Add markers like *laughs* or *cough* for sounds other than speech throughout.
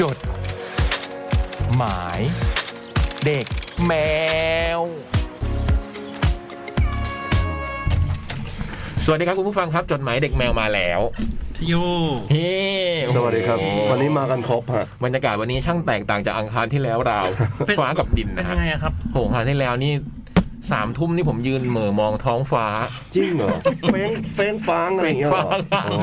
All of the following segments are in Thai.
จด หมาย เด็กแมว สวัสดีครับคุณผู้ฟังครับจดหมายเด็กแมวมาแล้ว ทโย เฮ้ สวัสดีครับ โอ้โห วันนี้มากันครบฮะ บรรยากาศวันนี้ช่างแตกต่างจากอังคารที่แล้วราวฟ้ากับดิน เป็น นะฮะ ยังไงอะครับ โหอังคารที่แล้วนี่สามทุ่มนี่ผมยืนเหม่อมองท้องฟ้า จริงเหรอ เฟ้งเฟ้งฟ้างอะไรอย่างเงี้ยเหรอ เฟ้งฟ้าง อ๋อ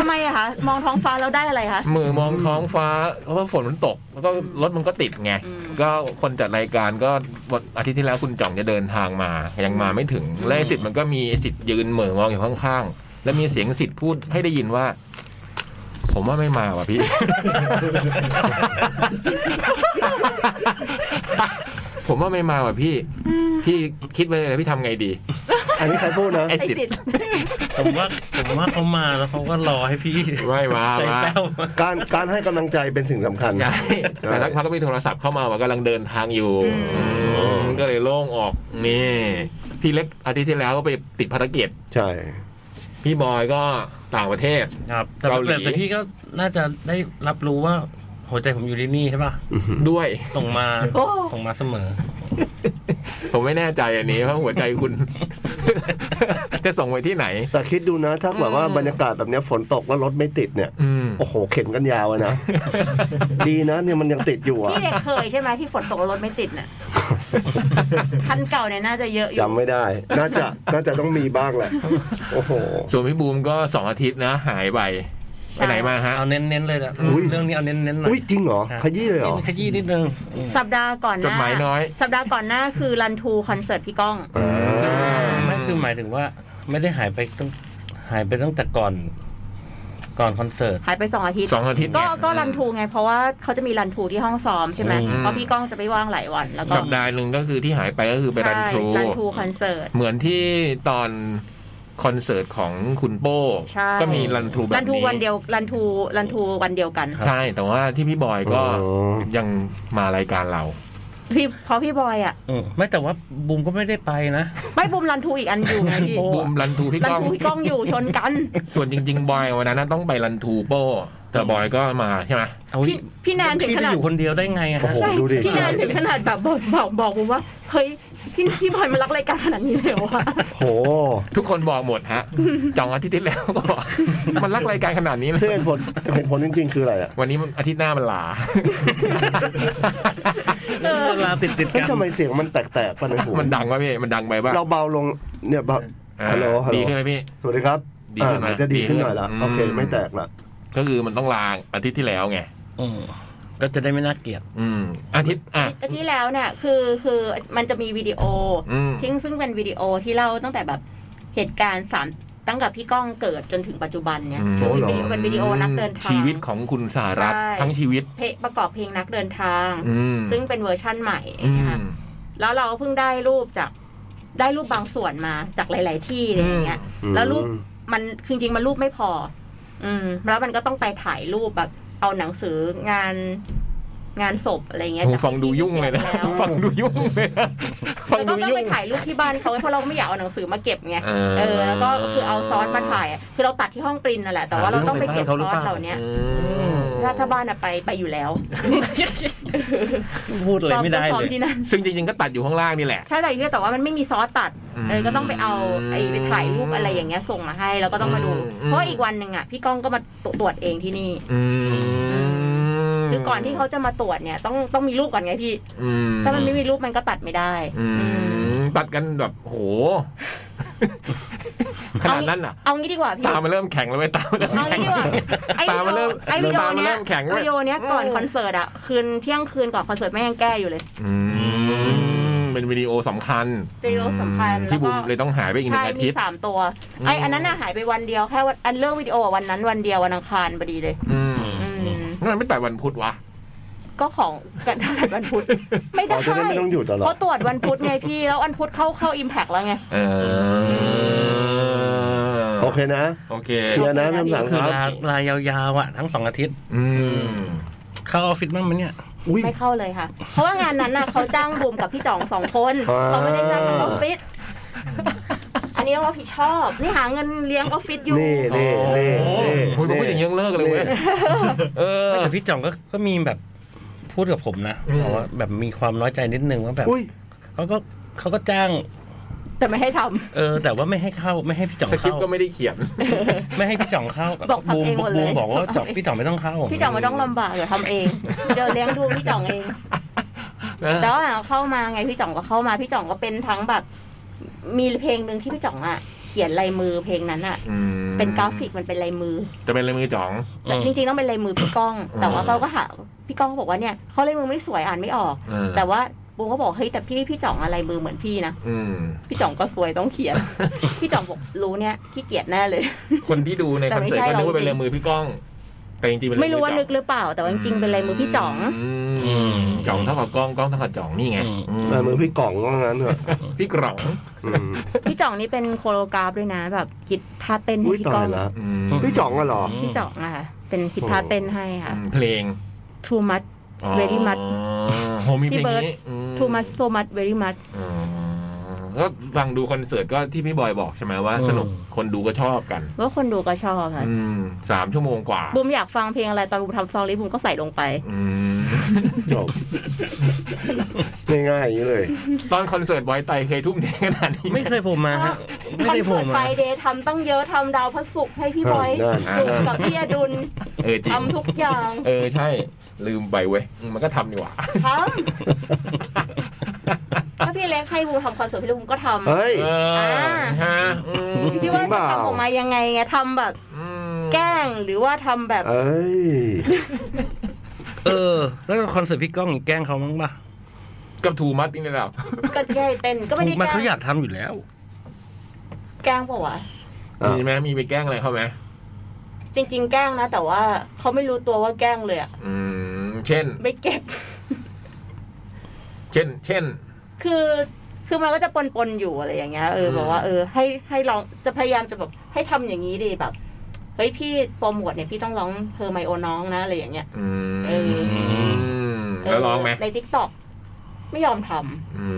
ทำไมอะคะ มองท้องฟ้าแล้วได้อะไรคะ เหม่อมองท้องฟ้าเพราะว่าฝนมันตก แล้วก็รถมันก็ติดไง อืม ก็คนจัดรายการก็วันอาทิตย์ที่แล้วคุณจ่องจะเดินทางมา ยังมาไม่ถึงและไอ้สิทธิ์มันก็มีไอ้สิทธิ์ยืนเหม่อมองอยู่ข้างๆ แล้วมีเสียงสิทธิ์พูดให้ได้ยินว่า ผมว่าไม่มาว่ะพี่ *laughs* ผมว่าไม่มาว่ะพี่ พี่คิดไว้เลยนะพี่ทำไงดี อันนี้ใครพูดนะ ไอ้ ไอ สิท สิ ธิ์ ทธิ์ ผมว่าผมว่าเขามาแล้วเขาก็รอให้พี่ ไม่มา ใจ มา แป้วมา การการให้กำลังใจเป็นสิ่งสำคัญ ใช่แต่สักพักก็มีโทรศัพท์เข้ามาว่ากำลังเดินทางอยู่ อืม ก็เลยโล่งออกนี่ พี่เล็กอาทิตย์ที่แล้วก็ไปติดภารกิจ ใช่ พี่บอยก็ต่างประเทศ ครับแต่ เกาหลี แต่พี่ก็น่าจะได้รับรู้ว่าหัวใจผมอยู่ที่นี่ใช่ป่ะ ด้วย ส่งมา โอ้ ส่งมาเสมอ ผมไม่แน่ใจอันนี้ว่าหัวใจคุณ *laughs* จะส่งไปที่ไหน แต่คิดดูนะถ้าแบบว่าบรรยากาศแบบเนี้ยฝนตกแล้วรถไม่ติดเนี่ย อืม โอ้โห เข็นกันยาวเลยนะ ดีนะเนี่ยมันยังติดอยู่อ่ะ พี่เด็กเคยใช่ไหมที่ฝนตกแล้วรถไม่ติด *laughs* น่ะคันเก่าเนี่ยน่าจะเยอะอยู่ จำไม่ได้ น่าจะน่าจะต้องมีบ้างแหละ โอ้โห ส่วนพี่บูมก็สองอาทิตย์นะ หายไปไปไหนมาฮะ เอาเน้นๆเลยนะ อุ๊ย เรื่องนี้เอาเน้นๆหน่อ อุ้ย ย จริงเหรอ ขยี้เลยเหรอ นิดขยี้นิดนึงอืม สัปดาห์ก่อนห จดน้าหมายน้อย สัปดาห์ก่อนหน้าคือรันทูคอนเสิร์ตพี่ก้อง อ่า ไม่คือหมายถึงว่า ไม่ได้หายไปตั้งหายไปตั้งแต่ก่อน ก่อนคอนเสิร์ต หายไปสองอาทิตย์ สองอาทิตย์ ก็ เนี่ย ก็รันทูไง เพราะว่าเขาจะมีรันทูที่ห้องซ้อมใช่ไหม อืม เพราะพี่ก้องจะไปว่างหลายวัน แล้วก็ สัปดาห์หนึ่งก็คือที่หายไปก็คือไปรันทรู ใช่รันทูคอนเสิร์ต เหมือนที่ตอนคอนเสิร์ตของคุณโป้ ใช่ ก็มีรันทรูแบบนี้ รันทูวันเดียวรันทูรันทูวันเดียวกัน ใช่ แต่ว่าที่พี่บอยก็ อ๋อ ยังมารายการเรา พี่เพราะพี่บอยอ่ะ อืมไม่แต่ว่าบูมก็ไม่ได้ไปนะ ไม่บูมรันทูอีกอันอยู่ไงพี่ โอ้ บูมรันทูพี่ รัน ก้อง ทูพี่ก้องอยู่ชนกัน ส่วนจริง ๆ บอยวันนั้นนะต้องไปรันทูโป้แต่บอยก็มาใช่ไหม เอา พี่พี่แนนถึง พี่ ข จะ นาด อยู่คนเดียวได้ไงอะ โอ้ ฮะ โห ใช่ ดูดิ พี่แนนถึงขนาดแบบบอกบอกบอกผมว่า เฮ้ยพี่พี่บอยมารักรายการขนาดนี้เลยเหรอวะ โห ทุกคนบอกหมดฮะ จองอาทิตย์ที่แล้วก็บอกมันรักรายการขนาดนี้เลย ซึ่งเหตุผลเหตุผลจริงๆ คืออะไรอ่ะ วันนี้มันอาทิตย์หน้ามันลา เวลาติดติดๆ เฮ้ย กัน ทำไมเสียงมันแตกๆปะในหู มันดังวะพี่ มันดังไปป่ะ เราเบาลงเนี่ยแบบ อ่า ฮัลโหลฮัลโหล ดีขึ้นไหมพี่ สวัสดีครับ ดีขึ้นไหม อ่าจะดีขึ้นหน่อยละ ดีขึ้น โอเค อืม ไม่แตกละ ก็คือมันต้องลาอาทิตย์ที่แล้วไง อืมก็จะได้ไม่น่าเกลียด อืม อาทิตย์อ่ะ อาทิตย์ที่แล้วเนี่ยคือคือมันจะมีวิดีโออ อืม ทิ้งซึ่งเป็นวิดีโอที่เล่าตั้งแต่แบบเหตุการณ์สามตั้งแต่พี่ก้องเกิดจนถึงปัจจุบันเนี่ย อืม เป็นวิดีโอเป็นวิดีโอนักเดินทาง ชีวิตของคุณสหรัฐ ใช่ ทั้งชีวิต เพลงประกอบเพลงนักเดินทาง อืม ซึ่งเป็นเวอร์ชั่นใหม่ อื นะ ม คะ แล้วเราเพิ่งได้รูปจากได้รูปบางส่วนมาจากหลาย ๆ ที่อะไรอย่างเงี้ย อืม แล้วรูปมันคือจริงๆมันรูปไม่พอ อืม แล้วมันก็ต้องไปถ่ายรูปแบบเอาหนังสืองานงานศพอะไรเงี้ย ผม จาก ฟังดู ที่ ยุ่งเลยนะ สีไปแว ฟังดูยุ่งเลยนะฟัง แล้วก็ ดู ต้อง ยุ่ ไป ง ถ่ายรูปที่บ้านเขาเพราะเราไม่อยากเอาหนังสือมาเก็บไง อ่า เออ แล้วก็คือเอาซอสมาถ่ายอะคือเราตัดที่ห้องปรินท์นั่นแหละ แต่ว่าเราต้องไปเก็บซอสเหล่าเนี้ย อืม ถ้าถ้าบ้านอะไปไปอยู่แล้ว พูดเลยไม่ได้ ซ้อม เลย ที่นั่น ซึ่งจริงๆก็ตัดอยู่ข้างล่างนี่แหละ ใช่แต่ที่แต่ว่ามันไม่มีซอสตัด อืม เออ ก็ต้องไปเอาไอ้ไปถ่ายรูปอะไรอย่างเงี้ยส่งมาให้ แล้วก็ต้องมาดู อืม เพราะอีกวันหนึ่งอ่ะพี่ก้องก็มาตรวจเองที่นี่ อืม คือก่อนที่เขาจะมาตรวจเนี่ยต้องต้องมีรูปก่อนไงพี่ อื ถ้ามันไม่มีรูปมันก็ตัดไม่ได้ อืม อืม ตัดกันแบบโห ขนาดนั้นอ่ะ เอางี้ดีกว่าพี่ ตามันเริ่มแข็งแล้วไปตามันเริ่ม เอา แข็ งี้ ง ดีกว่าไอ้ ตามันเริ่ม ไอ้วิดี ตา โอ มัน เนี้ เริ่ ย มแข็งแล้ว วิดีโอเนี้ยก่อน อืม คอนเสิร์ตอ่ะคืนเที่ยงคืนก่อนคอนเสิร์ตแม่ยังแก้อยู่เลย อืมเป็นวิดีโอสำคัญ วิดีโอสำคัญแล้วก็ พี่บุ๋มเลยต้องหายไปอีกห ใช่ นึ่งอา มี ทิตย์ สามตัว อืม ไอ้อันนั้นน่ะหายไปวันเดียวแค่วันอันเรื่องวิดีโออะวันนั้นวันเดียววันอังคารพอดีเลย อืม อืม ทำไมไม่ตัดวันพุธวะ ก็ของกันทัดวันพุ *laughs* ธ ไม่ได้ อ๋อจะได้ไม่ต้องหยุดเหรอ เขาตรวจวันพุธไงพี่ แล้ววันพุธเข้าเข้าอิมแพกแล้วไง เออ โอเคนะ โอเค เคลียร์นะคำสั่ง คื ค อ รับ ลาลายาวๆอ่ะทั้งสองอาทิตย์ อืม เข้าออฟฟิศบ้างไหมเนี่ย อุ้ย ไม่เข้าเลยค่ะ เพราะว่างานนั้นน่ะเขาจ้างบูมกับพี่จ่องสองคน อ่า เขาไม่ได้จ้างทั้งออฟฟิศอัน นี้ต้องรับผิดชอบนี่หาเงินเลี้ยงออฟฟิศอยู่ นี่นี่นี่ โอ้โห นี่ พูดอย่างนี้ยังเลิกเลยเว้ยเออ แต่พี่จ่องก็ก็มีแบบพูดกับผมนะ อืม บอกว่าแบบมีความน้อยใจนิดนึงว่าแบบ อุ้ย เขาก็เขาก็จ้าง แต่ไม่ให้ทำ เออ แต่ว่าไม่ให้เข้าไม่ให้พี่จ่อง สคริป เข้า ต์ก็ไม่ได้เขียน ไม่ให้พี่จ่องเข้า บอกทำ บูม เองหมดเลย บูมบอกว่าจ่องพี่จ่องไม่ต้องเข้า พี่จ่องไม่ต้องลำบากเดี๋ยวทำเอง เดี๋ยวเลี้ยงดูพี่จ่องเอง นะ แต่ว่าเข้ามาไงพี่จ่องก็เข้ามาพี่จ่องก็เป็นทั้งแบบ มีเพลงหนึ่งที่พี่จ่องอ่ะ เขียนลายมือเพลงนั้นอ่ะ อืม เป็นกราฟิกมันเป็นลายมือ จะเป็นลายมือจ่อง แต่จริงๆต้องเป็นลายมือพี่ก้อง แต่ว่า อืม เขาก็หาพี่ก้องก็บอกว่าเนี่ยเขาลายมือไม่สวยอ่านไม่ออก เออ แต่ว่าบูมก็บอกเฮ้ยแต่พี่พี่จ่องอะไรมือเหมือนพี่นะ อืม พี่จ่องก็สวยต้องเขียน *laughs* พี่จ่องบอกรู้เนี่ยขี้เกียจแน่เลย คนที่ดูในคอนเสิร์ตก็นึกว่าเป็นลายมือพี่ก้อง แต่จริงๆเป็นลย ไม่รู้ว่า จ่อง นึกหรือเปล่า แต่ว่าจริงๆเป็นลายมือพี่จ่อง อืมจ่องเท่ากับกล้องกล้องเท่ากับจ่องนี่ไง อืม อืม ลายมือพี่กล่องก็งั้นเหรอะ พี่กล่อง อืม พี่จ่องนี่เป็นโคโรกราฟด้วยนะ แบบคิดท่าเต้นให้ อุ้ย พี่ ตา ก้ ย อง ละ อืม พี่จ่องอะเหรอ พี่จ่องอะค่ะเป็นคิดท่าเต้นให้ค่ะ เพลง too much Very much โหมีเพลง พี่เบิร์ต นี้อืม too much so much very much อืมก็ฟังดูคอนเสิร์ตก็ที่พี่บอยบอกใช่ไหมว่า อืม สนุกคนดูก็ชอบกัน ว่าคนดูก็ชอบค่ะ อืมสามชั่วโมงกว่า บูมอยากฟังเพลงอะไรตอนบูมทำซองลิบูมก็ใส่ลงไป อืม จบ ง่ายๆอย่างนี้เลย ตอนคอนเสิร์ตบอยไตเคยทุ่มเทขนาดนี้ห ไม่เคยผมมาฮะไม่ คอน ได้ผ เสิ ม ร์ตไฟ มา เดย์ทำตั้งเยอะทำดาวพระศุกร์ให้พี่บอย นั่น จุกกับพี่อดุล เออจริง ทำทุกอย่าง เออใช่ ลืมไปเว้ยอืมมันก็ทำนี่หว่า ทำถ้าพี่เล็กให้บูมทำคอนเสิร์ตพี่เล็กบูมก็ทำ เฮ้ย เออฮะอืม พี่ว่า จริงเป จะ ล่า ทำออกมายังไงไงทำแบบ อืม แกล้งหรือว่าทำแบบ เอ้ย เออ แล้วคอนเสิร์ตพี่ก้องแกล้งเขามั้างปะ กับทูมัดนี่แหละ ก็แกล้งเต้นก็ไม่ได้ มัน แกล้ เขา ง อยากทำอยู่แล้ว แกล้งเปล่าวะ อ่ะ มีไหมมีไปแกล้งอะไรเขาไหม จริง ๆ แกล้งนะแต่ว่าเขาไม่รู้ตัวว่าแกล้งเลยอะ อืม เช่น ไม่เก็บ เช่น เช่น คือคือมันก็จะปนๆอยู่อะไรอย่างเงี้ยเออ อืม บอกว่าเออ ให้ให้ลองจะพยายามจะแบบให้ทำอย่างนี้ดีแบบเฮ้ยพี่โปรโมทเนี่ยพี่ต้องร้องเธอไมโอน้องนะอะไรอย่างเงี้ย อืม เอ มแล้วร้องไหม ในทิกตอกไม่ยอมทำ อื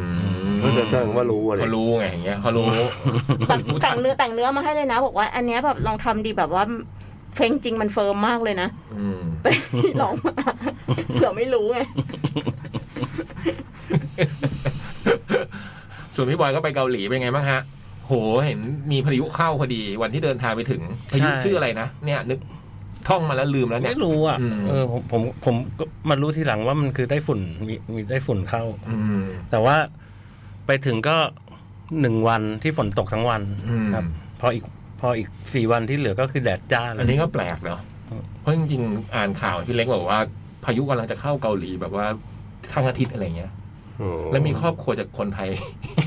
ก็จะแสดงว่ารู้อะดิ เขารู้ไงอย่างเงี้ยเขารู้ แบบแต่งเนื้อแต่งเนื้อมาให้เลยนะ บอกว่า อันเนี้ยแบบลองทำดีแบบว่าเพลงจริงมันเฟิร์มมากเลยนะ อืม ไปลองมา *laughs* เผื่อไม่รู้ไง ส่วนพี่บอยก็ไปเกาหลีเป็นไงบ้างฮะ โหเห็นมีพายุเข้าพอดีวันที่เดินทางไปถึงพายุ ใช่ ชื่ออะไรนะเนี่ยนึกท่องมาแล้วลืมแล้วเนี่ย ไม่รู้อ่ะ อืม เออผมผมผมก็มารู้ทีหลังว่ามันคือไต้ฝุ่นมีมีไต้ฝุ่นเข้า อืม แต่ว่าไปถึงก็หนึ่งวันที่ฝนตกทั้งวัน อืม ครับ พออีกพออีกสี่วันที่เหลือก็คือแดดจ้าเล อั ย นนี้ก็แปลกเนาะ เพราะจริงๆอ่านข่าวพี่เล็กบอกว่า พายุกำลังจะเข้าเกาหลีแบบว่าทั้งอาทิตย์อะไรเงี้ย โอ้ แล้วมีครอบครัวจากคนไทย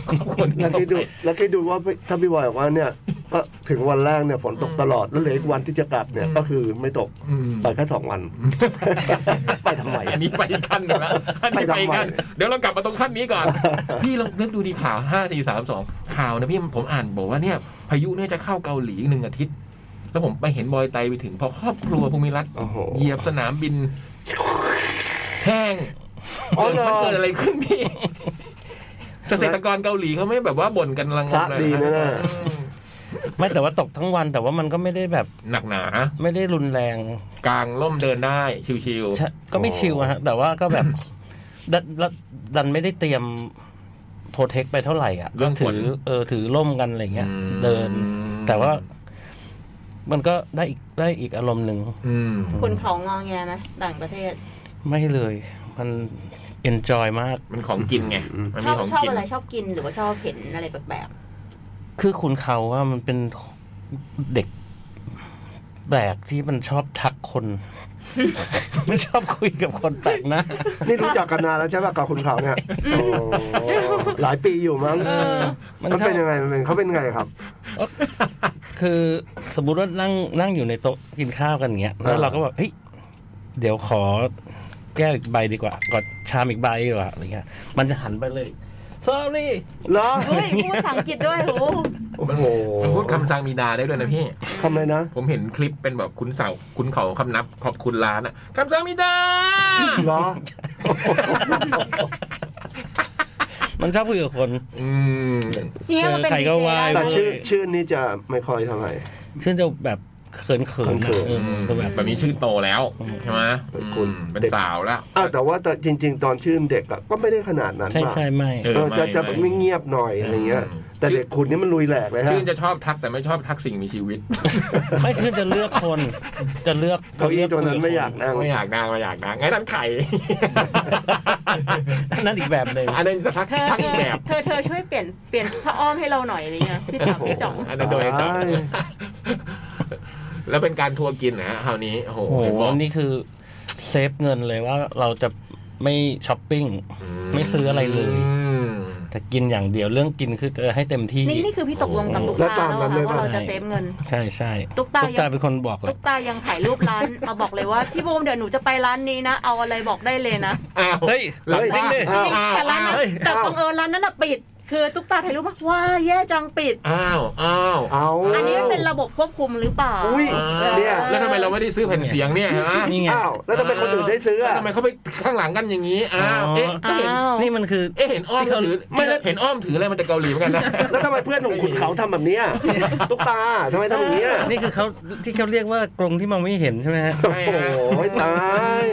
*laughs* ครอบครัว แล้วคิดดู ไทย แล้วคิดดูว่าถ้าพี่บอยบอกว่าเนี่ย ก็ถึงวันแรกเนี่ยฝนตกตลอด แล้วเหลืออีกวันที่จะกลับเนี่ย ก็คือไม่ตก อืม ไปแค่สองวัน ไปทำไม อันนี้ไปอีกขั้นหนึ่งแล้วอันนี้ไปอีกขั้น ไปทำไม เดี๋ยวเรากลับมาตรงขั้นนี้ *laughs* ก่อน พี่ลองนึกดูดีข่าวห้าสี่สามสองข่าวนะพี่ผมอ่านบอกว่าเนี่ย พายุเนี่ยจะเข้าเกาหลีหนึ่งอาทิตย์ แล้วผมไปเห็นบอยไตไปถึงพอครอบครัวภูมิรัตน์ โอ้โห เหยียบสนามบินแห้ง อ๋อเหรอ มันเกิดอะไรขึ้นพี่เกษตรกรเกาหลีเขาไม่แบบว่าบ่นกันลัง พระ เล ดี ย นะน่ะ อืม ไม่แต่ว่าตกทั้งวัน แต่ว่ามันก็ไม่ได้แบบ หนักหนา ไม่ได้รุนแรง กลางล่มเดินได้ชิว ใช่ก็ไม่ชิวอะฮะ แต่ว่าก็แบบ *coughs* ดันดันดันไม่ได้เตรียมโปรเทคไปเท่าไหร่อ่ะ ๆเรื่องฝ ถื น อเออถือร่มกันอะไรเงี้ย อืม เดิน แต่ว่า มันก็ได้อีกได้อีกอารมณ์หนึ่ง อืม คุณเขางองแงไหมต่างประเทศ ไม่เลย มันเอนจอยมาก มันของกินไง อืม มัน ช มี อบ ของ ชอบ กิน อะไรชอบกินหรือว่าชอบเห็นอะไรแปลก คือคุณเขาว่ามันเป็นเด็กแปลกที่มันชอบทักคน *laughs* มันชอบคุยกับคนแปลกหน้า นี่รู้จักกันนานแล้วใช่ป่ะกับคุณเขาเนี่ยโอ้หลายปีอยู่มั้ง มัน เขา ชอบ เป็นยังไงมันเป็นเขาเป็นไงครับ คือสมมติว่านั่งนั่งอยู่ในโต๊ะกินข้าวกันอย่างเงี้ย แล้วเราก็แบบเฮ้ยเดี๋ยวขอแก้วอีกใบดีกว่า กอดชามอีกใบดีกว่าอะไรเงี้ย มันจะหันไปเลย sorry เหรอ ๆเฮ้ยพูดภาษาอังกฤษด้วยโอ้โห โอ้โห มันพูดคำซางมีดาได้ด้วยนะพี่ คำเลยนะ ผมเห็นคลิปเป็นแบบคุณเสาคุณเขาคำนับขอบคุณร้านอะคำซางมีดา เหรอ มันชอบคุยกับคน อืม เนี่ยมันเป็น ใครก็ ดีเจ ว่า ได้ แต่ เลย ชื่อชื่อนี้จะไม่ค่อยเท่าไหร่ ซึ่งจะแบบเขินๆเขิน เขินๆ แบบ แบบนี้ชื่อโตแล้วใช่ไหม เป็นคุณ อืมเป็นสาวแล้ว อ้าวแต่ว่าแต่จริง ๆ ตอนชื่อเด็กอะก็ไม่ได้ขนาดนั้น ใช่ ป่ะ ใช่ไม่ เออ เออจะจะ ไม่ แบบ ไม่ เงียบๆหน่อยอะไรเงี้ย อืม แต่เด็กคุณนี่มันลุยแหลกเลยฮะ ชื่อจะชอบทักแต่ไม่ชอบทักสิ่งมีชีวิต ไม่ *laughs* ชื่อจะเลือกคน จะเลือก เก้าอี้ จะลื ตัวนั้นไม่อยากนั่ง ไม่อยากนางไม่อยากนางไอ้นั่นไข่ อันนั่นอีกแบบหนึ่ง อันนั้นจะทัก เธอ ทัก เธ อี อก แบบ เธอเธอช่วยเปลี่ยนเปลี่ยนผ้าอ้อมให้เราหน่อยอะไรเงี้ยพี่ *laughs* จ๋องพี่จ๋อง อันนั้นโดยจับ ใช่ แล้วเป็นการทัวร์กินนะคราวนี้โอ้โห โอ้โห เห็นบอก อันนี่คือเซฟเงินเลยว่าเราจะไม่ช้อปปิ้ง ไม่ซื้ออะไรเลย อืม แต่กินอย่างเดียวเรื่องกินคือจะให้เต็มที่ นี่นี่คือพี่ตกลงกับตุ๊ก แล้ว ตา ตาม แล้ว นั้นเลยอะค่ะว่า ป่ะ เราจะเซฟเงิน ใช่ใช่ ตุ๊กตา ตุ๊กตาเป็นคนบอกเลย ตุ๊กตายังถ่ายรูปร้าน เอาบอกเลยว่าพี่บูมเดี๋ยวหนูจะไปร้านนี้นะ เอาอะไรบอกได้เลยนะ อ้าว เฮ้ย หลับจ จเฮ้ยริ ริ ง ง ดิ ดิ จริง อ้าว แต่ร้านนั้น อ้าว แต่บังเอิญร้านนั้นน่ะปิด คือตุ๊กตาถ่ายรูปบอกว่าแย่จังปิด อ้าวอ้าว เอา อันนี้มันเป็นระบบควบคุมหรือเปล่า อุ๊ย เนี่ย แล้วทำไมเราไม่ได้ซื้อแผ่นเสียงเนี่ยฮะ นี่ไง อ้าวแล้วทำไมคนอื่นได้ซื้อ แล้ว อะ ทำไมเขาไปข้างหลังกันอย่างนี้อ้าวเอ๊ะก็เห็น อ้าว นี่มันคือ เอ๊ะเห็นอ้อม ที่เขา ถือ ไม่ได้ เห็นอ้อมถืออะไรมันจากเกาหลีเหมือนกันนะ แล้วทำไมเพื่อนของคุณเขาทำแบบเนี้ยตุ๊กตาทำไมทำอย่างเนี้ย นี่คือเขาที่เขาเรียกว่ากรงที่มองไม่เห็นใช่ไหมฮะ ใช่ โอ้ ฮะ โหตาย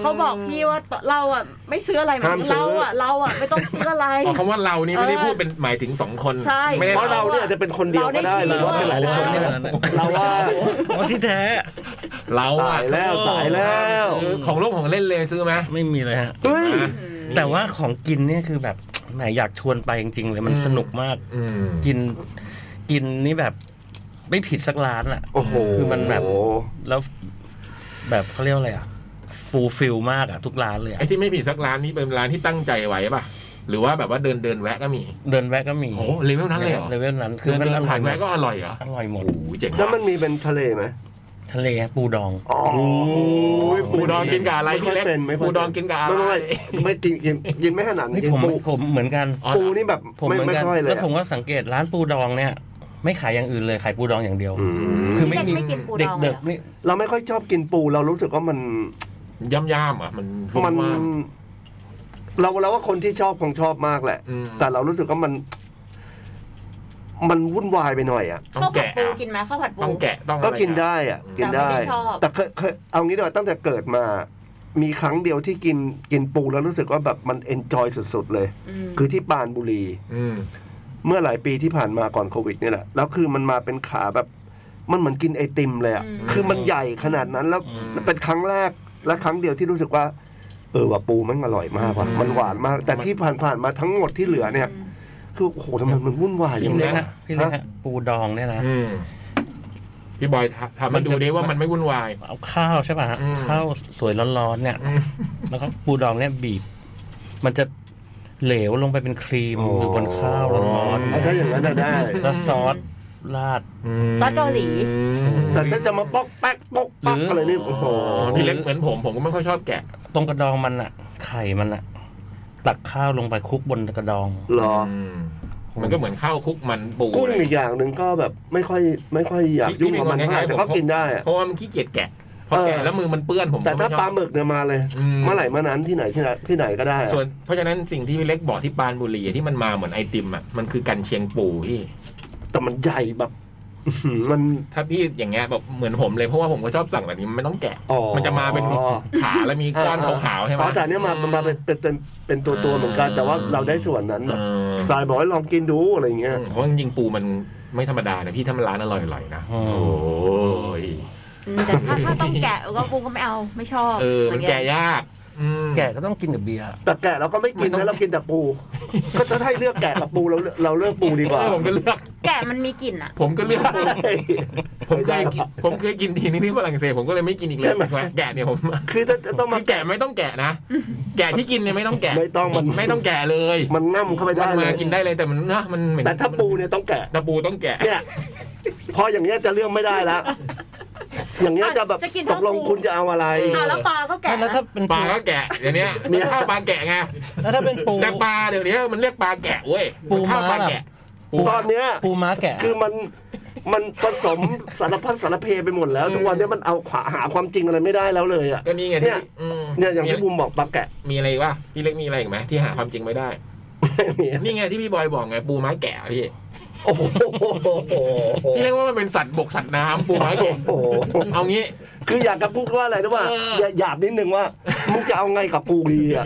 เขาบอกพี่ว่าเราอ่ะไม่ซื้ออะไรเหมือน ห้ามซื้อ เราอ่ะเราอ่ะไม่ต้องซื้ออะไร อ๋อคำว่าเรานี่ไม่ได้ เออ พูดเป็นหมายถึงสองคน ใช่ ไม่ได้ เพราะเรา เรา เนี่ยจะเป็นคนเดียวก็ได้หรือว่าเป็นหลายคนเนี่ยเราว่า อ๋อที่แท้ เรา สา อะ ยแล้วสายแล้ว ซื้อของโลกของเล่นเลยซื้อไหม ไม่มีเลยฮะ เฮ้ย อ่ะ แต่ว่าของกินเนี่ยคือแบบไหนอยากชวนไปจริงๆเลยมันสนุกมาก อืม กินกินนี่แบบ ไม่ผิดสักร้านอ่ะ โอ้โห คือมันแบบ แล้วแบบเขาเรียกว่าอะไรอ่ะฟูลฟิลมากอ่ะ ทุกร้านเลยอะ ไอ้ที่ไม่ผิดสักร้านนี่เป็นร้านที่ตั้งใจไว้ป่ะ หรือว่าแบบว่าเดินเดินแวะก็มี เดินแวะก็มี โอ้โหเลเวลนั้นเลยเหรอ เลเวลนั้นคื คือ อ มั เป็น น อร่อ ผ่าย น หม แวะ ด ก็อร่อยเหรอ อร่อยหมด โอ้โหเจ๋ง แล้ว ว่ะ มันมีเป็นทะเลไหม ทะเลปูดอง อ๋อ โอ้โหปูดองกินกับอะไรพี่เล็ก ม่ค่ยป็นไม่ค่อปูยเป็ ดองกินกับอะไร ไม่ไม่ไม่กินกินกินไม่ขนาด นี่ กิน ผม ปู ผมเหมือนกัน อ๋อ ปูนี่แบบ ผม ไม่ เหมือน ไม่ กัน ค่อยเลย แล้วผมก็สังเกตร้านปูดองเนี่ย ไม่ขายอย่างอื่นเลยขายปูดองอย่างเดียว อืม คือไม่มี ไม่กินปูดองเลยเหรอ เด็กๆนี่ เราไม่ค่อยชอบกินปูเรารู้สึกว่ามัน ย่ำย่ำๆอ่ะมันฟุ้ง มัน ว่าง เราเราว่าคนที่ชอบคงชอบมากแหละ อืม แต่เรารู้สึกว่ามัน มันวุ่นวายไปหน่อยอ่ะ ต้อ ข้าง วผัด แกะ ปู อ่ะ กินไหมข้าวผัดปู ต้องแกะต้องอะไร ก็กิน อ่ะ ได้อ่ะกินได้ แต่ไม่ได้ชอบ แต่เคยเคยเอางี้ดีกว่าตั้งแต่เกิดมา มีครั้งเดียวที่กินกินปูแล้วรู้สึกว่าแบบมันเอนจอยสุดๆเลย อืม คือที่ปรานบุรี อืม เมื่อหลายปีที่ผ่านมาก่อนโควิดนี่แหละ แล้วคือมันมาเป็นขาแบบ มันเหมือนกินไอติมเลยอ่ะ อืม คือมันใหญ่ขนาดนั้นแล้ว อืม เป็นครั้งแรกและครั้งเดียวที่รู้สึกว่า เออว่าปูแมันอร่อยมากว่ะ อืม มันหวานมาก แต่ที่ผ่านๆมาทั้งหมดที่เหลือเนี่ย คือโอ้โหทำไมมันวุ่นวายอ พี่ ย่าง เล็ก เงี้ย นะพี่เล็กฮะปูดองเนี่ยนะ อืมพี่บอยทำทำมาดูดิว่ามันไม่วุ่นวาย เอาข้าวใช่ป่ะฮะ อืม ข้าวสวยร้อนๆเนี่ย อืม แล้วก็ปูดองเนี่ยบีบ มันจะเหลวลงไปเป็นครีม โอ้ อยู่บนข้าวร้อน เอาถ้าอย่างนั้นน่ะได้ ๆแล้วซอสราด ซอสเกาหลี แต่ถ้าจะมาปอกแป๊กปอกแป๊ก หรือ อะไรนี่โอ้โห อ๋อพี่เล็กเหมือนผมผมก็ไม่ค่อยชอบแกะ ตรงกระดองมันอะไข่มันอะตักข้าวลงไปคลุกบนกระดอง เหรอ มันก็เหมือนข้าวคลุกมันปู กุ้ง อะไร อีกอย่างหนึ่งก็แบบไม่ค่อยไม่ค่อยอยากยุ่งกับมันเท่าไหร่แต่ก็กินได้อะ เพราะว่ามันขี้เกียจแกะพอแกะแล้วมือมันเปื้อนผม แต่ ก็ ถ้า ไม่ช ปลา อบ หมึกเนี่ยมาเลย อืม เมื่อไหร่เมื่อนั้นที่ไหนที่ไหนที่ไหนก็ได้อะ ส่วนเพราะฉะนั้นสิ่งที่พี่เล็กบอกที่ปรานบุรีอะที่มันมาเหมือนไอติมอ่ะมันคือกันเชียงปูพี่ แต่มันใหญ่แบบ *laughs* อื้อหือมัน ถ้าพี่อย่างเงี้ยแบบเหมือนผมเลยเพราะว่าผมก็ชอบสั่งแบบนี้มันไม่ต้องแกะ อ๋อ มันจะมาเป็นขาแล้วมีก้อนขาวๆใช่ไหม อ๋อแต่อันเนี้ยมามันมาเป็นเป็นเป็นเป็นตัวตัวๆเหมือนกัน แต่ว่าเราได้ส่วนนั้น เออ สายบอกให้ลองกินดูอะไรอย่างเงี้ย เพราะจริงๆปูมันไม่ธรรมดานะพี่ถ้ามันร้านอร่อยๆนะ อื โอ้ ม ย อืมแต่ถ้าถ้าต้องแกะก็กูก็ไม่เอาไม่ชอบ เออมันแก่ยากอืม แกะก็ต้องกินกับเบียร์ แต่แกะเราก็ไม่กิน มันต้อ นะ ง เรากินแต่ปู ก็ถ้าให้เลือกแกะกับปูเราเราเลือกปูดีกว่า เออผมก็เลือก แกะมันมีกลิ่นอ่ะ ผมก็เลือกปู ใช่ *laughs* ผมเคยกินผมเคยกินทีนึงที่ฝรั่งเศสผมก็เลยไม่กินอีกเลย ใช่ไหม แกะเนี่ยผม คือถ้าจะต้อง คื มา อแกะไม่ต้องแกะนะแกะที่กินเนี่ยไม่ต้องแกะ ไม่ต้องมัน ไม่ต้องแกะเลย มันง่ำเข้าไปได้ มัน เล มาย กินได้เลยแต่มันนะมันเหม็น แต่ถ้าปูเนี่ยต้องแกะ แต่ปูต้องแกะ เนี่ย พออย่างเงี้ยจะเลือกไม่ได้แล้ว อย่างเงี้ยจะแบบ จะกิน ต ทั้ง กลง ปู คุณจะเอาอะไร เออ เอาแล้วปลาก็แกะ แล้วถ้าเป็น ป ปู ลาก็แกะเดี๋ยวนี้มีข้าวปลาแกะไง แล้วถ้าเป็นปู แต่ปลาเดี๋ยวนี้มันเรียกปลาแกะเว้ย ปู ข้าว ม้า ปลา แบบ แกะ ปู ตอนเนี้ย ปูม้าแกะ คือมันมันผสมสารพัดสารเพไปหมดแล้ว ทุกวันเนี้ยมันเอาขวาหาความจริงอะไรไม่ได้แล้วเลยอ่ะ ก็นี่ไง เนี่ ที่ ย อืม เนี่ยอย่าง มี ที่บูมบอกปลาแกะ มีอะไรอีกวะพี่เล็กมีอะไรอีกไหมที่หาความจริงไม่ได้ มี นี่ไงที่พี่บอยบอกไงปูไม้แก่อะพี่ โอ้โห นี่เรียกว่ามันเป็นสัตว์บกสัตว์น้ำ *laughs* ปูไม้แก่ โอ้โห เอางี้ คืออยากกับกูว่าอะไรรู้ป่ะ เออ อย่าหยาบนิดนึงว่า มึงจะเอาไงกับกูดีอ่ะ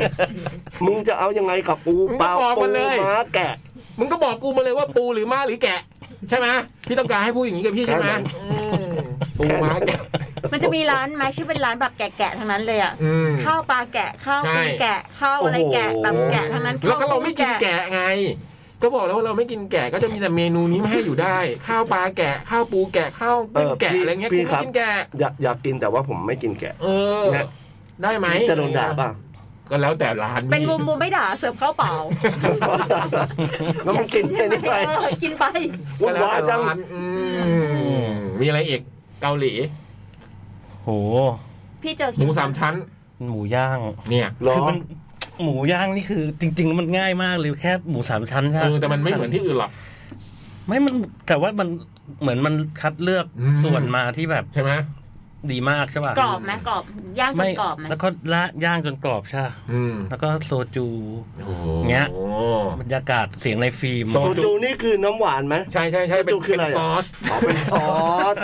มึงจะเอายังไงกับกู มึงก็ เปล่า บอก ปู มาเลย ม้าแกะ มึงก็บอกกูมาเลยว่าปูหรือม้าหรือแกะ ใช่ไหมพี่ต้องการให้พูดอย่างนี้กับพี่ใช่ไหม แค่นั้น อืมปูม้าแกะ มันจะมีร้านไหมที่เป็นร้านแบบแกะๆทั้งนั้นเลยอ่ะ อืม ข้าวปลาแกะข้าว ใช่ กุ้งแกะข้าวอะไรแกะตับแกะทั้งนั้น แล้วก็เราไม่กิน ข้ว แกะไง ก็บอกแล้วว่าเราไม่กินแกะก็จะมีแต่เมนูนี้มาให้อยู่ได้ ข้าวปลาแกะ ข้าวปูแกะข้าวกุ้งแกะ เออพี่ อะไรเงี้ย พี่ กู ครั ไม่ บ กินแกะ อยากอยากกินแต่ว่าผมไม่กินแกะ เออ นะ ได้ไหม จะโดนด่าป่ะ ก็แล้วแต่ร้าน เป็น พี่ มุมมุมไม่ด่าเสิร์ฟข้าวเปล่า แล้วมันกินแค่นี้ไป เออกินไป วุ่ ก็ น แล้ว วาย แต่ จัง ร้านอืมมีอะไรอีกเกาหลี โห พี่เจอ หมูสามชั้น หมูย่าง เนี่ย เหรอ คือมันหมูย่างนี่คือ จริง ๆ มันง่ายมากเลยแค่หมูสามชั้นใช่ เออแต่มันไม่เหมือนที่อื่นหรอก ไม่มันแต่ว่ามันเหมือนมันคัดเลือก อืม ส่วนมาที่แบบ ใช่ไหม ดีมากใช่ป่ะ กรอบไหมกรอบย่างจนกรอบไหม แล้วก็ละย่างจนกรอบใช่ปะ อืม แล้วก็โซจู โอ้โห เงี้ย บรรยากาศเสียงในฟิล์ม โซ โซจูนี่คือน้ำหวานไหม ใช่ใช่ใช่เป็น จุกคืออะไร เป็น อ่ะ ซอส อ๋อเป็นซอส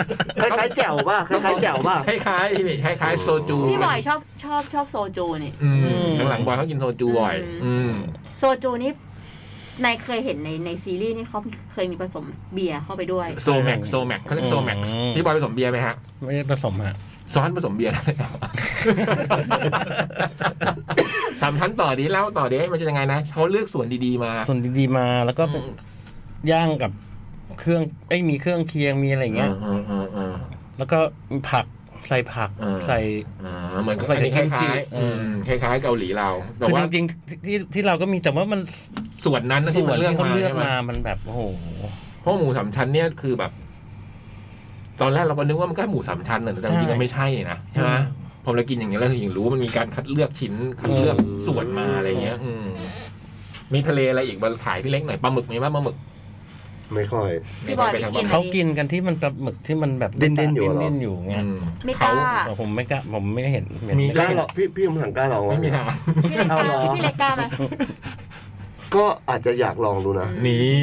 คล้ายๆแจ่วป่ะคล้ายๆแจ่วป่ะ คล้ายๆพี่คล้ายๆโซจู พี่บอยชอบชอบชอบโซจูนี่ อืมหลังๆบอยเขากินโซจูบ่อย อื อืม โซจูนี่นายเคยเห็นในในซีรีส์นี่เขาเคยมีผสมเบียร์เข้าไปด้วย โซแม็กโซแม็กเขาเรียกโซแม็กพี่บอยผสมเบียร์ไหมฮะ ไม่ได้ผสมฮะ ซอสผสมเบียร์ *laughs* สามชั้นต่อดีเล่าต่อดีมันจะยังไงนะเขาเลือกส่วนดีๆมา ส่วนดีๆมาแล้วก็เป็นย่างกับเครื่องไอ้ยมีเครื่องเคียงมีอะไรอย่างเงี้ย แล้วก็มีผักใส่ผัก เออ ใส่ อ่าเหมือนกับ ก็ อันนี้ค จะ ล้าย เอออื ๆคล้ายๆ เกาหลีเรา แต่ คือ ว่า จริงๆที่ที่เราก็มีแต่ว่ามัน ส่วนนั้นนะที่ ส่ว มัน น เลือก ที่เขา มา เลือก ใช่ไหม มามันแบบโอ้โห เพราะหมูสามชั้นเนี่ยคือแบบ ตอนแรกเราก็นึกว่ามันก็หมูสามชั้นน่ะแต่จริงๆก็ไม่ใช่นะใช่ไหมพอเรากินอย่างเงี้ยเราถึงรู้ว่ามันมีการคัดเลือกชิ้นคัดเลือกส่วนมาอะไรเงี้ย อืมมีทะเลอะไรอีกมาขายพี่เล็กหน่อยปลาหมึกมีป่ะปลาหมึก ไม่ค่อย พี่บอยไปกิน เขากินกันที่มันปลาหมึกที่มันแบบ ดิ้นๆอยู่เหรอ ดิ้นๆอยู่เงี้ย อืม ไม่ก เขา ล้า แต่ผมไม่กล้าผมไม่เห็นเห็น มี กล้าหรอพี่พี่ผมสั่งกล้าลองวะ ไม่มีทาง พี่เล็กกล้า เอาเหรอ พี่เล็กก *laughs* ล้าไหม ก็อาจจะอยากลองดูนะ นี่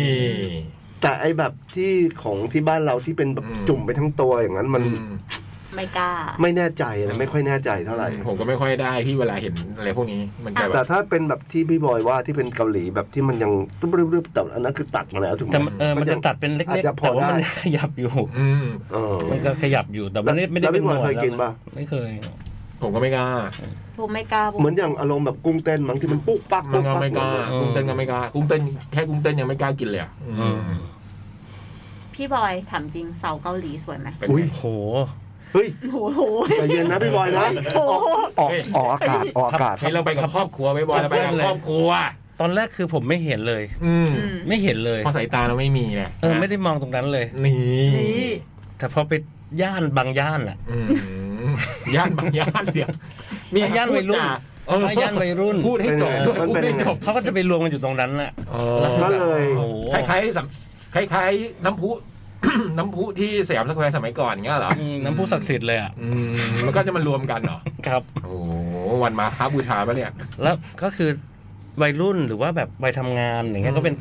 แต่ไอแบบที่ของที่บ้านเราที่เป็นแบบ อืม จุ่มไปทั้งตัวอย่างนั้นมัน ไม่กล้า ไม่แน่ใจนะไม่ค่อยแน่ใจเท่าไหร่ ผมก็ไม่ค่อยได้พี่เวลาเห็นอะไรพวกนี้ มันจะแบ แต่ บ ถ้าเป็นแบบที่พี่บอยว่าที่เป็นเกาหลีแบบที่มันยังตึ๊บรึบๆแต่อันนั้นคือตัดมาแล้วถูกไหม แต่มันเออมันจะตัดเป็นเล็ก อาจจะ ๆ พอ แต่ว่ามัน ได้ ขยับอยู่ อืม เออ มันก็ขยับอยู่แต่มันไม่ แล้ ได้ วพี่ เป็น บอย หว เคยกินปะ ไม่เคย ผมก็ไม่กล้า ผมไม่กล้าผม เหมือนอย่างอารมณ์แบบกุ้งเต้นมั้งที่มันปุ๊กปัก มั ปุ๊ น ก ก็ ปัก ไม่กล้า เออ กุ้งเต้นก็ไม่กล้ากุ้งเต้นแค่กุ้งเต้นยังไม่กล้ากินเลยอะอืม พี่บอยถามจริงเสาเกาหลีสวยไหม เป็น อุ้ย ไง โห เฮ้ย โอ้โห ใจเย็นนะพี่บอยนะ โอ้โห ออกออกอากาศออกอากาศ ให้เราไปกับครอบครัวไปบอยเราไปกับครอบครัว ตอนแรกคือผมไม่เห็นเลย อืม อืม ไม่เห็นเลย เพราะสายตาเราไม่มีเนี่ย เออไม่ได้มองตรงนั้นเลย นี่ นี่ แต่พอไปย่านบางย่านอ่ะ อืมย่านบางย่านเดียวมี ย่านวัยรุ่น พูดจเออ ไม่ย่านวัยรุ่น พูดให้จบด้วย มัน พู เป็ ด น ให้จบ เขาก็จะไปรวมกันอยู่ตรงนั้นแหละ เอ แวอคือก็เลย โอ้โห คล้ายๆสำคล้ายๆน้ำพุ *coughs* น้ำพุที่สยามสแควร์สมัยก่อนอย่างเงี้ยเหรอ อืมน้ำพุศักดิ์สิทธิ์เลยอ่ะ อืมมันก็จะมารวมกันเหรอ ครับ โอ้โหวันมาค้าบูชาปะเนี่ย แล้วก็คือวัยรุ่นหรือว่าแบบวัยทำงานอย่างเงี้ อื ย ม ก็เป็น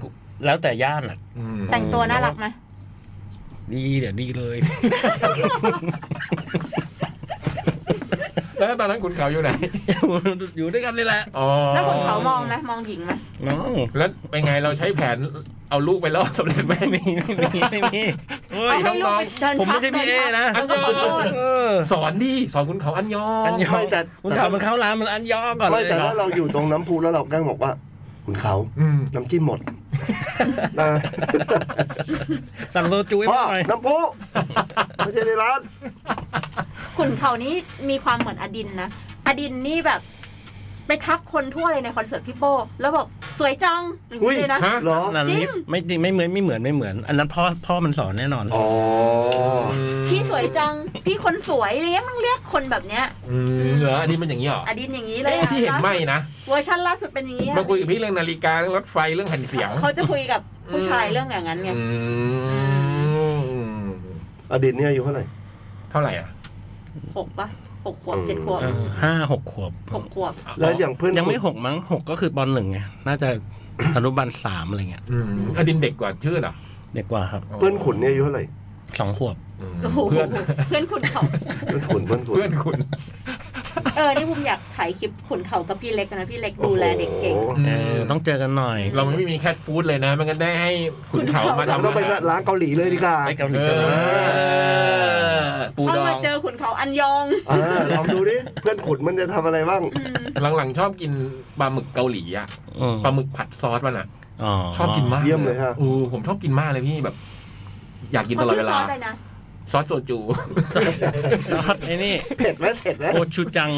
แล้วแต่ย่านอ่ะ อืม แต่งตัวน่ารักไหม ดีเดี๋ยวดีเลย *laughs* แล้วตอนนั้นคุณเขาอยู่ไหน อยู่ด้วยกันนี่แหละ อ๋อ แล้วคนเขามองไหมมองหญิงไหม น้อง แล้วเป็นไงเราใช้แผนเอาลูกไปล่อสำเร็จไหม ไม่มีไม่มีไม่มีเฮ้ เอา ย ให้ลูกไปเดิน ผมไม่ใช่ ทับ พี่เอนะ ดิทับ อันยอง เออ สอนดิสอนคุณเขาอันยอ อั ง นยอ ไม่ ง แต่ คุณถามมันเข้าร้านมันอันยองก่อนเล ไม่ ย แต่ เหรอ ถ้าเราอยู่ตรงน้ำพุแล้วเราแกล้งบอกว่า คุณเขา อืม น้ำจิ้มหมดนะ สั่งโซจูให้ พ่อ มาหน่อย น้ำพุไม่ใช่ในร้าน ขุนเขานี้มีความเหมือนอดินนะ อดินนี่แบบ ไปทักคนทั่วเลยในคอนเสิร์ตพี่โป้แล้วบอกสวยจังอย่างนี้เลยนะ ฮะ เหรอ นั่น จริ นี่ ง ไม่จริงไม่เหมือนไม่เหมือนไม่เหมือน อันนั้นพ่อพ่อมันสอนแน่นอน อ๋อ พี่สวยจัง พี่คนสวยอะไรเงี้ยมึงเรียกคนแบบเนี้ย อืมเหรออันนี้มันอย่างนี้เหรอ อดินอย่างนี้เลย เอ๊ะที่เห็นไม่นะ เวอร์ชันล่าสุดเป็นอย่างนี้ มาคุยกับพี่เรื่องนาฬิกาเรื่องรถไฟเรื่องแผ่นเสียง เขาจะคุยกับผู้ชายเรื่องอย่างนั้นไง อืม อดีตเนี่ยอายู่เท่าไหร่ เท่าไหร่อ่ะ หกปะหกขวบเจ็ดขวบ เออห้าหกขวบ หกขวบ แล้วอย่างเพื่อน ยังไม่หกมั้งหกก็คือปอนหนึ่งไงน่าจะ อนุบาลสามอะไรเงี้ย อืมอดินเด็กกว่าชื่อเหรอ เด็กกว่าครับ เพื่อนขุนเนี่ยอายุเท่าไหร่ สองขวบ อืม โอ้โห *laughs* เพื่อน เพื่อนขุนเขา เพื่อนขุนเพื่อนขุน เพื่อนคุณ เออ นี่บุมอยากถ่ายคลิปขุนเขากับพี่เล็กนะ พี่เล็กดูแลเด็กเก่ง โอ้โห เออต้องเจอกันหน่อย เราไม่มีแคทฟู้ดเลยนะไมันก็ได้ให้ขุนเขามา เรา ทำ ต้องไปร้านเกาหลีเลยดีกว่า ไปเกาหลี เอ กันเลย อปูด ต้อง อ มาง เจอขุนเขาอันยอง อ่าลองดูดิเพื่อนขุนมันจะทำอะไรบ้าง หลังๆ ชอบกินปลาหมึกเกาหลีอะ ม ปลาหมึกผัดซอสมันอะชอบกินมาก เยี่ยมเลยฮะ ออผมชอบกินมากเลยพี่แบบ อยากกินตลอดเวลา ขชื่ซสอะไรนะ ซอสโจจู ชอบไอ้นี่ เผ็ดไหมเผ็ดไหม โอชูจัง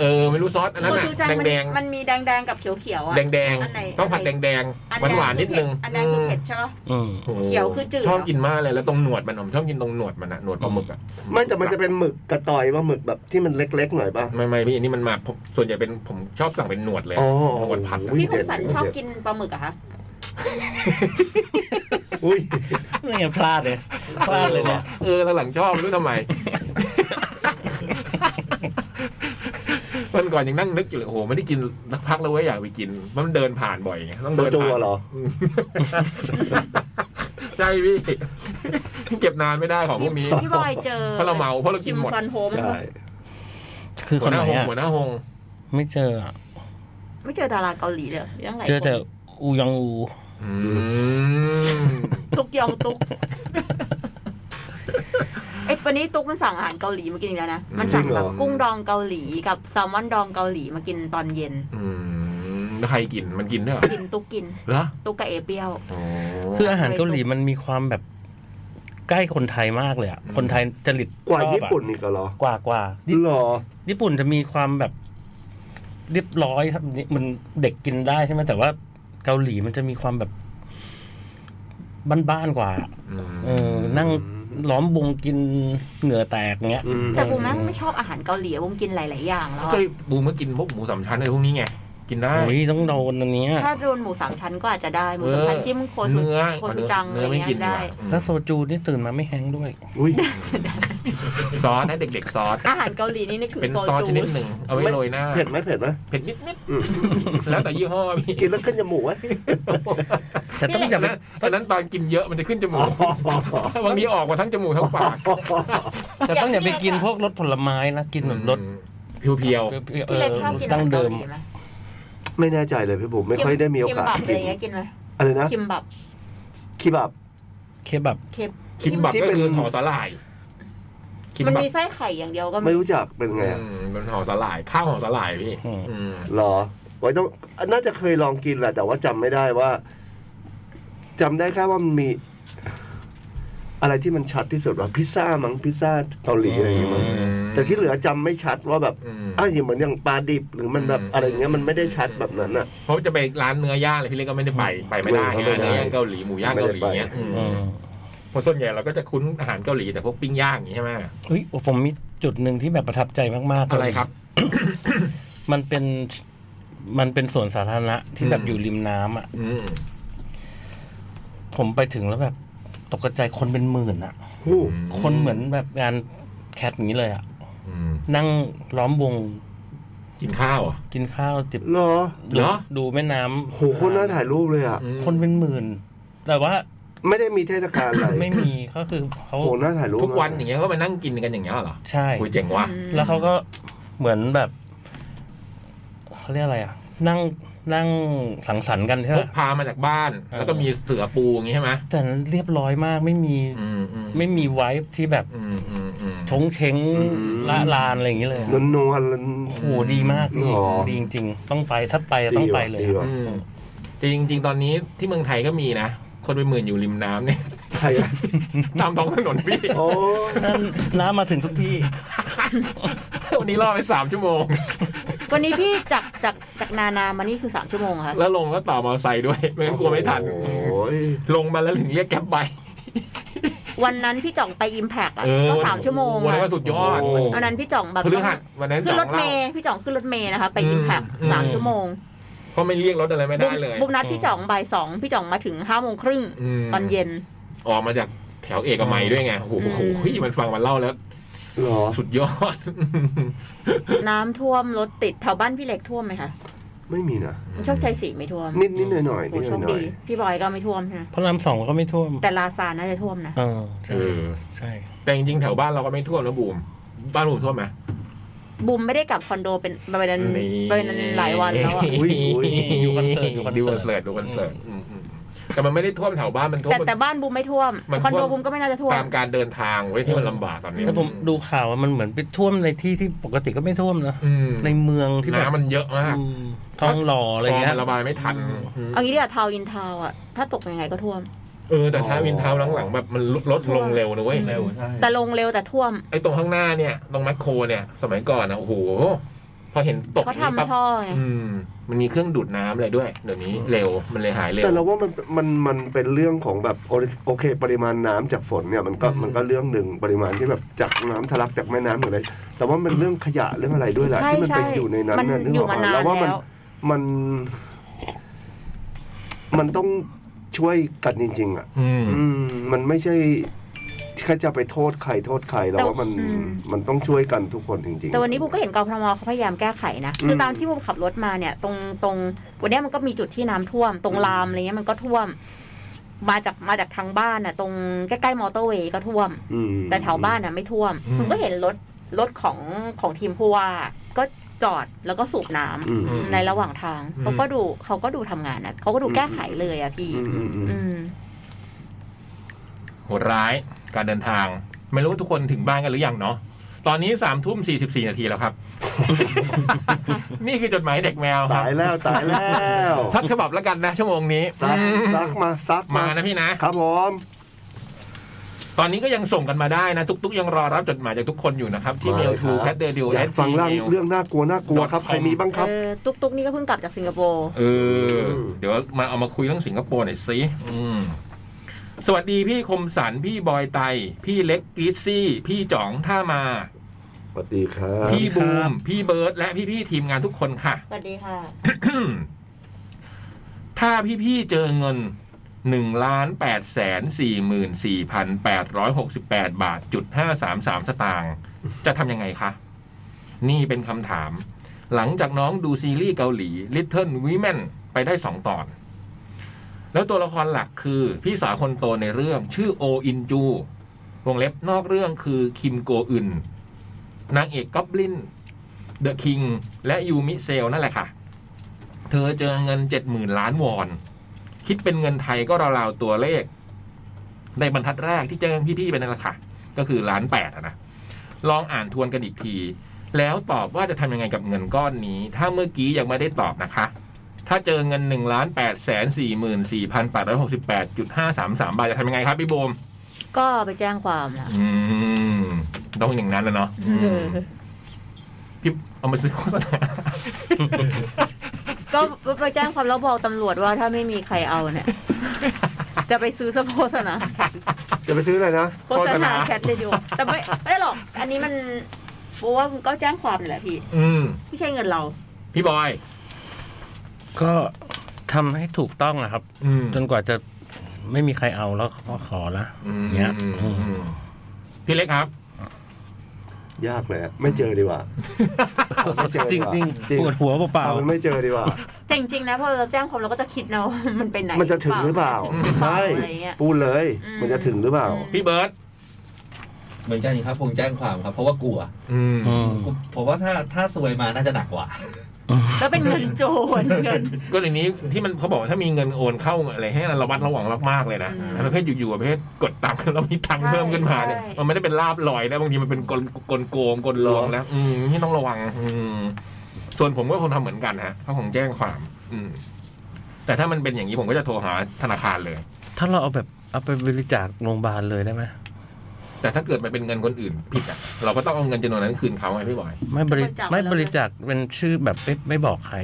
เออ ไม่รู้ซอสอันนั้น โม อะ จูจังมัน แดง มันมีแดงๆกับเขียวๆอ่ะ ๆ แดง อันไหน ๆ ต้องผัดแดง อั ๆ หวานๆนิดนึง อันแดงคือเผ็ดใช่ปะ อืม โอ้โห เขียวคือจืด ชอบกินมากเลยแล้วตรงหนวดมันผมชอบกินตรงหนวดมันอะหนวดปลาหมึกอะ ไม่แต่มันจะเป็นหมึกกระต่อยว่าหมึกแบบที่มันเล็กๆหน่อยป่ะ ไม่ไม่พี่อันนี้มันมาผมส่วนใหญ่เป็นผมชอบสั่งเป็นหนวดเลย อ๋อ หนวดผัดอะ อุ๊ย พี่ค เด็ ม ด สัน เด็ด ชอบกินปลาหมึกอะคะ อุ้ย ไม่งั้นพลาดเลยพลาดเลยเนี่ย เออหลังๆชอบไม่รู้ทำไม วันก่อนยังนั่งนึกอยู่เลยโอ้โหไม่ได้กินสักพักแล้วเว้ยอยากไปกินมันเดินผ่านบ่อยไงต้อง โซ เดิน จู ผ่าน อะเหรอ ใช่พี่ เก็บนานไม่ได้ของพวกนี้ พี่บอยเจอ เพราะเราเมาเพราะเรากินหมด คิมซอนโฮม ใช่ คือ หั ค วน ห ไห น้าน หง อะ หัวหน้าหง ไม่เจออะ ไม่เจอดาราเกาหลีเลยยังไง เจอแต่อูยองอู อืม ตุกยองตุกไอ้วันนี้ตุกมันสั่งอาหารเกาหลีมากินอีกแล้วนะ มันสั่งแบบ จริงเหรอ กุ้งดองเกาหลีกับแซลมอนดองเกาหลีมากินตอนเย็น อืมแล้วใครกินมันกินด้วยเหรอ กินตุกกิน เหรอ ตุกกับเอเปียว โอ้ คืออาหารเกาหลีมันมีความแบบใกล้คนไทยมากเลยอะ อืม คนไทยจริต กว่า ชอบอะ ญี่ปุ่นอีกเหรอก ว่ากว่า เหรอ ญี่ปุ่นจะมีความแบบเรียบร้อยครับนี่มันเด็กกินได้ใช่ไหมแต่ว่าเกาหลีมันจะมีความแบบบ้านๆกว่า อืม เออ นั่งล้อมวงกินเหงื่อแตกเงี้ย อืม แต่บูมแม่งไม่ชอบอาหารเกาหลีอะบูมกินหลาย ๆ อย่างแล้วอะ ก็บูมก็กินพวกหมูสามชั้นอะไรพวกนี้ไง กินได้ โอ้ยต้องโดนอันเนี้ย ถ้าโดนหมูสามชั้นก็อาจจะได้ หมูสาม เออ ชั้นจิ้มโคซุ เนื้อ โคซุจังอะ เนื้ ไร อไม่ เงี้ กิน ย ดีก ได้ ว่า แล้วโซจูนี่ตื่นมาไม่แห้งด้วย อุ้ย ซอสให้เด็กๆซอส อาหารเกาหลีนี่นึกถึง เป็น โซ ซอสช จู นิดหนึ่งเอาไว้โรยหน้า เผ็ดไหมเผ็ดไหม เผ็ดนิด อืม ๆแล้วแต่ยี่ห้อพี่ กินแล้วขึ้นจมูกไหม แต่ต้องอย่าไป ตอนนั้นตอนกินเยอะมันจะขึ้นจมูกบางทีออกมาทั้งจมูกทั้งปาก แต่ต้องอย่าไปกินพวกรสผลไม้นะกินแบบรส เพียวๆ พี่เล็กชอบกินอา ดั้ หางรเกา เดิ ห ม ลีไหม ไม่แน่ใจเลยพี่บุ๋มไม่ค่อยได้มีโอกาส คิมบับอะไร กิน เงี้ยกินไหม อะไรนะ คิมบับ คิบับ เคบับ เคป คิมบับ ที่ ก็ เป็น คือห่อสาหร่ายคิม มัน บับ มีไส้ไข่อย่างเดียวก็ ไม่รู้จักเป็นไง อื อะ มมันห่อสาหร่าย ข้าวห่อสาหร่ายพี่ อืม อืม เหรอไว้ต้องน่าจะเคยลองกินแหละแต่ว่าจำไม่ได้ว่าจำได้แค่ว่ามันมี อะไรที่มันชัดที่สุดว่าพิซซ่ามั้งพิซซ่าเกาหลีอะไรอย่างเงี้ยมั้งแต่ที่เหลือจำไม่ชัดว่าแบบ อืม อ้าวอย่างเหมือนอย่างปลาดิบหรือมันแบบอะไรอย่างเงี้ยมันไม่ได้ชัดแบบนั้นอ่ะ เพราะจะไปร้านเนื้อย่างเลยพี่เล็กก็ไม่ได้ไปไปไม่ได้ ไม่ได้ ไงเนื้อย่างเกาหลีหมูย่างเกาหลี ไม่ได้ไป เงี้ยอืม อืม เพราะส่วนใหญ่เราก็จะคุ้นอาหารเกาหลีแต่พวกปิ้งย่างอย่างนี้ใช่ไหม เฮ้ยผมมีจุดหนึ่งที่แบบประทับใจมากๆ อะไรครับ มันเป็นมันเป็นสวนสาธารณะที่แบบ อืม อยู่ริมน้ำอ่ะ อืม ผมไปถึงแล้วแบบ ตกใจคนเป็นหมื่นอ่ะ ผู้ คนเหมือนแบบงานแคทอย่างนี้เลยอ่ะ อืม นั่งล้อมวง กินข้าวเหรอ กินข้าวจิบ เหรอ เหรอ ดูแม่น้ำ โหคนน่าถ่ายรูปเลยอ่ะ อืม คนเป็นหมื่น แต่ว่า ไม่ได้มีเทศกาลอะไร ไม่มีก็คือเขา โหน่าถ่ายรูป ทุกวันอย่าง เงี้ย เงี้ยก็มานั่งกินกันอย่างเงี้ยเหรอ ใช่ คุยเจ๋งว่ะ แล้วเขาก็เหมือนแบบเขาเรียกอะไรอ่ะ นั่งนั่งสังสรรค์กันใช่ พ ไหม กพามาจากบ้าน เออ แล้วก็มีเสือปูอย่างงี้ใช่ไหม แต่เรียบร้อยมากไม่มี อืมอืม ไม่มีไวท์ที่แบบ อืมอืมอืม ชงเชงละลานอะไรอย่างนี้เลยอะ นวล โอ้โหดีมากพี่ หรอ ดีจริงๆ ต้องไปถ้าไป ๆ ต้องไปเลยดีว่ะดีว่ะ อืมแต่จริง ๆ ตอนนี้ที่เมืองไทยก็มีนะ คนเป็นหมื่นอยู่ริมน้ำเนี่ย ใครอะ ตามท้องถนนพี่ โอ้ นั่นน้ำมาถึงทุกที่ วันนี้รอไปสามชั่วโมง วันนี้พี่จากจากจากนานามานี่คือสามชั่วโมงอะค่ะ แล้วลงก็ต่อมอเตอร์ไซค์ด้วย ไม่งั้นกลัวไม่ทัน โอ้ย ลงมาแล้วถึงเรียกแก๊ปไป วันนั้นพี่จ่องไปอิมแพกอะ เออ ก็สามชั่วโมง วันนั้น อะ ก็สุดยอด วันนั้นพี่จ่องแบบ พฤหัสวันนั้น ขึ้น จ ร องถเม เล่า ย์พี่จ่องขึ้นรถเมย์นะคะ ไป อืม อิมแพก อืม สามชั่วโมง เพราะไม่เรียกรถอะไรไม่ได้เลย บุมนัดพี่จ่องบ่ายสองพี่จ่องมาถึงห้าโมงครึ่ง ม ตอนเย็น ออกมาจากแถวเอกมัยด้วยไง โอ้โห อืม โอ้โหมันฟังมันเล่าแล้ว เหรอ สุดยอด *laughs* น้ำท่วมรถติดแถวบ้านพี่เล็กท่วมไหมคะ ไม่มีนะ โชคใจสีไม่ท่วม นิดนิดหน่อยหน่อย โห นิดห โช น่อยหน่คอดีย พี่บอยก็ไม่ท่วมใช่ไหม พระรามสองก็ไม่ท่วม แต่ลาซาน่าจะท่วมนะ เออใช่ เออ ใช่ แต่จริงๆแถวบ้านเราก็ไม่ท่วมนะบูม บ้านบูมท่วมไหม บุมไม่ได้กลับคอนโดเป็นประเด็นประเด็นหลายวันแล้วอะ อุ้ยอุ้ย อยู่คอนเสิร์ตอยู่คอน ดูค เสิ อนเสิร์ตร์ตดูคอนเสิร์ตอืมอืมแต่มันไม่ได้ท่วมแถวบ้านมันท่วม แต่แต่บ้านบุมไม่ท่วม มันท่วม คอนโดบุมก็ไม่น่าจะท่วม ตามการเดินทางไว้ยที่มันลำบากตอนนี้ แล้วผมดูข่าวว่ามันเหมือนไปท่วมในที่ที่ปกติก็ไม่ท่วมนะ อืม ในเมืองที่แบบ น้ำมันเยอะมาก อืมทองหล่ออะไรเงี้ คลงยมันระบายไม่ทัน เอางี้ดีกว่าทาวน์อินทาวน์อะถ้าตกยังไงก็ท่วม เออแต่ถ้าวินเท้าหลังๆแบบมันลดลงเร็วนะเว้ย เร็ว ใช่ แต่ลงเร็วแต่ท่วม ไอ้ตรงข้างหน้าเนี่ยตรงแมคโครเนี่ย สมัยก่อนนะโอ้โหพอเห็นตก เขา อย่างนี้ปั๊บ ทำท่อไง อืม มันมีเครื่องดูดน้ำอะไรด้วยเดี๋ยวนี้เร็วมันเลยหายเร็ว แต่เราว่ามันมันมันเป็นเรื่องของแบบโอโอเค ปริมาณน้ำจากฝนเนี่ยมันก็ อืม มันก็เรื่องหนึ่งปริมาณที่แบบจากน้ำทะลักจากแม่น้ำหรืออะไรแต่ว่ามันเรื่องขยะเรื่องอะไรด้วยแหละ ใช่ ที่มันเป็น ใช่ อยู่ในนั้น มัน น่ะนึก อยู่ ออก มา ปะ นาน เราว่ามั แล้ว มันมันต้องช่วยกันจริง ๆ อ่ะ อืม อืม มันไม่ใช่แค่จะไปโทษใครโทษใครเราว่ามัน แต่อืม มันต้องช่วยกันทุกคนจริง ๆ แต่วันนี้บุมก็เห็นกพมเขาพยายามแก้ไขนะคือ ม ตามที่บุมขับรถมาเนี่ย ตรงตรงวันเนี้ยมันก็มีจุดที่น้ำท่วม ตรงรามอะไรเงี้ยมันก็ท่วม มาจากมาจากทางบ้านน่ะ ตรงใกล้ๆมอเตอร์เวย์ก็ท่วม อืม แต่แถวบ้านน่ะไม่ท่วม อืม ผมก็เห็นรถรถของของทีมผู้ว่าก็จอดแล้วก็สูบน้ำ อืม ในระหว่างทาง อืม เขาก็ดูเขาก็ดูทำงานนะเขาก็ดูแก้ไขเลยอะพี่ อืมอืมอืม อืม โหดร้ายการเดินทาง ไม่รู้ว่าทุกคนถึงบ้านกันหรือยังเนาะตอนนี้สามทุ่มสี่สิบสี่นาทีแล้ว *laughs* ครับ นี่คือจดหมายเด็กแมวครับ ตายแล้วตายแล้ว ทักฉบับแล้วกันนะชั่วโมงนี้ ซัก อืม ซักมาซัก มานะพี่นะ ครับผม ตอนนี้ก็ยังส่งกันมาได้นะ ทุกๆ ยังรอรับจดหมายจากทุกคนอยู่นะครับ ที่ มาเลย mail to ครั cat บ radio อยาก at ฟังเรื่อง gmail เรื่องน่ากลัวน่ากลัวครับ .com ใครมีบ้างครับ เออตุ๊กตุ๊กนี่ก็เพิ่งกลับจากสิงคโปร์ เออ เดี๋ยวมาเอามาคุยเรื่องสิงคโปร์หน่อยสิอืมสวัสดีพี่คมสันพี่บอยไต พี่เล็กกรีซซี่ พี่จ๋องท่ามา สวัสดีครับ พี่บูม พี่เบิร์ดและพี่ๆทีมงานทุกคนค่ะ สวัสดีค่ะ ถ้าพี่ๆเจอเงินหนึ่งล้านแปดแสนสี่หมื่นสี่พันแปดร้อยหกสิบแปดบาทจุดห้าสามสามสตางค์จะทำยังไงคะ นี่เป็นคำถาม หลังจากน้องดูซีรีส์เกาหลี Little Women ไปได้สองตอน แล้วตัวละครหลักคือพี่สาวคนโตในเรื่องชื่อโออินจู วงเล็บนอกเรื่องคือคิมโกอึน นางเอกก็อบลิน เดอะคิง และยูมิเซลนั่นแหละค่ะ เธอเจอเงินเจ็ดหมื่นล้านวอน คิดเป็นเงินไทยก็ราวๆตัวเลข ในบรรทัดแรกที่เจอพี่ๆไปนั่นแหละค่ะ ก็คือล้านแปดอะนะ ลองอ่านทวนกันอีกที แล้วตอบว่าจะทำยังไงกับเงินก้อนนี้ ถ้าเมื่อกี้ยังไม่ได้ตอบนะคะ ถ้าเจอเงินหนึ่งล้านแปดแสนสี่หมื่นสี่พันแปดร้อยหกสิบแปดจุดห้าสามสามบาทจะทำยังไงครับพี่โบม ก็ไปแจ้งความนะ อืม ต้องอย่างนั้นแล้วเนาะอื เอ ม อ พี่เอามาซื้อโฆษณา *laughs* ก็ไปแจ้งความแล้วบอกตำรวจว่าถ้าไม่มีใครเอา *laughs* เนี่ย จะไปซื้อสโพสนะ จะไปซื้ออะไรนะ โฆษณาแคทเลยดีกว่าแต่ไม่ไม่หรอก อันนี้มันเพราะว่ามันก็แจ้งความนี่แหละพี่ อืม ไม่ใช่เงินเรา พี่บอย ก็ทำให้ถูกต้องนะครับ อืม จนกว่าจะไม่มีใครเอาแล้วก็ขอละ อืม เนี้ย อืมอืมพี่เล็กครับ ยากเลยอะไม่เจอดีกว่าไม่เจอ จ ดี ริง กว่า จริงๆปวดหัวเปล่า เอามันไม่เจอดีกว่า แต่จริงๆนะพอเราแจ้งความเราก็จะคิดนะว่ามันไปไหน มันจะถึงหรือเปล่า มันจะ ใช่ ถึงหรือเปล่าอะไรเงี้ย พูดเลย อืม มันจะถึงหรือเปล่า พี่เบิร์ต เหมือนกันครับคงแจ้งความครับ เพราะว่ากลัว อืม ๆอืม ผมว่าถ้าถ้าซวยมาน่าจะหนักกว่า แล้วเป็นเงินโจร *laughs* เงิน ก็ในนี้ที่มันเขาบอกว่าถ้ามีเงินโอนเข้าอะไรให้ระวัดระวังมากๆเลยนะ อืม ประเภทอยู่ๆประเภทกดตังค์แล้วมีตังค์เพิ่มขึ้นมาเนี่ย ใช่ มันไม่ได้เป็นลาบลอยนะบางทีมันเป็นกลกลโกงกลลวงแล้วอืมนี่ต้องระวัง อืมส่วนผมก็คงทำเหมือนกันนะถ้าผมแจ้งความ อืม แต่ถ้ามันเป็นอย่างนี้ผมก็จะโทรหาธนาคารเลย ถ้าเราเอาแบบเอาไปบริจาคโรงพยาบาลเลยได้ไหม แต่ถ้าเกิดมันเป็นเงินคนอื่นผิดอ่ะเราก็ต้องเอาเงินจำนวนนั้นคืนเขาไงพี่บอย ไม่บริ บริจาคไป ไม่ แล้ว บริจาคเป็นชื่อแบบไม่ไม่บอกใคร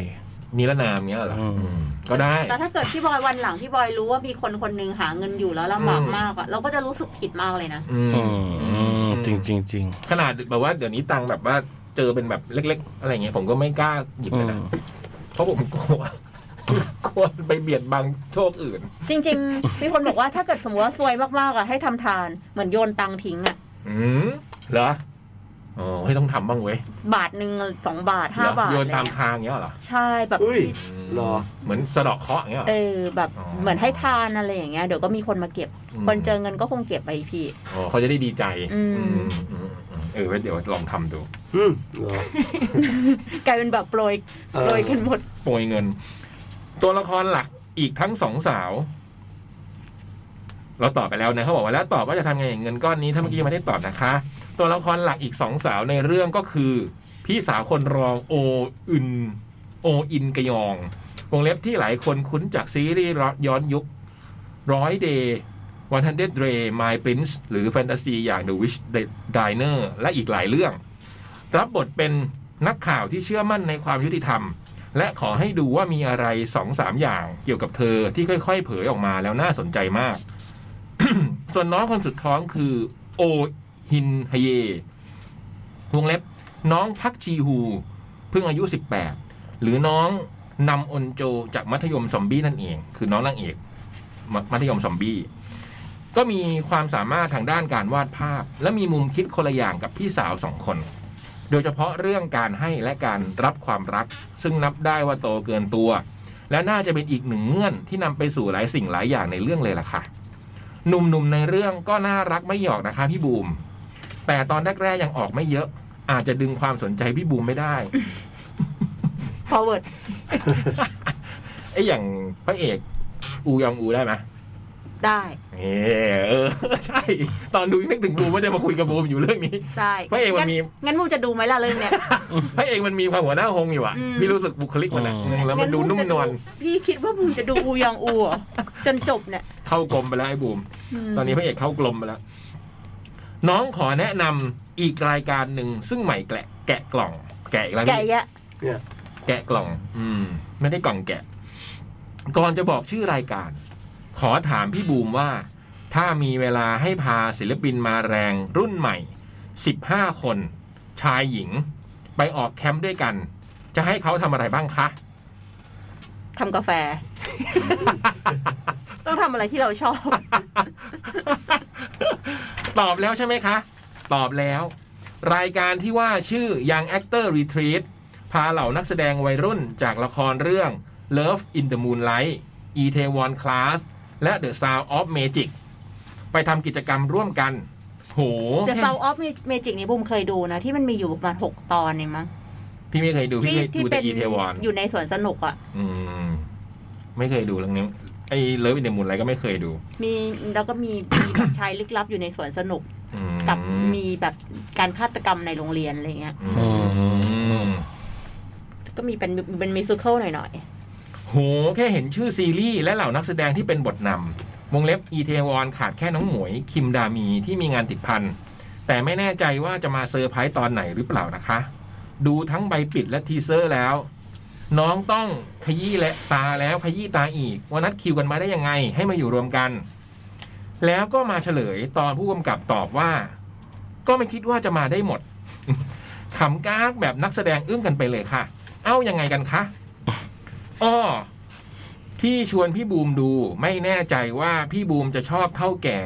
นิรนามเงี้ยเหรออ ม อืมก็ได้ แต่ถ้าเกิดพี่บอยวันหลังพี่บอยรู้ว่ามีคนคนหนึ่งหาเงินอยู่แล้วลำบาก อืม มากอะเราก็จะรู้สึกผิดมากเลย *laughs* นะ อืม อืมจริงจริงจริง ขนาดแบบว่าเดี๋ยวนี้ตังค์แบบว่าเจอเป็นแบบเล็ก ๆ อะไรเงี้ยผมก็ไม่กล้าหยิบ อื เลยนะ ม เพราะผมกลัว *laughs* กลัวไปเบียดบังโชคอื่น จริงๆ มีคนบอกว่าถ้าเกิดสมมติว่าซวยมากๆอะให้ทำทานเหมือนโยนตังค์ทิ้งอะ อืมเหรอ อ๋อเฮ้ยต้องทำบ้างเว้ย บาทหนึ่งสองบาทห้าบาท เหรอโยนตาม อะไรทางเงี้ยเงี้ยเหรอ ใช่แบบ อุ้ย ที่ เหรอ เหมือนสะเดอกเคราะห์เงี้ยเหรอ เออแบบ อ๋อ เหมือนให้ทานอะไรอย่างเงี้ยเดี๋ยวก็มีคนมาเก็บ อืม คนเจอเงินก็คงเก็บไปพี่ *laughs* อ๋อเขาจะได้ดีใจ อืม อืมอืมอืมเออไว้เดี๋ยวลองทำดู อืมเหรอ กลายเป็นแบบโปรย เออ โปรยกันหมด โปรยเงิน ตัวละครหลักอีกทั้งสองสาว เราตอบไปแล้วนะเขาบอกว่าแล้วตอบว่าจะทำไงกับเงินก้อนนี้ถ้าเมื่อกี้ยังไม่ได้ตอบนะคะ ตัวละครหลักอีกสองสาวในเรื่องก็คือ พี่สาวคนรองโออึนโออินกยองวงเล็บที่หลายคนคุ้นจากซีรีส์ย้อนยุคร้อยเดย์วันฮันเดดเรย์มายปรินซ์หรือแฟนตาซีอย่าง The Witch Diner และอีกหลายเรื่อง รับบทเป็นนักข่าวที่เชื่อมั่นในความยุติธรรม และขอให้ดูว่ามีอะไรสองสามอย่างเกี่ยวกับเธอที่ค่อยๆ เผยออกมาแล้วน่าสนใจมาก *coughs* ส่วนน้องคนสุดท้องคือ โอฮินฮเยวงเล็บน้องพักจีฮู เพิ่งอายุ 18 หรือน้องนำอนโจจากมัธยมซอมบี้นั่นเอง คือน้องนางเอกมมัธยมซอมบี้ ก็มีความสามารถทางด้านการวาดภาพ และมีมุมคิดคนละอย่างกับพี่สาวสองคน โดยเฉพาะเรื่องการให้และการรับความรัก ซึ่งนับได้ว่าโตเกินตัว และน่าจะเป็นอีกหนึ่งเงื่อนที่นำไปสู่หลายสิ่งหลายอย่างในเรื่องเลยล่ะค่ะ หนุ่มๆในเรื่องก็น่ารักไม่หยอกนะคะพี่บูม แต่ตอนแรกๆยังออกไม่เยอะ อาจจะดึงความสนใจพี่บูมไม่ได้ forward ไอ้อย่างพระเอกอูยองอูได้ไหม ได้ เออเออ ใช่ ตอนดูนึกถึงบูมว่าจะมาคุยกับบูมอยู่เรื่องนี้ ได้ พระเอกมันมี งั้งั้นมูจะดูไหมล่ะเรื่องเนี้ย พระเอกมันมีความหัวหน้าหงอยู่อ่ะ อืม พี่รู้สึกบุคลิกมันอ่ะ อืม อืมแล้วมันดูนุ่มนวล พี่คิดว่าบูมจะดูอูยองอูเหรอจนจบเนี่ย เข้ากลมไปแล้วไอ้บูม ม ตอนนี้พระเอกเข้ากลมไปแล้ว น้องขอแนะนำอีกรายการหนึ่งซึ่งใหม่แกะแกะกล่อง แกะอีกแล้ว แกะ พี่ แยะ แกะกล่อง อืม ไม่ได้กล่องแกะ ก่อนจะบอกชื่อรายการ ขอถามพี่บูมว่า ถ้ามีเวลาให้พาศิลปินมาแรงรุ่นใหม่ 15 คน ชายหญิง ไปออกแคมป์ด้วยกัน จะให้เขาทำอะไรบ้างคะ ทำกาแฟ *laughs* ต้องทำอะไรที่เราชอบ *laughs* ตอบแล้วใช่ไหมคะ ตอบแล้ว รายการที่ว่าชื่อ Young Actor Retreat พาเหล่านักแสดงวัยรุ่นจากละครเรื่อง Love in the Moonlight e t a w o n Class และ The Sound of Magic ไปทำกิจกรรมร่วมกัน โห The Sound of Magic นี้บูมเคยดูนะ ที่มันมีอยู่ประมาณหกตอนเองมั้ง พี่ไม่เคยดู พี่ ที่ เคย ที่ ดู เป็ แต่ e t a w o n อยู่ในสวนสนุกอะ่ะ อืม ไม่เคยดูเรื่องนี้ ไอ้ Love in the Moonlight ก็ไม่เคยดู มีแล้วก็มีมีแบบชายลึกลับอยู่ในสวนสนุก อื กับมีแบบการฆาตกรรมในโรงเรียนอะไรเงี้ย อืม ก็มีเป็นเป็นมิวสิควลหน่อย โห แค่เห็นชื่อซีรีส์และเหล่านักแสดงที่เป็นบทนำวงเล็บอีเทวอนขาดแค่น้องหมวย คิมดามีที่มีงานติดพัน แต่ไม่แน่ใจว่าจะมาเซอร์ไพรส์ตอนไหนหรือเปล่านะคะ ดูทั้งใบปิดและทีเซอร์แล้ว น้องต้องขยี้และตาแล้วขยี้ตาอีกว่านัดคิวกันมาได้ยังไง ให้มาอยู่รวมกัน แล้วก็มาเฉลยตอนผู้กำกับตอบว่า ก็ไม่คิดว่าจะมาได้หม *laughs* ด ขำก้ากแบบนักแสดงอึ้งกันไปเลยค่ะ เอ้ายังไงกันคะอ้อที่ชวนพี่บูมดูไม่แน่ใจว่าพี่บูมจะชอบเท่าแก่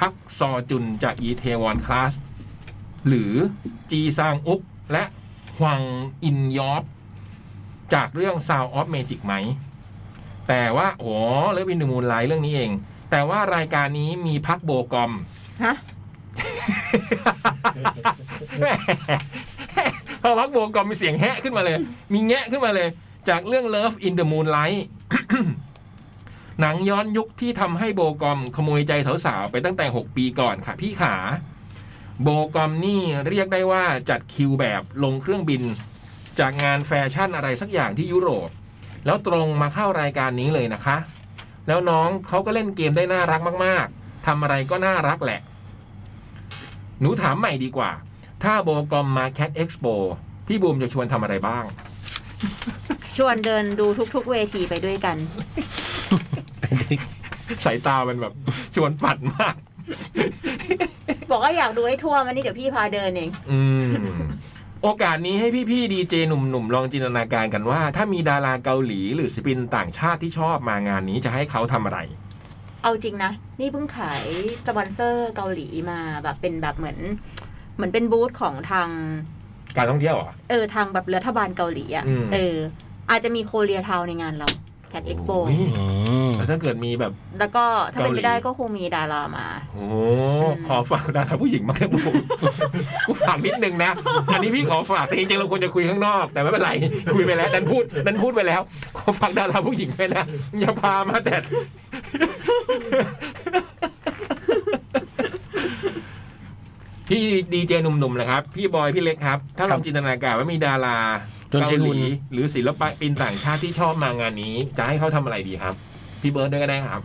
พักซอจุนจากอีเทวอนคลาส หรือจีซางอุกและฮวังอินยอปจากเรื่อง Sound of Magic ไหม แต่ว่าโอ้เรื่องวินูมูลไลเรื่องนี้เอง แต่ว่ารายการนี้มีพักโบกอม ๆ ฮะ แหม่ *laughs* พอพักโบกอมมีเสียงแฮะขึ้นมาเลย มีแงะขึ้นมาเลย จากเรื่อง Love in the Moonlight *coughs* หนังย้อนยุคที่ทำให้โบกอมขโมยใจสาวๆ ไปตั้งแต่ 6 ปีก่อนค่ะพี่ขา โบกอมนี่เรียกได้ว่าจัดคิวแบบลงเครื่องบิน จากงานแฟชั่นอะไรสักอย่างที่ยุโรป แล้วตรงมาเข้ารายการนี้เลยนะคะ แล้วน้องเขาก็เล่นเกมได้น่ารักมาก ๆทำอะไรก็น่ารักแหละ หนูถามใหม่ดีกว่า ถ้าโบกอมมาแคทเอ็กซ์โปพี่บูมจะชวนทำอะไรบ้าง ชวนเดินดูทุกๆเวทีไปด้วยกัน สายตามันแบบ *laughs* ชวนปัดมาก บอกว่าอยากดูให้ทั่วมันนี่เดี๋ยวพี่พาเดินเอง อืม โอกาสนี้ให้พี่ๆดีเจหนุ่มๆ ลองจินตนาการกันว่า ถ้ามีดาราเกาหลีหรือศิลปินต่างชาติที่ชอบมางานนี้จะให้เขาทำอะไร เอาจริงนะ นี่เพิ่งขายสปอนเซอร์เกาหลีมาแบบเป็นแบบเหมือน มือนเป็นบูธของทาง การท่องเที่ยวเหรอ เออ ทางแบบรัฐบาลเกาหลีอ่ะ อืม เออ อาจจะมีโคเรียทาวในงานเราแคดเอ็กโป โอ้ย อืม แล้วถ้าเกิดมีแบบ แล้วก็ถ้าเป็นไปได้ เกาหลี ก็คงมีดารามา โอ้โหขอฝากดาราผู้หญิงมากนะผม *laughs* กูฝากนิดนึงนะ อันนี้พี่ขอฝากแต่จริงๆเราควรจะคุยข้างนอก แต่ไม่เป็นไร คุยไปแล้วดันพูดดันพูดไปแล้ว ขอฝากดาราผู้หญิงไปนะอย่าพามาแต่ *laughs* พี่ดีเจหนุ่มๆนะครับ พี่บอยพี่เล็กครับ ถ้าลองจินตนาการว่ามีดาราเกาหลีหรือศิลปะปินต่างชาติที่ชอบมางานนี้ จะให้เขาทำอะไรดีครับ พี่เบิร์ดด้วยก็ได้ครับ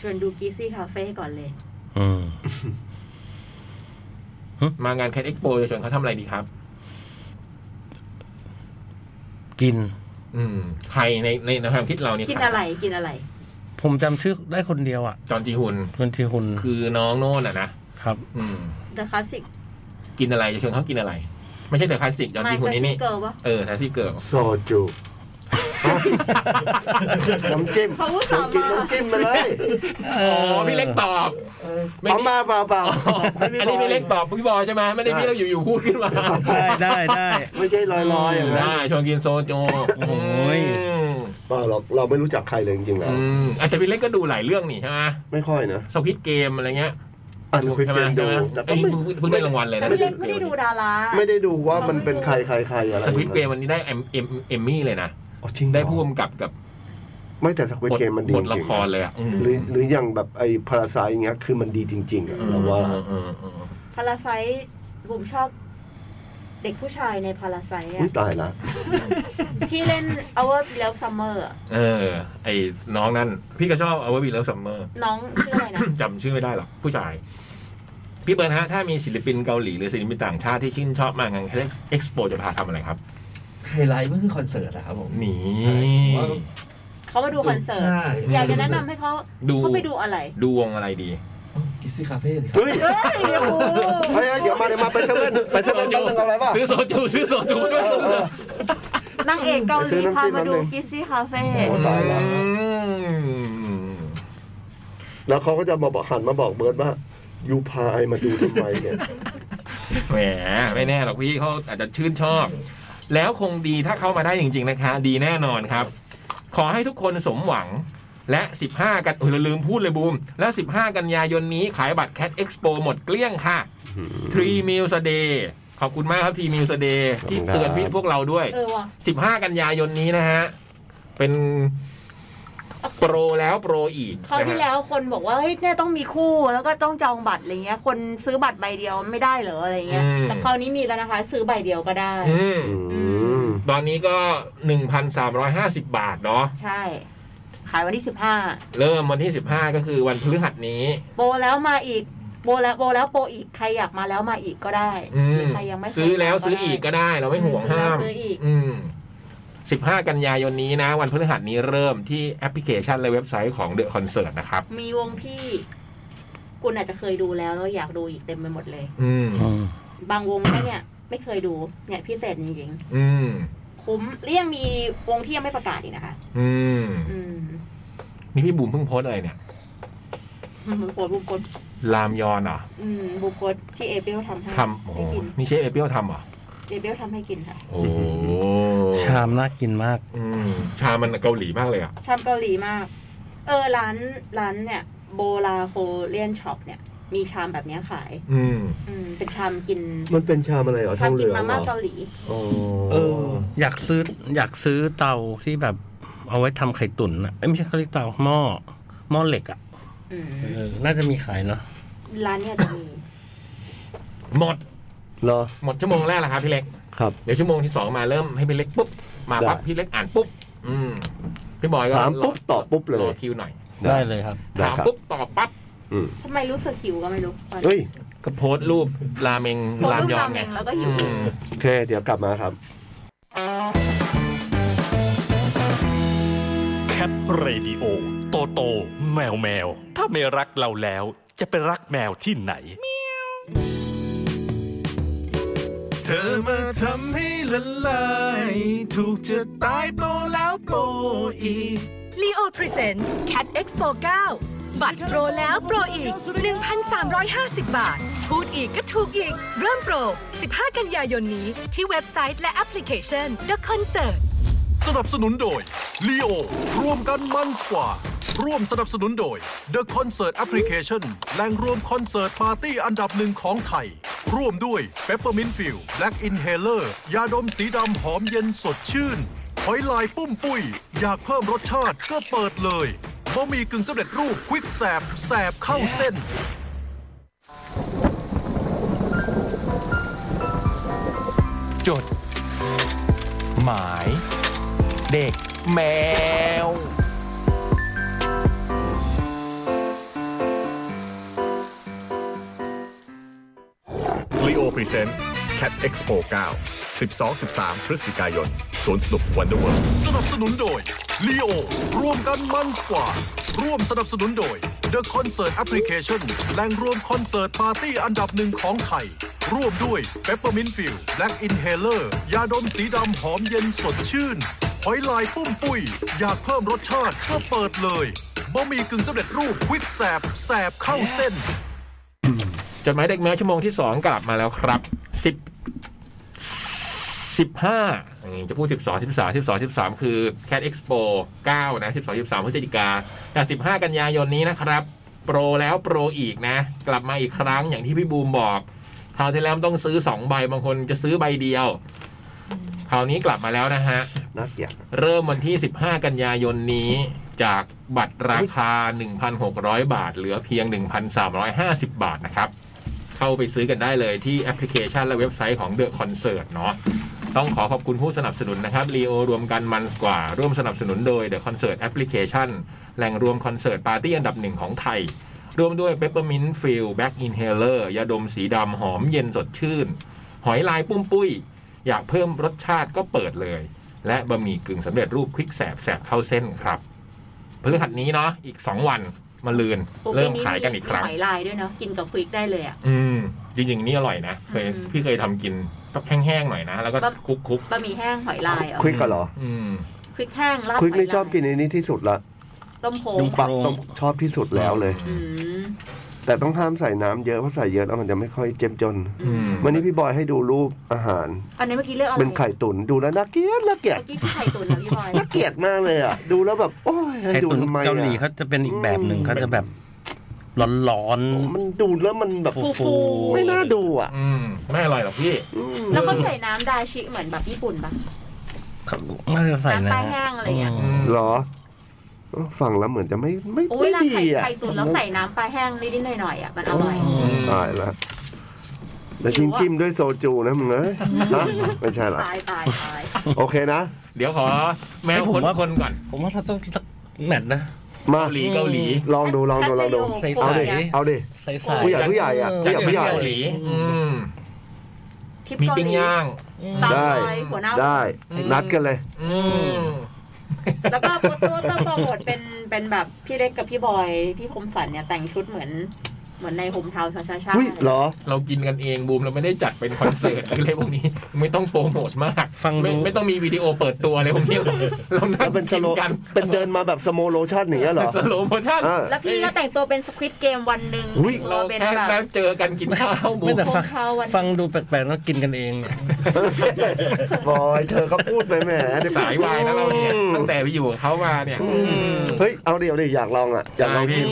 ชวนดูกีซี่คาเฟ่ก่อนเลย อืม มางานแคดเอ็กโปจะชวนเขาทำอะไรดีครับ กิน อืมใครในในในความคิดเราเนี่ย กินอะไรกินอะไร ผมจำชื่อได้คนเดียวอ่ะ จอนจีฮุน ชวนทีคุณ คือน้องโน่นอ่ะนะครับ อืม The Classic กินอะไรจะชวนเขากินอะไร ไม่ใช่เดอะคลาสสิกจอนจี My ฮุนนี่นี่ Classic Girl ปะ เออทาซี่เกิร์ล *laughs* โซจูน้ำจิ้ม เขาอุลตส่า องกินห์มา น้ำจิ้มมาเลย อ๋อ *laughs* พี่เล็กต *laughs* อบไม่ เอา ได้ มาเปล่าเปล่า อ๋ออันนี้พี่เล็กตอบพี่บอยใช่ไหมไม่ได้พี่เราอยู่อยู่ๆพูดขึ้นมา ได้ได้ได้ ไม่ใช่ลอยลอยอย่างนั้น ได้ชวนกินโซโจ โอ้ย เปล่าหรอกเราไม่รู้จักใครเลยจริงๆแล้ว อืมอาจจะพี่เล็กก็ดูหลายเรื่องนี่ใช่ไหม ไม่ค่อยนะ สวิตเกมอะไรเงี้ย อ่านคุย ใช่ เก ไหมใช่มดูไหม แต่ก็ ไอ้ ไม่ เพิ่งเพิ่งได้รางวัลเลย แต่ นะ พี่เล็กไม่ได้ดูดารา ไม่ได้ดูว่ามันเป็นใครใครใครอะไร สวิตเกมวันนี้ได้เอ็มเอ็มเอมมี่เลยนะ อ๋อจริงเหรอ ได้ผู้กำกับกับ ไม่แต่สควิต บท เกมมันดี บทละ จง ค ๆ รเลยอ่ะอืม หรือหรืออย่างแบบไอ้พาราไซอย่างเงี้ยคือมันดีจริงๆอะเราว่า อืมอืมอืม พาราไซผมชอบ เด็กผู้ชายในพาราไซ อุ้ อะ ยตายละ ที่เล่น Our Beloved Summer อะ เออ ไอ้น้องนั่น พี่ก็ชอบเอาไว้บีแล้วซัมเมอร์ น้องชื่ออะไรนะ จำชื่อไม่ได้หรอกผู้ชาย พี่เบิร์นฮะ ถ้ามีศิลปินเกาหลีหรือศิลปินต่างชาติที่ชื่นชอบมากงานเอ็กซ์โปจะพาทำอะไรครับ ไฮไลท์มันคือคอนเสิร์ตนะครับผม หนี เขามาดูคอนเสิร์ต ใช่ อยากจะแนะนำให้เขา ดู เขาไปดูอะไร ดูวงอะไรดี กิซี่คาเฟ่สิครับ เฮ้ย เฮ้ยเดี๋ยวกู เฮ้ยเดี๋ยวมาเดี๋ยวมาไปเซเว่นไปเซเว่นจะเอาอะไรป่ะ ซื้อโซจูซื้อโซจูด้วย นางเอกเกาห ไปซื้อลีน้ำจิ้ม พามาดู น้ำหนึ่ง กิซี่คาเฟ่ โอ้ตายละ อืม แล้วเขาก็จะมาบอกหันมาบอกเบิร์ดว่ายูพาไอมาดูทำไมเนี่ย แหมไม่แน่หรอกพี่เขาอาจจะชื่นชอบ แล้วคงดีถ้าเข้ามาได้จริง ๆ นะคะ ดีแน่นอนครับ ขอให้ทุกคนสมหวังและ 15 กันเออเราลืมพูดเลยบูม และ 15 กันยายนนี้ขายบัตรแค t เอ็กซ์โปหมดเกลี้ยงค่ะ 3 Meals a Day ขอบคุณมากครับ 3 Meals a Day ที่เตือนพี่พวกเราด้วย เออว่ะ 15 กันยายนนี้นะฮะ เป็นโปรแล้วโปรอีก คราวที่ นะฮะ แล้วคนบอกว่าเฮ้ยเนี่ยต้องมีคู่แล้วก็ต้องจองบัตรอะไรเงี้ย คนซื้อบัตรใบเดียวไม่ได้เหรออะไรเงี้ย แต่คราวนี้มีแล้วนะคะ ซื้อใบเดียวก็ได้ อืม อืม ตอนนี้ก็ 1,350 บาทเนาะ ใช่ ขายวันที่สิบห้า เริ่มวันที่ 15 ก็คือวันพฤหัสนี้ โบแล้วมาอีก โบแล้วโบแล้วโปอีกใครอยากมาแล้วมาอีกก็ได้ อืมหรืใครยังไม่เคย ซื้อแล้ว มา ซื้ออีกก็ได้เราไม่ห่วงห้าม ซื้อแล้วซื้ออีก อืม15 กันยายนนี้นะ วันพฤหัสนี้เริ่มที่แอปพลิเคชันและเว็บไซต์ของเดอะคอนเสิร์ตนะครับ มีวงพี่ คุณอาจจะเคยดูแล้วแล้วอยากดูอีกเต็มไปหมดเลย อืม อืม บางวงแค่เนี่ย ไม่เคยดูเนี่ยพิเศษจริง อืม ๆคุ้มเรี่ยงมีวงที่ยังไม่ประกาศอีกนะคะ อืม อืม *laughs* นี่พี่บุ๋มเพิ่งโพสต์อะไรเนี่ย บุคคลบุคคล ลามยอนเหรอ อืมบุคคลที่เอเปิลทำให้ ทำโอ้โห ให้กิน นี่เชฟเอเปิลทำเหรอ เอเปิลทำให้กินค่ะ โอ้โห ชามน่ากินมาก อืม ชามันเกาหลีมากเลยอ่ะ ชามเกาหลีมาก เออร้านร้านเนี่ย โบราโคเลียนช็อปเนี่ย มีชามแบบเนี้ยขาย อืม อืมเป็นชามกิน มันเป็นชามอะไรเหรอ ชาทอมงเห กิ ลือนง มา เหร ม่า อ เกาหลี โอ้ เออ อยากซื้ออยากซื้อเตาที่แบบเอาไว้ทำไข่ตุ๋นอ่ะเอ้ยไม่ใช่เขาเรียกเตาหม้อหม้อเหล็กอ่ะ อืม เออน่าจะมีขายเนาะ ร้านเนี่ยจะมี หมด เหรอ หมดชั่วโมงแรกแล้วครับพี่เล็ก ครับ เดี๋ยวชั่วโมงที่สองมาเริ่มให้พี่เล็กปุ๊บ มาปั๊บ ได้ พี่เล็กอ่านปุ๊บ อืม พี่บอยก็ ถามปุ๊บ ร ตอบปุ๊บเล รอย คิวหน่อยได้ได้เลยครับ ได้ ถาม ครับ ปุ๊บตอบปั๊บ อืม ทำไมรู้สึกหิวก็ไม่รู้ตอน เฮ้ นี้ ย ก็โพสต์รูปราเมง ผม ราม รูป ยอ ราน เม ไง งแล้วก็ อื หิว ม โอเค เดี๋ยวกลับมาครับ แคปเรดิโอโตโต แมวแมว ถ้าไม่รักเราแล้ว จะไปรักแมวที่ไหน เธอมาทำให้ละลาย ถูกจะตายโปแล้วโปอีก ลี Leo Presents Cat Expo 9 บัตรโปรแล้วโปรอีก 1,350 บาท พูดอีกก็ถูกอีก เริ่มโปร 15 กันยายนนี้ที่เว็บไซต์และแอปพลิเคชัน The Concert สนับสนุนโดย Leo ร่วมกันมันกว่า ร่วมสนับสนุนโดย The Concert Application แหล่งรวมคอนเสิร์ตปาร์ตี้อันดับหนึ่งของไทย ร่วมด้วย Peppermint f i e l Black Inhaler ยาดมสีดำหอมเย็นสดชื่นหอยลายปุ้มปุ้ย อยากเพิ่มรสชาติก็เปิดเลยบะหมี่กึ่งสำเร็จรูปควิกแสบแสบเข้าเส้น จด หมาย เด็กแมว Leo Present Cat Expo 9 12-13 พฤศจิกายนสวนสนุกวันเดอร์เวิลด์สนับสนุนโดย Leo ร่วมกันมันกว่า ร่วมสนับสนุนโดย The Concert Application แหล่งรวมคอนเสิร์ตปาร์ตี้อันดับหนึ่งของไทย ร่วมด้วย Peppermint f i e l Black Inhaler ยาดมสีดำหอมเย็นสดชื่นหอยลายปุ้มปุ้ย อยากเพิ่มรสชาติก็เปิดเลยบะหมี่กึ่งสำเร็จรูปควิกแสบแสบเข้าเส้น จดหมายเด็กแมวชั่วโมงที่สองกลับมาแล้วครับสิบสิบห้าจะพูดสิบสองสิบสามสิบสองสิบสามคือ Cat Expo เก้านะสิบสองสิบสามพฤศจิกาแต่สิบห้ากันยายนนี้นะครับ โปรแล้วโปรอีกนะ กลับมาอีกครั้งอย่างที่พี่บูมบอกคราวที่แล้วต้องซื้อสองใบบางคนจะซื้อใบเดียวคราวนี้กลับมาแล้วนะฮะ น่าเกลียด เริ่มวันที่ 15 กันยายนนี้จากบัตรราคา 1,600 บาท เหลือเพียง 1,350 บาทนะครับ เข้าไปซื้อกันได้เลยที่แอปพลิเคชันและเว็บไซต์ของ The Concert เนาะต้องขอขอบคุณผู้สนับสนุนนะครับ Leo รวมกันมันกว่า ร่วมสนับสนุนโดย The Concert Application แหล่งรวมคอนเสิร์ตปาร์ตี้อันดับหนึ่งของไทย ร่วมด้วย Peppermint f i e l Back Inhaler ยาดมสีดำหอมเย็นสดชื่น หอยลายปุ้มปุ้ย อยากเพิ่มรสชาติก็เปิดเลย และบะหมี่กึ่งสำเร็จรูปควิกแสบแสบเข้าเส้นครับพฤหัสนี้เนาะอีก 2 วันมาลืน โอ้ เริ่มขายกันอีกครั้ง หอยลายด้วยเนาะกินกับพริกได้เลยอ่ะ อืม จริงๆ นี่อร่อยนะเคย อืม พี่เคยทำกินแบบแห้งๆหน่อยนะ แล้วก็ แบบ คลุกๆ บะหมี่แห้งหอยลายเหรอ่ะ ควิกก็เหรอ อืม พริกแห้งราด ควิกนี่ หยลาย ชอบกินในนี้ที่สุดละ ต้มโขง ยุง ปัก โครง ต้องชอบที่สุดแล้วเลย อืม แต่ต้องห้ามใส่น้ำเยอะเพราะใส่เยอะแล้วมันจะไม่ค่อยเจ็มจน อืม วันนี้พี่บอยให้ดูรูปอาหาร อันนี้เมื่อกี้เลือกอะไร เป็นไข่ตุ๋นดูแล้วน่าเกลียดน่าเกลียด เมื่อกี้ที่ไข่ตุ๋นนะพี่บอย น่าเกลียดมากเลยอ่ะ ดูแล้วแบบโอ้ยให้ ไข่ ดู ตุ๋น ทำไม เกาหลี อ่ะ เขาจะเป็นอีกแบบหนึ่ง อืม เขาจะแบบร้อน มันดูแล้วมันแบบ ๆฟูๆ ไม่น่าดูอ่ะ อืมไม่อร่อยหรอกพี่ อืม แล้วก็ใส่น้ำดาชิเหมือนแบบญี่ปุ่นปะ เขาน่าจะใส่นะ น้ำปลาแห้งอะไรเงี้ย ม อืม เหรอเอ้าฟังแล้วเหมือนจะไม่ไม่ โอ้ย ไม่ ร้าน ดี ไข่ อ่ะ ไข่ตุ๋นแล้วใส่น้ำปลาแห้งนิดๆหน่อยๆอ่ะมันอร่อย อืม ตายละแล้วจิ้มจิ้มด้วยโซจูนะมึงเอ้ยฮะไม่ใช่หรอ ตายตายตาย โอเคนะ เดี๋ยวขอแมว ให้ผม คน ว่า คนก่อน ผมว่าเราต้องสักแมทนะ มา เกาหลีเกาหลี ลองดูลองดูลองดู ใส่ โค ใส่ เกาหลี เอาดิ ใส่ๆ ผู้ใหญ่ผู้ใหญ่อะผู้ใหญ่ผู้ใหญ่ เกาหลี อืม คลิป มี เกาห ปิ้ง ลี ย่าง ตาม ได้ รอยหัวหน้า ได้ นัดกันเลย อืม แล้วก็โปสเตอร์โปรโมทเป็นเป็นแบบพี่เล็กกับพี่บอย พี่คมสันเนี่ยแต่งชุดเหมือน เหมือนในโฮมทาวน์ชาชาชา อุ้ยเหรอ เรากินกันเองบูมเราไม่ได้จัดเป็นคอนเสิร์ต *laughs* หรืออะไรพวกนี้ ไม่ต้องโปรโมทมาก ฟังดู ไม่ไม่ต้องมีวิดีโอเปิดตัวอะไรพวกนี้หรอก *laughs* เรานั่ แล้ว ง เป็นส กิน โล กัน เป็นเดินมาแบบสโมโลชั่นอย่างเงี้ยเหรอ สโลโมชั่น อ่า แล้วพี่ก็แต่งตัวเป็นสควิตเกมวันหนึ่ง อุ๊ย ตั เรา วเป็น แค่ แบบ แป๊บเจอกันกินข้าวบู ไม่ ม แต่ฟัง ของเขาวัน ฟังดูแปลกๆแล้วกินกันเองเนี่ย บอยเธอก็พูดไปแหมเดี๋ว สายวายนะเราเนี่ยตั้งแต่ไปอยู่กับเขามาเนี่ย เฮ้ย เอาเดี๋ยวดิอยากลองอ่ะ อยากลอง ได้พี่ กิน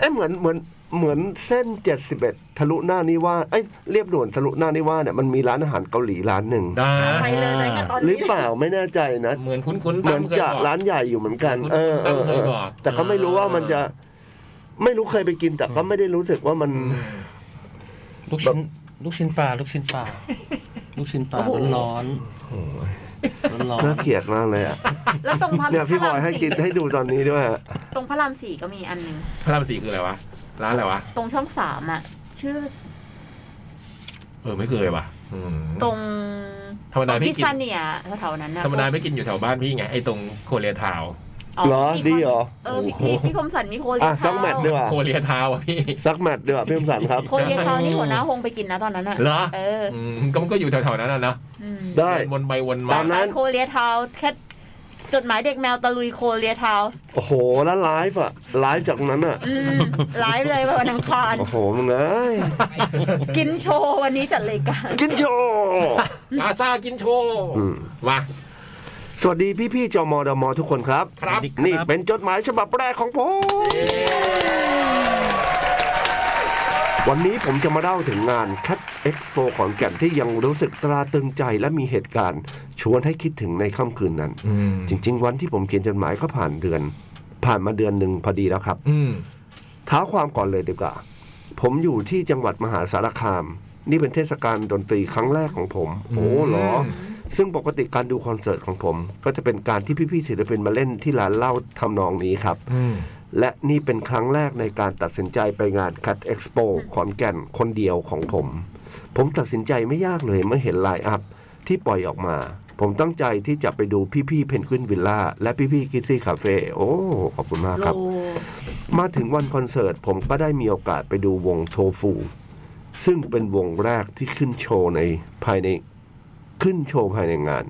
เอ้ยเหมือนเหมือนเหมือนเส้น 71 ทะลุหน้านิว่าสเอ้ยเรียบด่วนทะลุหน้านิว่าสเนี่ยมันมีร้านอาหารเกาหลีร้านหนึ่ง นะ ไปเลยไปกันตอน หรื นี้ อเปล่าไม่แน่ใจนะ เหมือนคุ้นคุ้น เหมือนจะร้านใหญ่อยู่เหมือนกัน เออเออเออแต่ก็ไม่รู้ว่ามันจะ ไม่รู้เคยไปกินแต่ก็ไม่ได้รู้สึกว่ามัน ลูกชิ้นลูกชิ้นปลาลูกชิ้นปลาลูกชิ้นปลาร้อนร้อนร้อน น่าเกลียดมากเลยอ่ะ แล้วตรงพระ เนี่ยพี่บอยให้กิน พระราม ให้ สี่ ดูตอนนี้ด้วยอะ ตรงพระรามสี่ก็มีอันหนึ่ง พระรามสี่คืออะไรวะ ร้านอะไรวะ ตรงช่องสามอ่ะ ชื่อ เออไม่เคยว่ะอืม ตรง ธรรมดาพี่กิน ซาเนียแถวๆนั้นนะ ธรรมดาไม่กินอยู่แถวบ้านพี่ไงไอ้ตรงโคเรียทาว เหรอ ดีเหรอ เออพี่พี่พี่คมสันมีโคเรีย อ่ะ ทาว สักแมตช์ดีกว่า โคเรียทาวอะพี่ สักแมตช์ดีกว่าพี่คมสันครับ โคเรียทาวนี่หัวหน้าฮงไปกินนะตอนนั้นอ่ะ เหรอ เออ อืมก็มันก็อยู่แถวๆนั้นนะนะ อืม ได้ เดินวนไปวนมา ตาม นั้ ร้าน น โคเรียทาวแค่ จดหมายเด็กแมวตะลุยโคเรียทาวน์ โอ้โหแล้วไลฟ์อะไลฟ์จากนั้นอะ อืมไลฟ์เลยวันอังคาร โอ้โหมึงเอ้ย กินโชว์วันนี้จัดรายการ กินโชว์ อาซากินโชว์ อืม มา สวัสดีพี่ๆจมดมทุกคนครับ ครับ นี่เป็นจดหมายฉบับแรกของผม วันนี้ผมจะมาเล่าถึงงาน Cat Expo ขอนแก่นที่ยังรู้สึกตราตรึงใจและมีเหตุการณ์ ชวนให้คิดถึงในค่ำคืนนั้น อืม จริง ๆ วันที่ผมเขียนจดหมายก็ผ่านเดือน ผ่านมาเดือนหนึ่งพอดีแล้วครับ อืม เท้าความก่อนเลยดีกว่า ผมอยู่ที่จังหวัดมหาสารคาม นี่เป็นเทศกาลดนตรีครั้งแรกของผม โอ้เหรอ ซึ่งปกติการดูคอนเสิร์ตของผม ก็จะเป็นการที่พี่ๆศิลปินมาเล่นที่ร้านเหล่าทำนองนี้ครับ อืม และนี่เป็นครั้งแรกในการตัดสินใจไปงาน Cat Expo ขอนแก่นคนเดียวของผม ผมตัดสินใจไม่ยากเลยเมื่อเห็นไลน์อัพที่ปล่อยออกมา ผมตั้งใจที่จะไปดูพี่ๆเพนกวินวิลล่าและพี่ๆกิซี่คาเฟ่โอ้ ขอบคุณมากครับ มาถึงวันคอนเสิร์ตผมก็ได้มีโอกาสไปดูวงโทฟู ซึ่งเป็นวงแรกที่ขึ้นโชว์ในภายในขึ้นโชว์ภายในงาน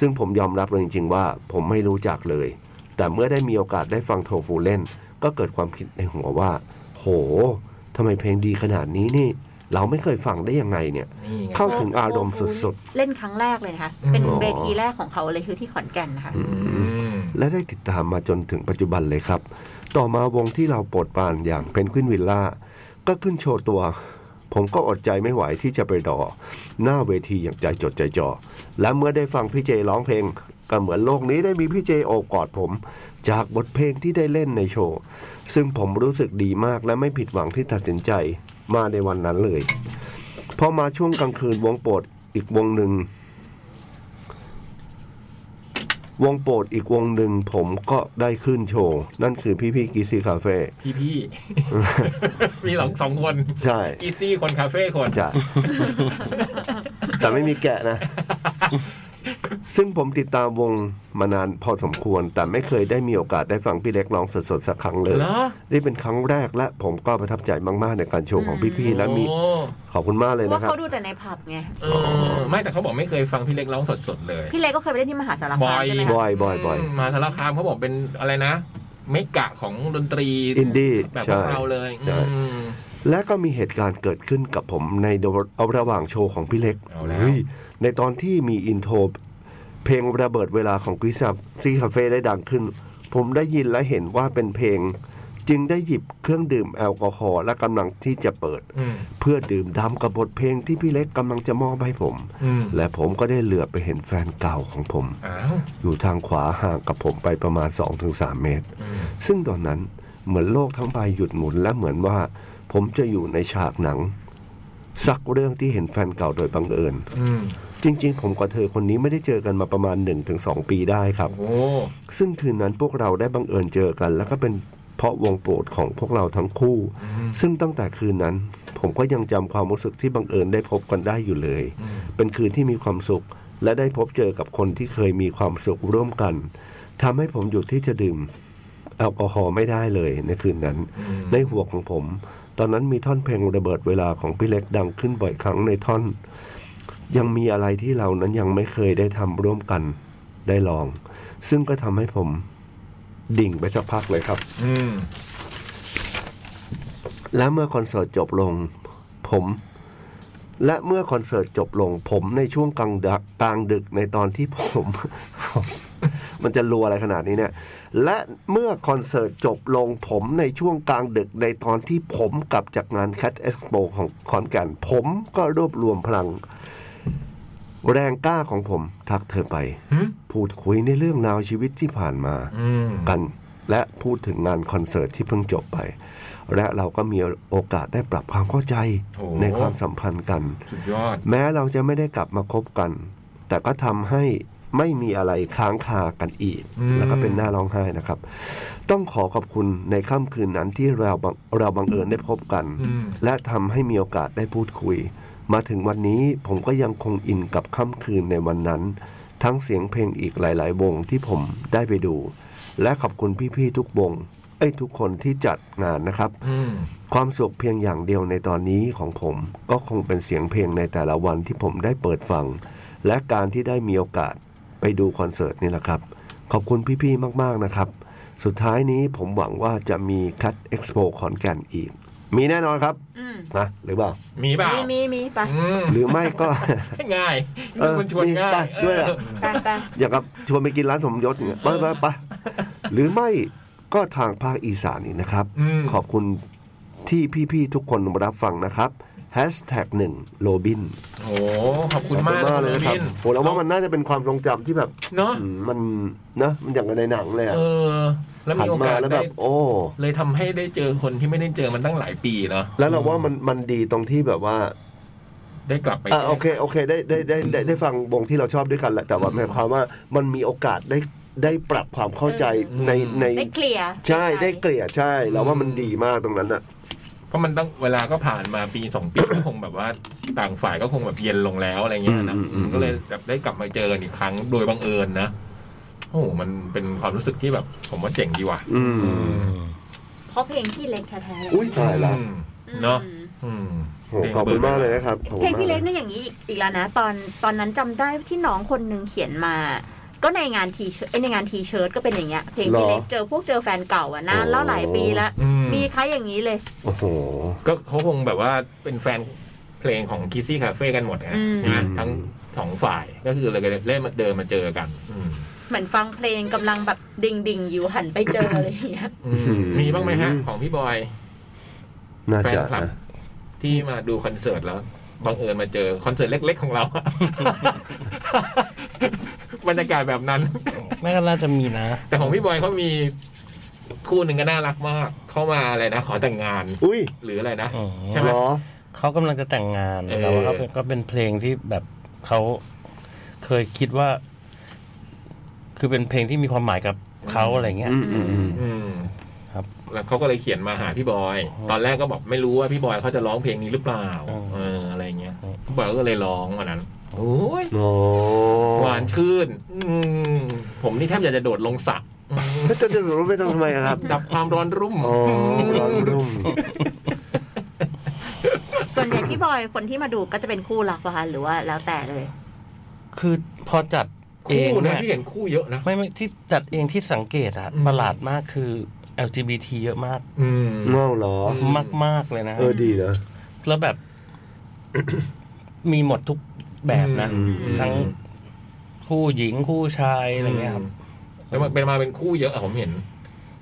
ซึ่งผมยอมรับเลยจริง ๆ ว่าผมไม่รู้จักเลย แต่เมื่อได้มีโอกาสได้ฟังโทฟูเล่น ก็เกิดความคิดในหัวว่า โหทำไมเพลงดีขนาดนี้นี่ เราไม่เคยฟังได้ยังไงเนี่ย นี่ไง เข้าถึงอารมณ์สุด ๆเล่นครั้งแรกเลยนะคะ อืม เป็นเวทีแรกของเขาเลยคือที่ขอนแก่นนะคะ อืม ๆ และได้ติดตามมาจนถึงปัจจุบันเลยครับ ต่อมาวงที่เราโปรดปรานอย่างเพนกวินวิลล่าก็ขึ้นโชว์ตัว ผมก็อดใจไม่ไหวที่จะไปรอหน้าเวทีอย่างใจจดใจจ่อและเมื่อได้ฟังพี่เจร้องเพลง ก็เหมือนโลกนี้ได้มีพี่เจโอบกอดผม จากบทเพลงที่ได้เล่นในโชว์ ซึ่งผมรู้สึกดีมากและไม่ผิดหวังที่ตัดสินใจมาในวันนั้นเลย พอมาช่วงกลางคืนวงโปรดอีกวงหนึ่ง วงโปรดอีกวงหนึ่งผมก็ได้ขึ้นโชว์ นั่นคือพี่พี่กีซีคาเฟ่ พี่พี่มีสองสองคน ใช่ กีซี่คนคาเฟ่คน *laughs* จะ แต่ไม่มีแกะนะ ซึ่งผมติดตามวงมานานพอสมควร แต่ไม่เคยได้มีโอกาสได้ฟังพี่เล็กร้องสดๆสักครั้งเลย เหรอ นี่เป็นครั้งแรกและผมก็ประทับใจมากๆในการโชว์ของพี่ๆและมี โอ้ ขอบคุณมากเลย เพราะ นะคว่ารับ เขาดูแต่ในผับไง เออไม่แต่เขาบอกไม่เคยฟังพี่เล็กร้องสดๆเลย พี่เล็กก็เคยไปเล่นที่มหาสาร บ คาอมย ใช่ไหบมคะ อยบอยบอย มหาสารคามเขาบอกเป็นอะไรนะ เมกะของดนตรี อินดี้ แบบพใช่วกเราเลย ใช่ อืม และก็มีเหตุการณ์เกิดขึ้นกับผมในระหว่างโชว์ของพี่เล็ก เอาแล้ว เฮ้ยในตอนที่มีอินโทรเพลงระเบิดเวลาของกิซับที่คาเฟ่ได้ดังขึ้น ผมได้ยินและเห็นว่าเป็นเพลง จึงได้หยิบเครื่องดื่มแอลกอฮอล์และกำลังที่จะเปิด อืม เพื่อดื่มดำกับบทเพลงที่พี่เล็กกำลังจะมอบให้ผม อืม และผมก็ได้เหลือบไปเห็นแฟนเก่าของผม อ้าว อยู่ทางขวาห่างกับผมไปประมาณ 2-3 เมตร อืม ซึ่งตอนนั้นเหมือนโลกทั้งใบหยุดหมุนและเหมือนว่า ผมจะอยู่ในฉากหนัง สักเรื่องที่เห็นแฟนเก่าโดยบังเอิญ อืม จริงๆ ผมกับเธอคนนี้ไม่ได้เจอกันมาประมาณ 1-2 ปีได้ครับ โอ้โห ซึ่งคืนนั้นพวกเราได้บังเอิญเจอกัน แล้วก็เป็นเพราะวงโปรดของพวกเราทั้งคู่ ซึ่งตั้งแต่คืนนั้น ผมก็ยังจำความรู้สึกที่บังเอิญได้พบกันได้อยู่เลย เป็นคืนที่มีความสุข และได้พบเจอกับคนที่เคยมีความสุขร่วมกันทำให้ผมหยุดที่จะดื่มแอลกอฮอล์ไม่ได้เลยในคืนนั้น ในหัวของผม ตอนนั้นมีท่อนเพลงระเบิดเวลาของพี่เล็กดังขึ้นบ่อยครั้งในท่อน ยังมีอะไรที่เรานั้นยังไม่เคยได้ทำร่วมกันได้ลอง ซึ่งก็ทำให้ผมดิ่งไปสักพักเลยครับ อืม และเมื่อคอนเสิร์ตจบลงผม และเมื่อคอนเสิร์ตจบลง ผมในช่วงกลางดึกกลางดึกในตอนที่ผม *laughs* มันจะรัวอะไรขนาดนี้เนี่ย และเมื่อคอนเสิร์ตจบลงผมในช่วงกลางดึกในตอนที่ผมกลับจากงานแคดเอ็กซ์โปของขอนแก่นผมก็รวบรวมพลัง แรงกล้าของผมทักเธอไป หึ พูดคุยในเรื่องราวชีวิตที่ผ่านมา อืม กันและพูดถึงงานคอนเสิร์ตที่เพิ่งจบไป และเราก็มีโอกาสได้ปรับความเข้าใจ โอ้โห ในความสัมพันธ์กัน สุดยอด แม้เราจะไม่ได้กลับมาคบกัน แต่ก็ทำให้ไม่มีอะไรค้างคากันอีก อืม แล้วก็เป็นหน้าร้องไห้นะครับ ต้องขอขอบคุณในค่ำคืนนั้นที่เราบังเราบังเอิญได้พบกัน อืม และทำให้มีโอกาสได้พูดคุย มาถึงวันนี้ผมก็ยังคงอินกับค่ำคืนในวันนั้น ทั้งเสียงเพลงอีกหลาย ๆ วงที่ผมได้ไปดู และขอบคุณพี่ ๆ ทุกวงไอ้ยทุกคนที่จัดงานนะครับ อืม ความสุขเพียงอย่างเดียวในตอนนี้ของผม ก็คงเป็นเสียงเพลงในแต่ละวันที่ผมได้เปิดฟัง และการที่ได้มีโอกาสไปดูคอนเสิร์ตนี่แหละครับ ขอบคุณพี่ ๆ มาก ๆ นะครับ สุดท้ายนี้ผมหวังว่าจะมีคัดเอ็กซ์โปขอนแก่นอีก มีแน่นอนครับ อืม นะหรือเปล่า มีเปล่า มีมีมีไป อืม หรือไม่ *laughs* ก็ ง่าย เออ คุณชวนง่า ไป ย ด้วยอะ ไปไป อย่างกับชวนไปกินร้านสมยศเนี่ยไปไปไปหรือไม่ก็ทางภาคอีสานอีกนะครับ อืม ขอบคุณที่พี่ ๆ ทุกคนรับฟังนะครับแฮชแท็กหนึ่งโรบิน โอ้โหขอบคุณมาก ขอบเลยนะครับ ณ ผมว่ามันน่าจะเป็นความทรงจำที่แบบ *coughs* เนาะ อืมมันนะมันอย่างกับในหนังเลยอะ เออ แล้ว หั มี นมากโอาส แล้วแบ ได้ บ โอ้ เลยทำให้ได้เจอคนที่ไม่ได้เจอมันตั้งหลายปีเนาะ แล้วเราว่ามันมันดีตรงที่แบบว่า ได้กลับไป อ่ะโอเคโอเคได้ได้ได้ได้ได้ฟังวงที่เราชอบด้วยกันแหละแต่ว่าหมายความว่ามันมีโอกาสได้ได้ปรับความเข้าใจในใน ได้เคลียร์ ใช่ได้ เค เก ลียร์ ลี่ยใช่เราว่ามันดีมากตรงนั้นอะ เพราะมันต้องเวลาก็ผ่านมาปีสองปี ก็คงแบบว่าต่างฝ่ายก็คงแบบเย็นลงแล้วอะไรเงี้ยนะ อืมอืมอืม ก็เลยแบบได้กลับมาเจอกันอีกครั้งโดยบังเอิญนะโอ้โหมันเป็นความรู้สึกที่แบบ ผมว่าเจ๋งดีว่ะ อืม เพราะเพลงที่เล็กแท้ๆ อุ้ยตายละ อืมเนาะอืม โหขอบคุณมากเลยนะครับขอบ เพล คุณมากงที่เล็กนี่อย่างนี้อีกอีกแล้วนะ ตอนตอนนั้นจำได้ที่น้องคนหนึ่งเขียนมา ก็ในงานทีเชิร์ตในงานทีเชิร์ตก็เป็นอย่างเงี้ยเพลงที่เล็กเจอพวกเจอแฟนเก่าอ่ะนานแล้วหลายปีละ อืม มีคล้ายอย่างนี้เลย โอ้โห ก็เขาคงแบบว่าเป็นแฟนเพลงของคิซี่คาเฟ่กันหมดนะ อืม ใช่ไหมทั้งสองฝ่ายก็คือเลยก็เล่นมาเดินมาเจอกันอืม เหมือนฟังเพลงกำลังแบบดิ่งดิ่งๆอยู่หันไปเจออะไรอย่างเงี้ย อืม อืม มีบ้างไหมฮะ ของพี่บอย น่า แฟน จะ คลับ นะ ที่มาดูคอนเสิร์ตแล้วบังเอิญมาเจอคอนเสิร์ตเล็ก ๆ ของเรา บรรยากาศแบบนั้น แม่ก็น่าจะมีนะ แต่ของพี่บอยเขามีคู่หนึ่งก็น่ารักมากเข้ามาอะไรนะขอแต่งงาน อุ้ย หรืออะไรนะ อ๋อ ใช่ไหม เหรอ เขากำลังจะแต่งงาน เออ แต่ว่าก็เป็นก็เป็นเพลงที่แบบเขาเคยคิดว่า คือเป็นเพลงที่มีความหมายกับเขาอะไรเงี้ย อืมอืมอืม อืม ครับ แล้วเขาก็เลยเขียนมาหาพี่บอย ตอนแรกก็บอกไม่รู้ว่าพี่บอยเขาจะร้องเพลงนี้หรือเปล่า เอออะไรเงี้ยพี่บอยก็เลยร้องวันนั้นโอ้ย โอ้ หวานชื่นอืมผมนี่แทบอยากจะโดดลงสระอืม แล้วจะจะรู้ไม่ต้องทำไมอะครับ ดับความร้อนรุ่ม อ๋อร้อนรุ่ม ส่วนใหญ่พี่บอยคนที่มาดูก็จะเป็นคู่รักปะคะหรือว่าแล้วแต่เลย คือพอจัดเอ คู่ ง นะ เนี่ย ที่เห็นคู่เยอะนะ ไม่ไม่ที่จัดเองที่สังเกตอะ อืม ประหลาดมากคือ LGBT เยอะมาก อืม เมาเหรอ ม มากมากๆเลยนะ เออดีนะ แล้วแบบ *coughs* มีหมดทุกแบบนะ อืม ทั้งคู่หญิงคู่ชายอะไรเงี้ยครับ แล้วมันเป็นมาเป็นคู่เยอะอะผมเห็น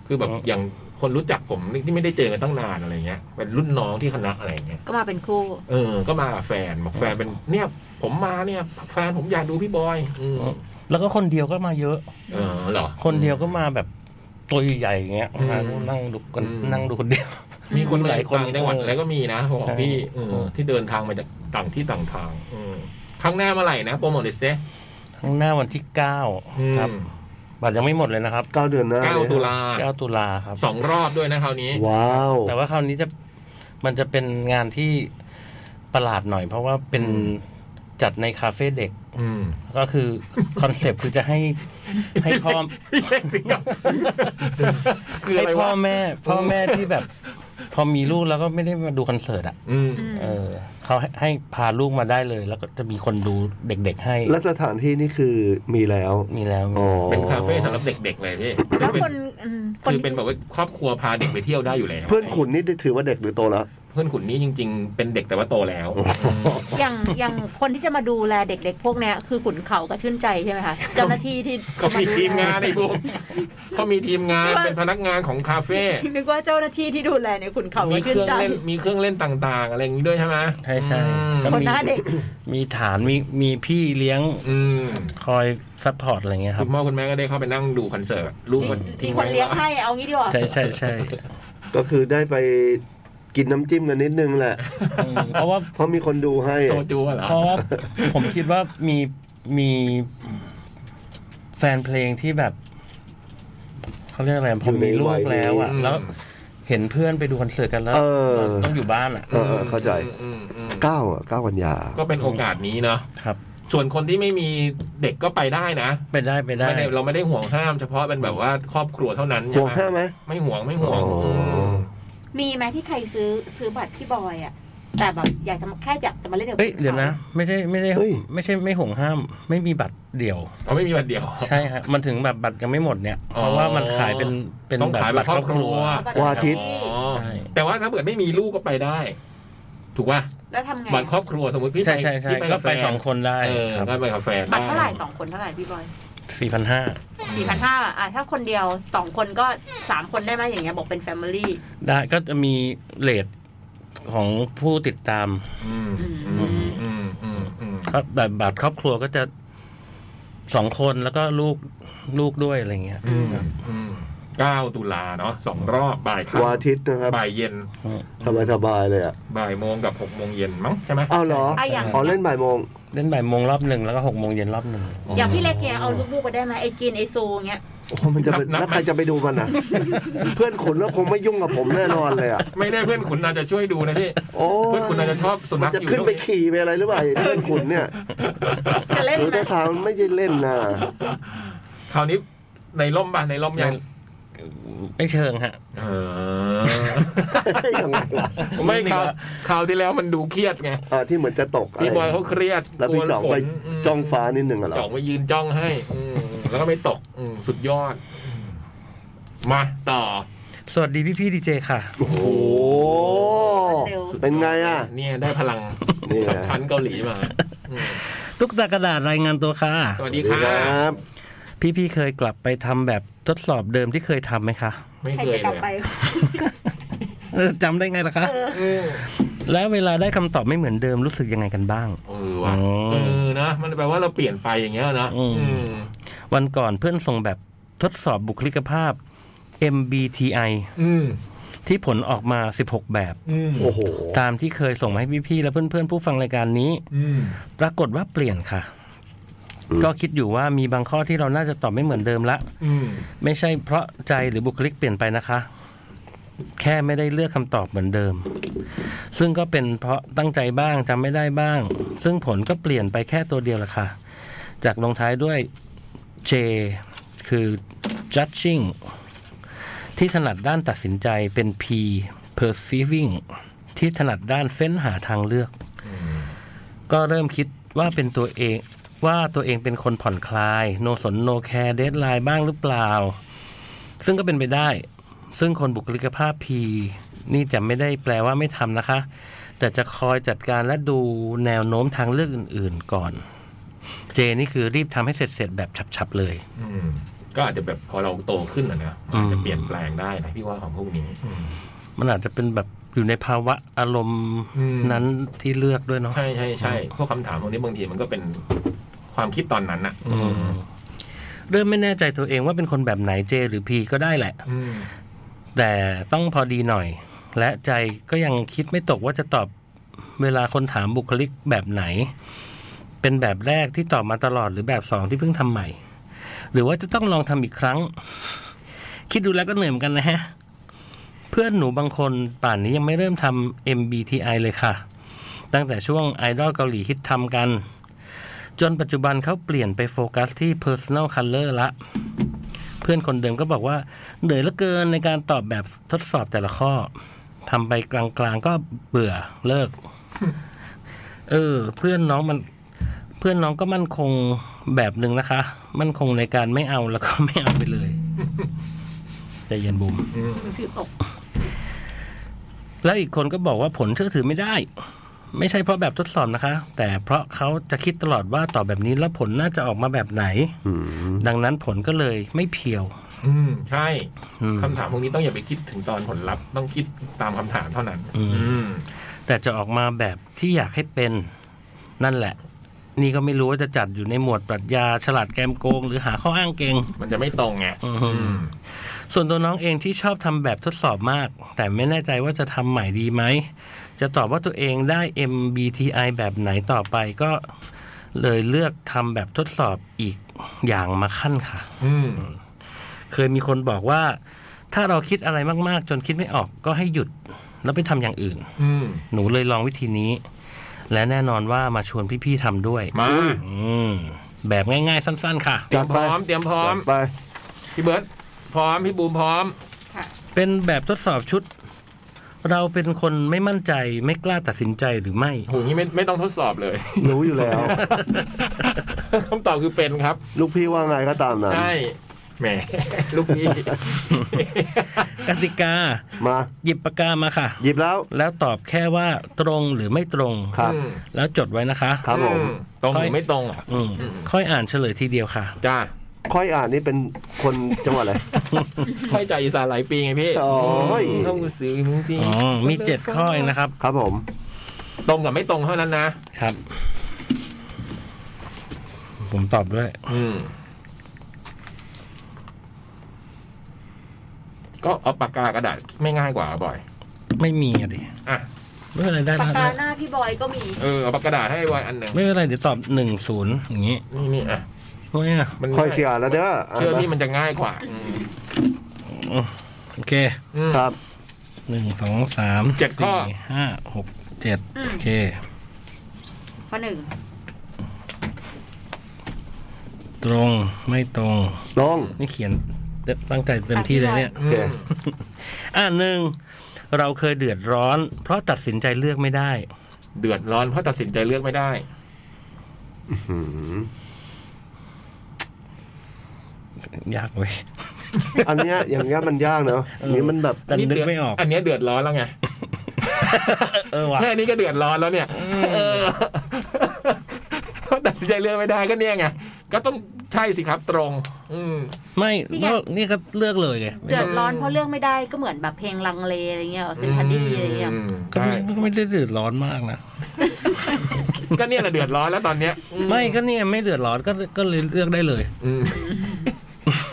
คือแบบ อ๋ออ อย่างคนรู้จักผมนี่ที่ไม่ได้เจอกันตั้งนานอะไรเงี้ยเป็นรุ่นน้องที่คณะอะไรเงี้ย ก็มาเป็นคู่ เออ ก็มากับแฟนบอกแฟนเป็นเนี่ยผมมาเนี่ย แฟนผมอยากดูพี่บอย อืม แล้วก็คนเดียวก็มาเยอะ เออเหรอ คนเดียวก็มาแบบตัวใหญ่ๆอย่างเงี้ย อืม มานั่งดูกัน อืม นั่งดูคนเดียว มีคนห ห ลา ลายย ค คน น จังหวัด เออ อะไรก็มีนะผมบอก ใช่ พี่เออ เออ ที่เดินทางมาจากต่างที่ต่างทาง อืมครั้งหน้าเมื่อไหร่นะโปรโมทดิสเซ่ ข้างหน้าวันที่เก้าครับบัตรยังไม่หมดเลยนะครับ เก้าเดือนหน้า เก้า เนี่ย ตุลา เก้าตุลาครับ สองรอบด้วยนะคราวนี้ ว้าว แต่ว่าคราวนี้จะมันจะเป็นงานที่ประหลาดหน่อย เพราะว่าเป็น อืม จัดในคาเฟ่เด็ก อืม ก็คือ คอนเซปต์คือจะให้ให้พ่อ *laughs* คืออะ ให้ ไร พ่อ วะ แม่ พ่อแม่ที่แบบ พอมีลูกแล้วก็ไม่ได้มาดูคอนเสิร์ตอ่ะ อืม อืม เออเขาให้ให้พาลูกมาได้เลย แล้วก็จะมีคนดูเด็ก ๆ ให้ และสถานที่นี่คือมีแล้ว มีแล้วมี อ๋อ เป็นคาเฟ่สำหรับเด็กๆเลยพี่ แล้วคนอืมค คื น อเป็นแบบว่าครอบครัวพาเด็กไปเที่ยวได้อยู่แล้ว เพื่อนขุนนี่ถือว่าเด็กหรือโตแล้ว เพื่อนขุนนี่จริง ๆ เป็นเด็กแต่ว่าโตแล้ว อย่างอย่างคนที่จะมาดูแลเด็ก ๆ พวกเนี้ยคือขุนเขาก็ชื่นใจใช่ไหม *laughs* คะเจ้าหน้าที่ที่ เขามีทีมงาน เล ไอ้พวกเขามีทีมงานเป็นพนักงานของคาเฟ่ *laughs* นึกว่าเจ้าหน้าที่ที่ดูแลเนี่ยขุนเขา มี ก็ เค ชื่น รื่อง ใจ เล่นมีเครื่องเล่นต่างๆ อะไรอย่างนี้ด้วยใช่ไหม ใช่ใช่ อืม คนหน้าเด็ก มีฐานมีมีพี่เลี้ยง อืม คอยซัพพอร์ตอะไรเงี้ยค คุ รับ ณพ่อคุณแม่ก็ได้เข้าไปนั่งดูคอนเสิร์ตลูกก็ มี ทิ้ง คน ไว้ เลี้ยง ว่า ให้เอางี้ดีกว่า ใช่ใช่ใช่ ก็คือได้ไปกินน้ำจิ้มกันนิดนึงแหละ อืมเพราะว่า เพราะมีคนดูให้ โซจูเหรอ เพราะว่าผมคิดว่ามีมีแฟนเพลงที่แบบเขาเรียกอะไรพอมีลูกแล้วอ่ะ อยู่ในวัยนี้ แล้วเห็นเพื่อนไปดูคอนเสิร์ตกันแล้ว เออ ต้องอยู่บ้านอ่ะ เออเออเข้าใจ อืมอืมอืม เก้าอ่ะเก้ากันยา ก็เป็นโอกาสนี้เนาะ ครับ ส่วนคนที่ไม่มีเด็กก็ไปได้นะ ไปได้ไปได้ ไม่ได้เราไม่ได้ห่วงห้ามเฉพาะเป็นแบบว่าครอบครัวเท่านั้น ห่วง ใช่ ห้ามไหม ไม่ห่วงไม่ห่วง อ๋อ อืม มีไหมที่ใครซื้อซื้อบัตรพี่บอยอ่ะ แต่แบบอยากจะมาแค่อยากจะมาเล่นกับ เอ้ยเดี๋ยวนะ ไม่ใช่ไม่ได้ เฮ้ย ไม่ใช่ไม่ห่วงห้าม ไม่มีบัตรเดี่ยว เอาไม่มีบัตรเดียว ใช่ฮะ มันถึงแบบบัตรยังไม่หมดเนี่ย เพราะว่ามันขายเป็นเป็น ต้องขายแบบครอบครัว วันอาทิตย์ อ๋อแต่ว่าถ้าเกิดไม่มีลูกก็ไปได้ ถูกป่ะ แล้วทำไง บัตรครอบครัวสมมติพี่ ใช่ ไป ใช่ใช่ พี่ ก็ บแฟ ไปสองคนได้ เออ ครับ ก็ไปกับแฟน บัตรเท่าไหร่สองคนเท่าไหร่พี่บอย สี่พันห้า สี่พันห้าอ่ะถ้าคนเดียวสองคนก็สามคนได้ไหมอย่างเงี้ยบอกเป็นแฟมิลี่ ได้ก็จะมีเลทของผู้ติดตาม อืมอืมอืมอืมอืม ครับแต่บัตรครอบครัวก็จะสองคนแล้วก็ลูกลูกด้วยอะไรเงี้ย อืม ครับ อืมเก้าตุลาเนาะสองรอบบ่ายค่ำ วันอาทิตย์นะครับ บ่ายเย็น สบายสบายๆเลยอ่ะ บ่ายโมงกับหกโมงเย็นมั้งใช่ไหม อ้าวเหรอ อ่ะอย่าง อ๋อเล่นบ่ายโมง เล่นบ่ายโมงรอบหนึ่งแล้วก็หกโมงเย็นรอบหนึ่ง อย่างพี่เล็กเนี่ยเอาลูกๆไปได้ไหมไอจีนไอซูอย่างเงี้ย โอ้โหมันจะเป็นแล้วใครจะไปดูมันอ่ะ เพื่อนขุนแล้วคงไม่ยุ่งกับผมแน่นอนเลยอ่ะ ไม่ได้เพื่อนขุนอาจจะช่วยดูนะพี่ โอ้ เพื่อนขุนอาจจะชอบสุ มั นั น ข จะ อยู่ ขึ้น ด้วย ไป *laughs* ขี่ไปอะไรหรือเปล่าไอ้เพื่อนขุนเนี่ย จะเล่น หรือ ไหม ถ้าทางไม่ใช่เล่นนะ คราวนี้ในร่มบ้านในร่มยัง ไม่เชิงฮะ เออ ยังไงล่ะ *laughs* ไม่คราวคราวที่แล้วมันดูเครียดไง *laughs* อ่าที่เหมือนจะตก พี่บอย ะไร เขาเครียด แล้วพี่ ก จ่อง ฝน ไป ม จ้องฟ้านิดนึงอะเหร จ่อ อง ไปยืนจ้องให้อืมแล้วก็ไม่ตกอืมสุดยอด มาต่อ สวัสดีพี่พี่ดีเจค่ะ โอ้โห เร็ว สุดยอด เป็นไงอ่ะ เนี่ยได้พลัง นี่นะ สับชั้นเกาหลีมาอืม ตุ๊กตากระดาษรายงานตัวค่ะ สวัสดีค่ะ บ พี่พี่ๆเคยกลับไปทำแบบทดสอบเดิมที่เคยทำไหมคะ *laughs* ไม่ ใคร เค จะ ย กลับ เลย ไป เออจำได้ไงล่ะคะ อืม แล้วเวลาได้คำตอบไม่เหมือนเดิมรู้สึกยังไงกันบ้าง เออว่ะ อ๋อ เออนะมันแปลว่าเราเปลี่ยนไปอย่างเงี้ยนะ อืม อืม วันก่อนเพื่อนส่งแบบทดสอบบุคลิกภาพ MBTI อืม ที่ผลออกมา 16 แบบ อืม โอ้โห ตามที่เคยส่งมาให้พี่ๆและเพื่อนๆผู้ฟังรายการนี้ อืม ปรากฏว่าเปลี่ยนค่ะ อืม ก็คิดอยู่ว่ามีบางข้อที่เราน่าจะตอบไม่เหมือนเดิมละ อืม ไม่ใช่เพราะใจหรือบุคลิกเปลี่ยนไปนะคะ แค่ไม่ได้เลือกคำตอบเหมือนเดิม ซึ่งก็เป็นเพราะตั้งใจบ้างจำไม่ได้บ้าง ซึ่งผลก็เปลี่ยนไปแค่ตัวเดียวละค่ะ จากลงท้ายด้วย J คือ judging ที่ถนัดด้านตัดสินใจเป็น P perceiving ที่ถนัดด้านเฟ้นหาทางเลือก ก็เริ่มคิดว่าเป็นตัวเองว่าตัวเองเป็นคนผ่อนคลาย โนสนโนแคร์เดทไลน์บ้างหรือเปล่า ซึ่งก็เป็นไปได้ ซึ่งคนบุคลิกภาพ P นี่จะไม่ได้แปลว่าไม่ทำนะคะ แต่จะคอยจัดการและดูแนวโน้มทางเลือกอื่นๆก่อน J นี่คือรีบทำให้เสร็จๆแบบฉับๆเลย อืมก็อาจจะแบบพอเราโตขึ้นนะนะมันอาจจะ อืม เปลี่ยนแปลงได้นะพี่ว่าของพวกนี้อืม มันอาจจะเป็นแบบอยู่ในภาวะอารมณ์ อืม นั้นที่เลือกด้วยเนาะ ใช่ใช่ใช่พวกคำถามพวกนี้บางทีมันก็เป็นความคิดตอนนั้นน่ะ อืม เริ่มไม่แน่ใจตัวเองว่าเป็นคนแบบไหน J หรือ P ก็ได้แหละ อืม แต่ต้องพอดีหน่อย และใจก็ยังคิดไม่ตกว่าจะตอบเวลาคนถามบุคลิกแบบไหน เป็นแบบแรกที่ตอบมาตลอดหรือแบบสองที่เพิ่งทำใหม่ หรือว่าจะต้องลองทำอีกครั้ง คิดดูแล้วก็เหนื่อยเหมือนกันนะฮะ เพื่อนหนูบางคนป่านนี้ยังไม่เริ่มทำ MBTI เลยค่ะ ตั้งแต่ช่วงไอดอลเกาหลีฮิตทำกัน จนปัจจุบันเขาเปลี่ยนไปโฟกัสที่ Personal Color ละ เพื่อนคนเดิมก็บอกว่า เหนื่อยเหลือเกินในการตอบแบบทดสอบแต่ละข้อทำไปกลางๆก็เบื่อเลิก *laughs* เออ เพื่อนน้องมัน เพื่อนน้องก็มั่นคงแบบหนึ่งนะคะ มั่นคงในการไม่เอาแล้วก็ไม่เอาไปเลยใจเย็นบุม คือตก แล้วอีกคนก็บอกว่าผลเชื่อถือไม่ได้ ไม่ใช่เพราะแบบทดสอบนะคะ แต่เพราะเขาจะคิดตลอดว่าตอบแบบนี้แล้วผลน่าจะออกมาแบบไหน อืม ดังนั้นผลก็เลยไม่เพียว อืมใช่ อืม คำถามพวกนี้ต้องอย่าไปคิดถึงตอนผลลัพธ์ต้องคิดตามคำถามเท่านั้น อืม อืม แต่จะออกมาแบบที่อยากให้เป็นนั่นแหละ นี่ก็ไม่รู้ว่าจะจัดอยู่ในหมวดปรัชญาฉลาดแกมโกง หรือหาข้ออ้างเก่ง มันจะไม่ตรงไง อืม อืม ส่วนตัวน้องเองที่ชอบทำแบบทดสอบมาก แต่ไม่แน่ใจว่าจะทำใหม่ดีไหม จะตอบว่าตัวเองได้ MBTI แบบไหนต่อไปก็เลยเลือกทำแบบทดสอบอีกอย่างมาขั้นค่ะ อืม เคยมีคนบอกว่า ถ้าเราคิดอะไรมากๆ จนคิดไม่ออกก็ให้หยุดแล้วไปทำอย่างอื่น อืม หนูเลยลองวิธีนี้ และแน่นอนว่ามาชวนพี่ๆทำด้วย มา อืม แบบง่ายๆ สั้นๆ ค่ะ เตรียมพร้อม จัดไป เตรียมพร้อม ไป พี่เบิร์ตพร้อมพี่บูมพร้อม ค่ะ เป็นแบบทดสอบชุด เราเป็นคนไม่มั่นใจไม่กล้าตัดสินใจหรือไม่ โหนี่ไม่ไม่ต้องทดสอบเลย *laughs* รู้อยู่แล้ว คำตอบคือเป็นครับ ลูกพี่ว่าไงก็ตามนะ ใช่แหมลูกนี้ กติกา มา หยิบปากกามาค่ะ หยิบแล้ว แล้วตอบแค่ว่าตรงหรือไม่ตรง ครับ อืม แล้วจดไว้นะคะ ครับผม อืตรงหรือไม่ตรงอ่ะ อืมค่อยอ่านเฉลยทีเดียวค่ะ จ้า ค่อยอ่านนี่เป็นคนจังหวัดอะไร ค่อยใจอีสานหลายปีไงพี่ โอ้ย อืมต้องซื้อมึงพี่ อ๋อ มีเจ็ดข้อเองนะครับ ครับผม ตรงกับไม่ตรงเท่านั้นนะครับ ผมตอบด้วย อืม ก็เอาปากกากระดาษไม่ง่ายกว่าบ่อย ไม่มีอะดิ อ่ะ ไม่เป็นไรได้ ปาก นะ กา ได้ หน้าพี่บอยก็มี เออเอาปากกระดาษให้บอยอันหนึ่ง ไม่เป็นไรเดี๋ยวตอบหนึ่งศูนย์อย่างงี้ นี่นี่อ่ะ โอ้ยอ่ะ มัน ค่อยเสียแล้วเด้อ เชื่อที่มันจะง่ายกว่าอืม โอเค อืม ครับ หนึ่งสองสาม เจ็ดข้อ สี่ห้าหกเจ็ด อืม โอเค ข้อหนึ่ง ตรงไม่ตรง ลง นี่เขียนตั้งใจเต็มที่เลยเนี่ย โอเค อ่าหนึ่งเราเคยเดือดร้อน เพราะตัดสินใจเลือกไม่ได้ เดือดร้อนเพราะตัดสินใจเลือกไม่ได้ หืม ยากเว้ย อันเนี้ยอย่างเงี้ยมันยากเนาะอันนี้มันแบบ แต่นึกไม่ออก อันเนี้ยเดือดร้อนแล้วไง เออว่ะ แค่นี้ก็เดือดร้อนแล้วเนี่ยเออตัดสินใจเลือกไม่ได้ก็เนี่ยไง ก็ต้องใช่สิครับตรง อืม ไม่เพราะนี่ก็เลือกเลยไง เดือดร้อนเพราะเรื่องไม่ได้ก็เหมือนแบบเพลงลังเลอะไรเงี้ยเซนทันดี้อะไรเงี้ย อืม ก็ ใช่ ไม่ก็ไม่ได้เดือดร้อนมากนะ ก็เนี่ยแหละเดือดร้อนแล้วตอนเนี้ยอื ไม่ก็เนี่ยไม่เดือดร้อนก็ก็เลยเลือกได้เลย อืม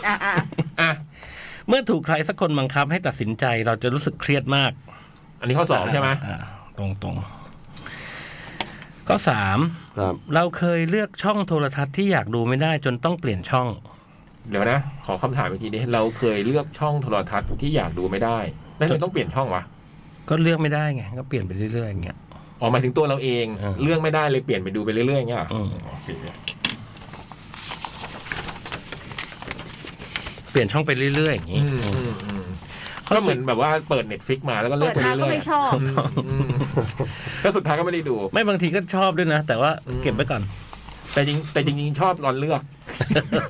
อ่ะอ่ะ อ่ะ เมื่อถูกใครสักคนบังคับให้ตัดสินใจเราจะรู้สึกเครียดมาก อันนี้ข้อสองใช่ไหม อ่าตรงตรงข้อสาม ครับ เราเคยเลือกช่องโทรทัศน์ที่อยากดูไม่ได้จนต้องเปลี่ยนช่อง เดี๋ยวนะ ขอคำถามอีกทีนี้เราเคยเลือกช่องโทรทัศน์ที่อยากดูไม่ได้แล้วทำไมต้องเปลี่ยนช่องวะ ก็เลือกไม่ได้ไงก็เปลี่ยนไปเรื่อยๆอย่างเงี้ย อ๋อหมายถึงตัวเราเอง เออ เลือกไม่ได้เลยเปลี่ยนไปดูไปเรื่อยๆอย่างเงี้ยเหรอ อืม โอเค เปลี่ยนช่องไปเรื่อยๆอย่าง อื งี้ มอืมอืม ข้อ ก็เหมื สิ อน บ แบบว่าเปิดเน็ตฟิกมาแล้วก็เลื เปิ อก ด ไป มา เรื่ ก็ อย ไม่ชอบ ๆอืมแล้วสุดท้ายก็ไม่ได้ดู ไม่บางทีก็ชอบด้วยนะ แต่ว่า อืม เก็บไว้ก่อน แต่จริงแต่จริงๆชอบตอนเลือก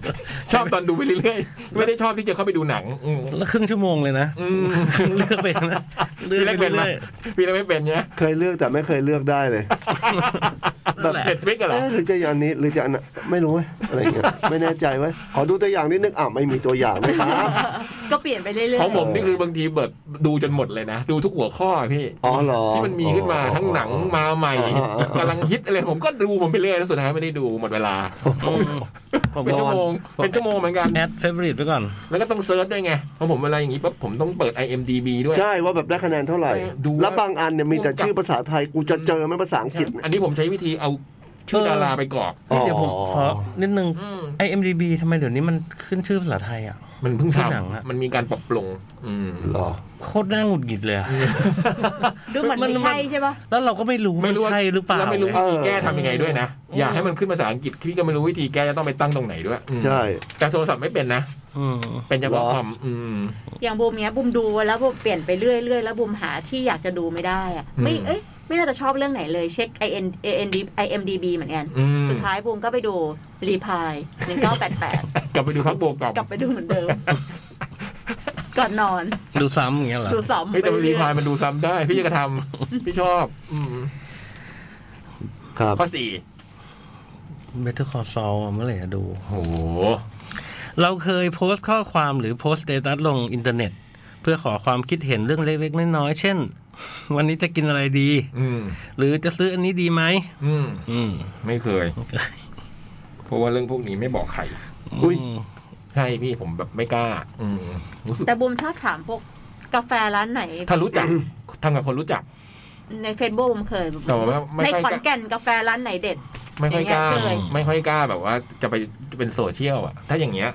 *laughs* ชอบตอนดูไปเรื่อยๆไม่ได้ชอบที่จะเข้าไปดูหนัง อืม แล้วครึ่งชั่วโมงเลยนะ อืม เลือกไปนะเลือก พี่เล็ก ไป เป็นไหม เรื่อย พี่เล็กไม่เป็นเนี่ย เคยเลือกแต่ไม่เคยเลือกได้เลย ๆนั่นแหละ เน็ตฟิกเหรอ เอ๊ะหรือจะอย่างนี้หรือจะอันนั้นไม่รู้เว้ยอะไรเงี้ยไม่แน่ใจเว้ยขอดูตัวอย่างนิดนึงอ่ะไม่มีตัวอย่างนะครับ ก็เปลี่ยนไปเรื่อยๆ ของผมนี่คือบางทีแบบดูจนหมดเลยนะ ดูทุกหัวข้อพี่ อ๋อเหรอ ที่มันมีขึ้นมาทั้งหนังมาใหม่ อ๋ออ๋ออ๋อ กำลังฮิตอะไรผมก็ดูผมไปเรื่อยแล้วสุดท้ายไม่ได้ดูหมดเวลา ผม เป็น ก็ ชั่วโมงเป็นชั่วโมงเหมือนกัน แอดเฟเวอริตไว้ก่อน แล้วก็ต้องเซิร์ชด้วยไงเพราะผมเวลาอย่างนี้ปั๊บผมต้องเปิด IMDB ด้วย ใช่ว่าแบบได้คะแนนเท่าไหร่ ดูว่า แล้วบางอันเนี่ยมีแต่ชื่อภาษาไทยกูจะเจอไหม่ภาษาอังกฤษเนี่ย อันนี้ผมใช้วิธีเอาชื่อ เออ ดาราไปกรอก อ๋อ เดี๋ยวผมขอนิดนึง อืม IMDB ทำไมเดี๋ยวนี้มันขึ้นชื่อภาษาไทยอ่ะ มันเพิ่ง ที่หนังอะ ทำมันมีการปรับปรุงอืม เหรอ โคตรน่าหงุดหงิดเลยอะ ดูเหมือน มัน ไม่ใช่ใช่ปะ แล้วเราก็ไม่รู้ ไม่ มัน รู้ว่า ใช่หรือเปล่า แล้วไม่รู้ เอ วิธี อ แก้ทำยังไงด้วยนะ อยากให้มันขึ้นภาษาอังกฤษพี่ก็ไม่รู้วิธีแก้จะต้องไปตั้งตรงไหนด้วยอืม ใช่ แต่โทรศัพท์ไม่เป็นนะ อืม เป็นเฉพาะ เหรอ คอมอืม อย่างบูมเนี้ยบูมดูแล้วบูมเปลี่ยนไปเรื่อยๆ แล้วบูมหาที่อยากจะดูไม่ได้อะ อืม ไม่เอ้ยไม่น่าจะชอบเรื่องไหนเลยเช็ค i n n d i m d b เหมือนกัน อืม สุดท้ายบูมก็ไปดูรีพาย1988 กลับไปดูพักโบกลับ กลับไปดูเหมือนเดิม ก่อนนอน ดูซ้ำอย่างเงี้ยเหรอ ดูสอม พี่แต่ ไป มัน เรื่ รี อย พลายมันดูซ้ำได้ พี่ก็ทำพี่ชอบ อืม ครับ ข้อสี่ เบเทอร์คอร์ซอลเมื่อไหร่จะดู โอ้โห เราเคยโพสต์ข้อความหรือโพสต์เดตัสลงอินเทอร์เน็ต เพื่อขอความคิดเห็นเรื่องเล็กๆน้อยๆเช่น วันนี้จะกินอะไรดี อืม หรือจะซื้ออันนี้ดีไหม อืม อืม ไม่เคย เพราะว่าเรื่องพวกนี้ไม่บอกใคร อุ๊ย ม ใช่พี่ผมแบบไม่กล้า อืมรู้สึก ๆแต่บูมชอบถามพวกกาแฟร้านไหน ถ้ารู้จักทำกับคนรู้จัก ในเฟซบุ๊กบูมเคย แต่ว่าไม่ ใน ค่อย ขอกนล้า แก่นกาแฟร้านไหนเด็ด ไม่ค่อยกล้า อย่างเงี้ยเคย ไม่ค่อยกล้าแบบว่าจะไปเป็นโซเชียลอะถ้าอย่างเงี้ย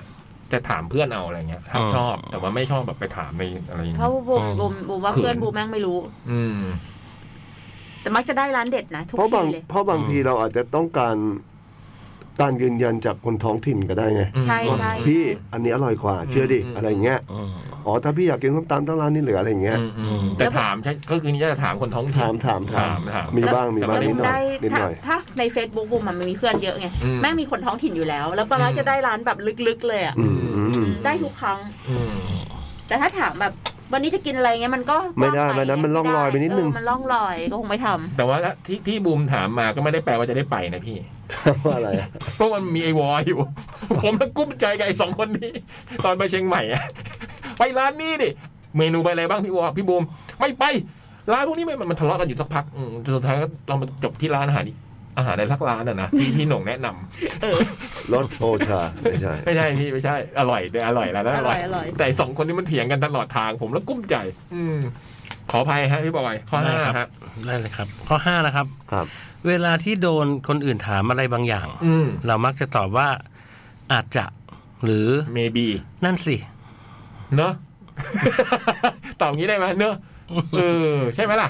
จะถามเพื่อนเอาอะไรเงี้ยถ้า อ๋อ ชอบ แต่ว่าไม่ชอบแบบไปถามในอะไรอย่าง เพ เงี้ย ราะบูม อืม บูมบูมว่า เขิน เพื่อนบูมแม่งไม่รู้ อืม แต่มักจะได้ร้านเด็ดนะ ทุก เพราะบา ที ง เลย เพราะบางทีเราอาจจะต้องการ ต้านยืนยันจากคนท้องถิ่นก็ได้ไง ใช่ใช่ พี่อันนี้อร่อยกว่า เชื่อดิ อืม อะไรเงี้ย อืม อ๋อถ้าพี่อยากกินส้มตำต้องร้านนี้เหลืออะไรเงี้ย อืมอืมแต่ถามใช่ก็คือนี่จะถามคนท้องถิ่น ถามถามถาม ถาม มี ถ บ้างมีบ้าง แล้ว นิ บุ ด ม หน่อ ได้ ยนิดห ถ้า น่อย ถ้าใน Facebook บุมอะมันมีเพื่อนเยอะไง อืม แม่งมีคนท้องถิ่นอยู่แล้ว แล้วปลาร้า อืม จะได้ร้านแบบลึกๆเลยอ่ะ อืมอืม ได้ทุกครั้ง อืม แต่ถ้าถามแบบวันนี้จะกินอะไรเงี้ยมันก็ ไม่ได้ กว้างป วันนั้นมันล่องลอยไปนิดนึง เออมันล่องลอยก็คงไม่ทำ แต่ว่าที่ที่บูมถามมาก็ไม่ได้แปลว่าจะได้ไปนะพี่ ว่าอะไรอะ เพราะมันมีไอ้วออยู่ *laughs* ผมแล้วกุ้มใจกับไอ้สองคนนี้ ตอนไปเชียงใหม่อะไปร้านนี้ดิเมนูไปอะไรบ้างพี่วอพี่บูมไม่ไปร้านพวกนี้ไม่มันมันทะเลาะกันอยู่สักพักอืมสุดท้ายก็เรามาจบที่ร้านอาหารอีกอาหารในสักร้านอ่ะนะที่พี่หน่งแนะนำ รสโอชาไม่ใช่ ไม่ใช่พี่ไม่ใช่ อร่อยด้วยอร่อยแล้วนะอร่อย อร่อยอร่อย แต่ไอ้สองคนนี้มันเถียงกันตลอดทาง ผมแล้วกุ้มใจ อืมขออภัยฮะพี่บอยข้อห้า ได้ค ค รั รับ บ ได้เลยครับ ข้อห้านะครับ ครับ เวลาที่โดนคนอื่นถามอะไรบางอย่าง อืม เรามักจะตอบว่าอาจจะ หรือ maybe นั่นสิ เนอะ *laughs* ตอบงี้ได้ไหมเนอะเออ ใช่ไหมล่ะ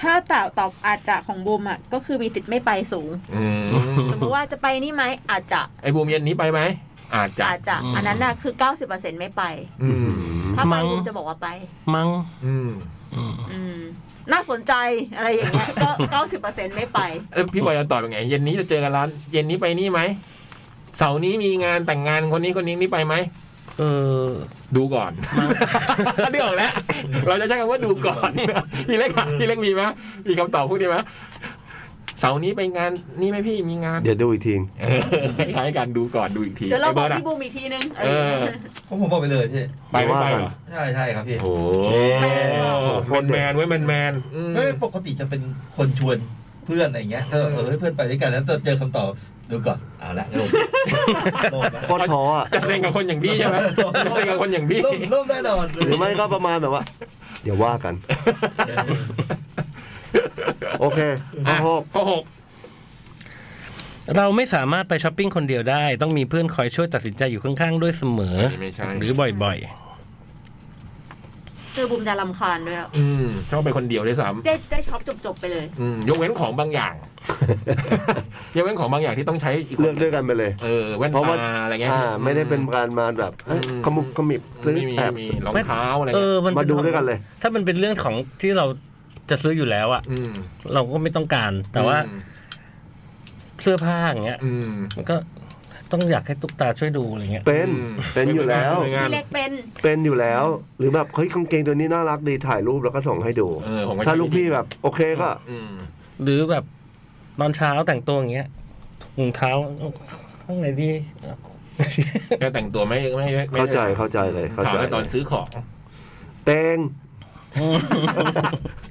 ถ้าตอบตอบอาจจะของบูมอ่ะก็คือมีติดไม่ไปสูง อืม สมมติว่าจะไปนี่ไหมอาจจะ ไอ้บูมเย็นนี้ไปไหม อาจจะ อาจจะ อืม อันนั้นน่ะคือ 90%ไม่ไป อืม ถ้าไป มั้ง บูมจะบอกว่าไป มั้ง อืม อืม น่าสนใจอะไรอย่างเงี้ยก็ 90%ไม่ไป เอ้ยพี่บอยจะตอบยังไง เย็นนี้จะเจอกันร้าน เย็นนี้ไปนี่ไหม เสาร์นี้มีงานแต่งงานคนนี้คนนี้นี่ไปไหม เออ ดูก่อน เรื่องแล้ว เราจะใช้คำว่าดูก่อน พี่เล็กอะพี่เล็กมีไหมมีคำตอบพวกนี้ไหมเสาร์นี้ไปงานนี่ไหมพี่มีงาน เดี๋ยวดูอีกที เออคล้ายๆกันดูก่อนดูอีกที เดี๋ยวเรา ไอ้ บ บอก อยอะ พี่บูมอีกทีนึง เออ เพราะผมบอกไปเลยพี่ ไปไม่ไปเหรอ ใช่ใช่ครับพี่ โอ้โหแมนๆเว้ยแมนแมนๆอืม เฮ้ยปกติจะเป็นคนชวนเพื่อนอะไรอย่างเงี้ย เออเออเฮ้ยเพื่อนไปด้วยกันแล้วเจอคำตอบดูก่อนเอาละลงลงนะ โคตรท้ออ่ะ จะเซ็งกับคนอย่างพี่ใช่ไหมจะเซ็งกับคนอย่างพี่ ลงลงแน่นอน หรือไม่ก็ประมาณแบบว่า เดี๋ยวว่ากัน โอเคข้อ อ่ะ หก ข้อหก เราไม่สามารถไปช้อปปิ้งคนเดียวได้ ต้องมีเพื่อนคอยช่วยตัดสินใจอยู่ข้างๆ ด้วยเสมอ ไม่ใช่ หรือบ่อย คือบูมจะรำคาญด้วยอะ อืมชอบไปคนเดียวด้วยซ้ ได้ได้ช็อปจบๆไปเลย ำอืมยกเว้นของบาง *laughs* อย่าง ยกเว้นของบางอย่างที่ต้องใช้อีกคน เลือกด้วยกันไปเลย เออแว่น เพราะว่า ตาอะไรเงี้ย อ่า ไม่ได้เป็นการมาแบบเอ้ย อืม ขมุบขมิบซื้อ ไม่มี แอ ไม่ บ มีรองเท้าอะไร ๆ เอ เงี้ อย มัน มาดูด้วยกันเลย ถ้ามันเป็นเรื่องของที่เราจะซื้ออยู่แล้วอะ ม เราก็ไม่ต้องการ แต่ว่าเสื้อผ้าอย่างเงี้ย อืม มันก็ต้องอยากให้ตุ๊กตาช่วยดูอะไรเงี้ย เป็น ม เป็นอยู่แล้ว เป็นงาน พี่เล็กเป็น เป็นอยู่แล้ว หรือแบบเฮ้ยกางเกงตัวนี้น่ารักดีถ่ายรูปแล้วก็ส่งให้ดู เออผม ถ้าลูกพี่แบบ โอเคก็ อืม หรือแบบตอนเช้าแต่งตัวอย่างเงี้ยถุงเท้าข้างไหนดี *laughs* แค่แต่งตัวไม่ไม่ไม่ไม่ เข้าใจเข้าใจเลยเข้า ถาม ใจ ว่าตอนซื้อของ เต *laughs* ง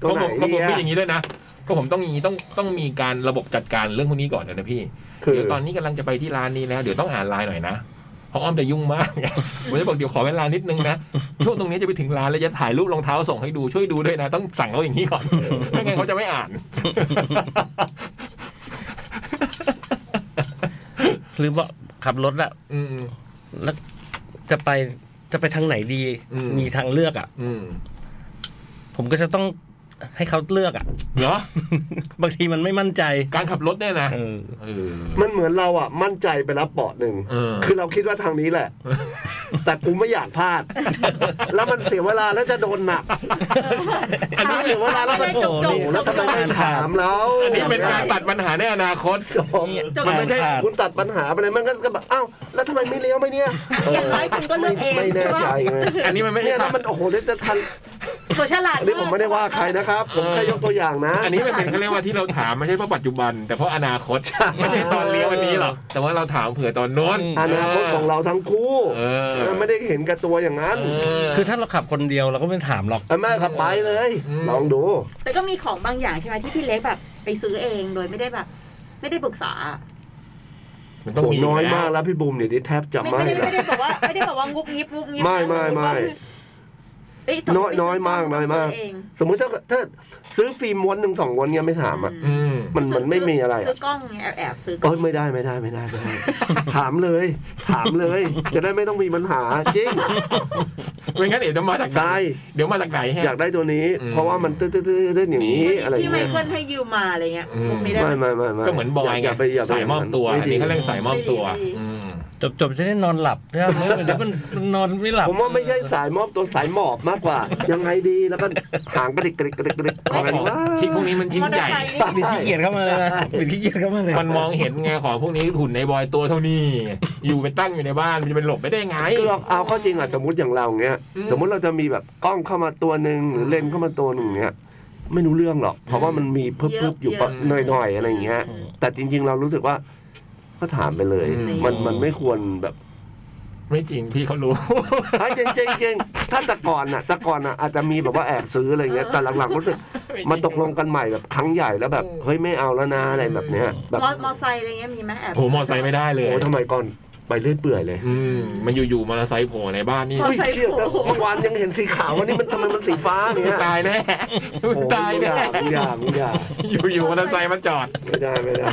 ตัว ก็ ไหน ผมก็ผม เนี่ เป็ ย นอย่างนี้ด้วยนะก็ผมต้องอย่างนี้ต้องต้องมีการระบบจัดการเรื่องพวกนี้ก่อนเลยนะพี่ คือ เดี๋ยวตอนนี้กำลังจะไปที่ร้านนี้แล้ว เดี๋ยวต้องอ่านไลน์หน่อยนะเพราะอ้อมจะยุ่งมาก ผมจะบอกเดี๋ยวขอเวลานิดนึงนะ ช่วงตรงนี้จะไปถึงร้านแล้วจะถ่ายรูปรองเท้าส่งให้ดูช่วยดูด้วยนะ ต้องสั่งเขาอย่างนี้ก่อน ไม่งั้นเขาจะไม่อ่าน หรือว่าขับรถอะ อืม แล้วจะไปจะไปทางไหนดี อืม มีทางเลือกอะ อืม ผมก็จะต้องให้เขาเลือกอะ *laughs* เหรอบ างทีมันไม่มั่นใจ การขับรถเนี่ยนะ เออ เออ มันเหมือนเราอ่ะ มั่นใจไปแล้วเปอดหนึ่ง เออ คือเราคิดว่าทางนี้ *laughs* แหละ แต่กูไม่อยากพลาด แล้วมันเสียเวลาแล้วจะโดนหนัก อันนี้เสียเวลาแล้วมัน จบๆจ โอ้ บ โหแล้วทำไมไม่ถามแล้ว อันนี้เป็นการตัดปัญหาในอนาคต จบ จบ มันไม่ใช่ ขาด คุณตัดปัญหาไปเลยมันก็แบบอ้าวแล้วทำไมไม่เลี้ยวไหมเนี่ย ๆอย่างน้อยคุณก็เลือกเอง ไม่แน่ ใช่ปะ ใจไง อันนี้มันไม่ เนี่ ใช่ ยแล้วมันโอ้โหแล้วจะทัน ตัวฉลาด อันนี้ผมไม่ได้ว่าใครนะครับ ผมแค่ยกตัวอย่างนะ อันนี้มันเป็นเขาเรียกว่าที่เราถามไม่ใช่เพราะปัจจุบัน แต่เพราะอนา *laughs* คตไม่ใช่ตอนเลี้ยววันนี้หรอกแต่ว่าเราถามเผื่อตอนโน้น อนาคตของเราทั้งคู่ เออ เออไม่ได้เห็นกับตัวอย่างนั้น เออ คือถ้าเราขับคนเดียวเราก็ไม่ถามหรอก เออแม่ขับไปเลย อืม ลองดู แต่ก็มีของบางอย่างใช่ไหมที่พี่เล็กแบบ ไปซื้อเองโดยไม่ได้แบบ ไม่ได้ปรึกษา มัน โห แล้ น้ ว อยมากแล้วพี่บูมเดี๋ยวนี้แทบจะ ไม่ ไม่ ไม่ละได้ไม่ได้บอกว่าไม่ได้บอกว่างุบงิบงุบงิบ ไม่ นะ ไม่ไม่ ว่า เแต่ น้อยน้อยมากน้อยมาก ซื้เอง สมมุติถ้าถ้าซื้อฟิล์มม้วนหนึ่งสองม้วนเงี้ยไม่ถามอ่ะ อื อืม มันมันไม่มีอะไร ซื้ อะ อกล้องไงแอบๆซื้อกล้ โอ้ อง ยไม่ได้ไม่ได้ไม่ได้ไม่ได้ ถามเลย ถามเลย จะได้ไม่ต้องมีปัญหาจริ *laughs* ง ไม่งั้นเดี๋ยวจะมาจากไหน ใช่ เดี๋ยวมาจากไหนฮะ อยากได้ตัวนี้ อืม เพราะว่ามันตื้อๆๆๆอย่างนี้อะไรอ ที่ ย่าง ไม เงี้ย เคิลให้ยืมมาอะไรเงี้ย อืม ไม่ได้ ไม่ไม่ไม่ไม่ ก็เหมือนบอยไง ย่าไปอย่าไป สายมอบตัวอันนี้เขาเรียกสายมอบตัวอืม จบจบจะได้นอนหลับนะครับ *laughs* เดี๋ยวมันมันนอนไม่หลับ ผมว่าไม่ใช่สายมอบตัวสายหมอบมากกว่า ยังไงดีแล้วก็หางกระดิกกระดิกกระดิกกระดิก เพราะของ ว่า ชิ้นพวกนี้มันชิ้น มอเตอ ให ร์ ญ่ ไซค์นี่ บิดขี้เกียจเข้ามาเลยนะบิดขี้เกียจเข้ามาเลย มันมองเห็นไงของพวกนี้หุ่นในบอยตัวเท่านี้ อยู่ไปตั้งอยู่ในบ้านมันจะเป็นหลบไม่ได้ไง คือเราเอาเข้อจริงอะสมมติอย่างเราเงี้ย อืม สมมติเราจะมีแบบกล้องเข้ามาตัวหนึ่งหรือเลนส์เข้ามาตัวหนึ่งเนี้ยไม่รู้เรื่องหรอก เพราะว่ามันมีเพิ่ม เยอะ ๆอยู่ปะ เยอะ หน่อยๆอะไรอย่างเงี้ย อืม แต่จริง ๆ เรารู้สึกว่า ก็ถามไปเลย อืม มันมันไม่ควรแบบ ไม่จริงพี่เขารู้ เฮ้ยจริงๆจริงๆถ้าแต่ก่อนอะแต่ก่อนอะอาจจะมีแบบว่าแอบซื้ออะไรเงี้ยแต่หลังๆรู้สึกมาตกลงกันใหม่แบบครั้งใหญ่แล้วแบบเฮ้ยไม่เอาแล้วนะอะไรแบบเนี้ยแบบ มอมอไซค์อะไรเงี้ยมีไหมแอบ โหมอไซค์ไม่ได้เล โอ้ ย ทำไมก่อนไปเรื่อยเปื่อยเลย อืมมันอยู่ๆมอไซค์โผล่ในบ้านนี่ มอ อุ้ย ไซค์ เชี่ยแต่ โผล่ เมื่อวานยังเห็นสีขาววันนี้มันทำไมมันสีฟ้าอย่างเงี้ย ตายแน่ตาย ไม่ แน่ ได้ไม่ได้ไม่ได้ อยู่ๆมอไซค์มาจอด ไม่ได้ไม่ได้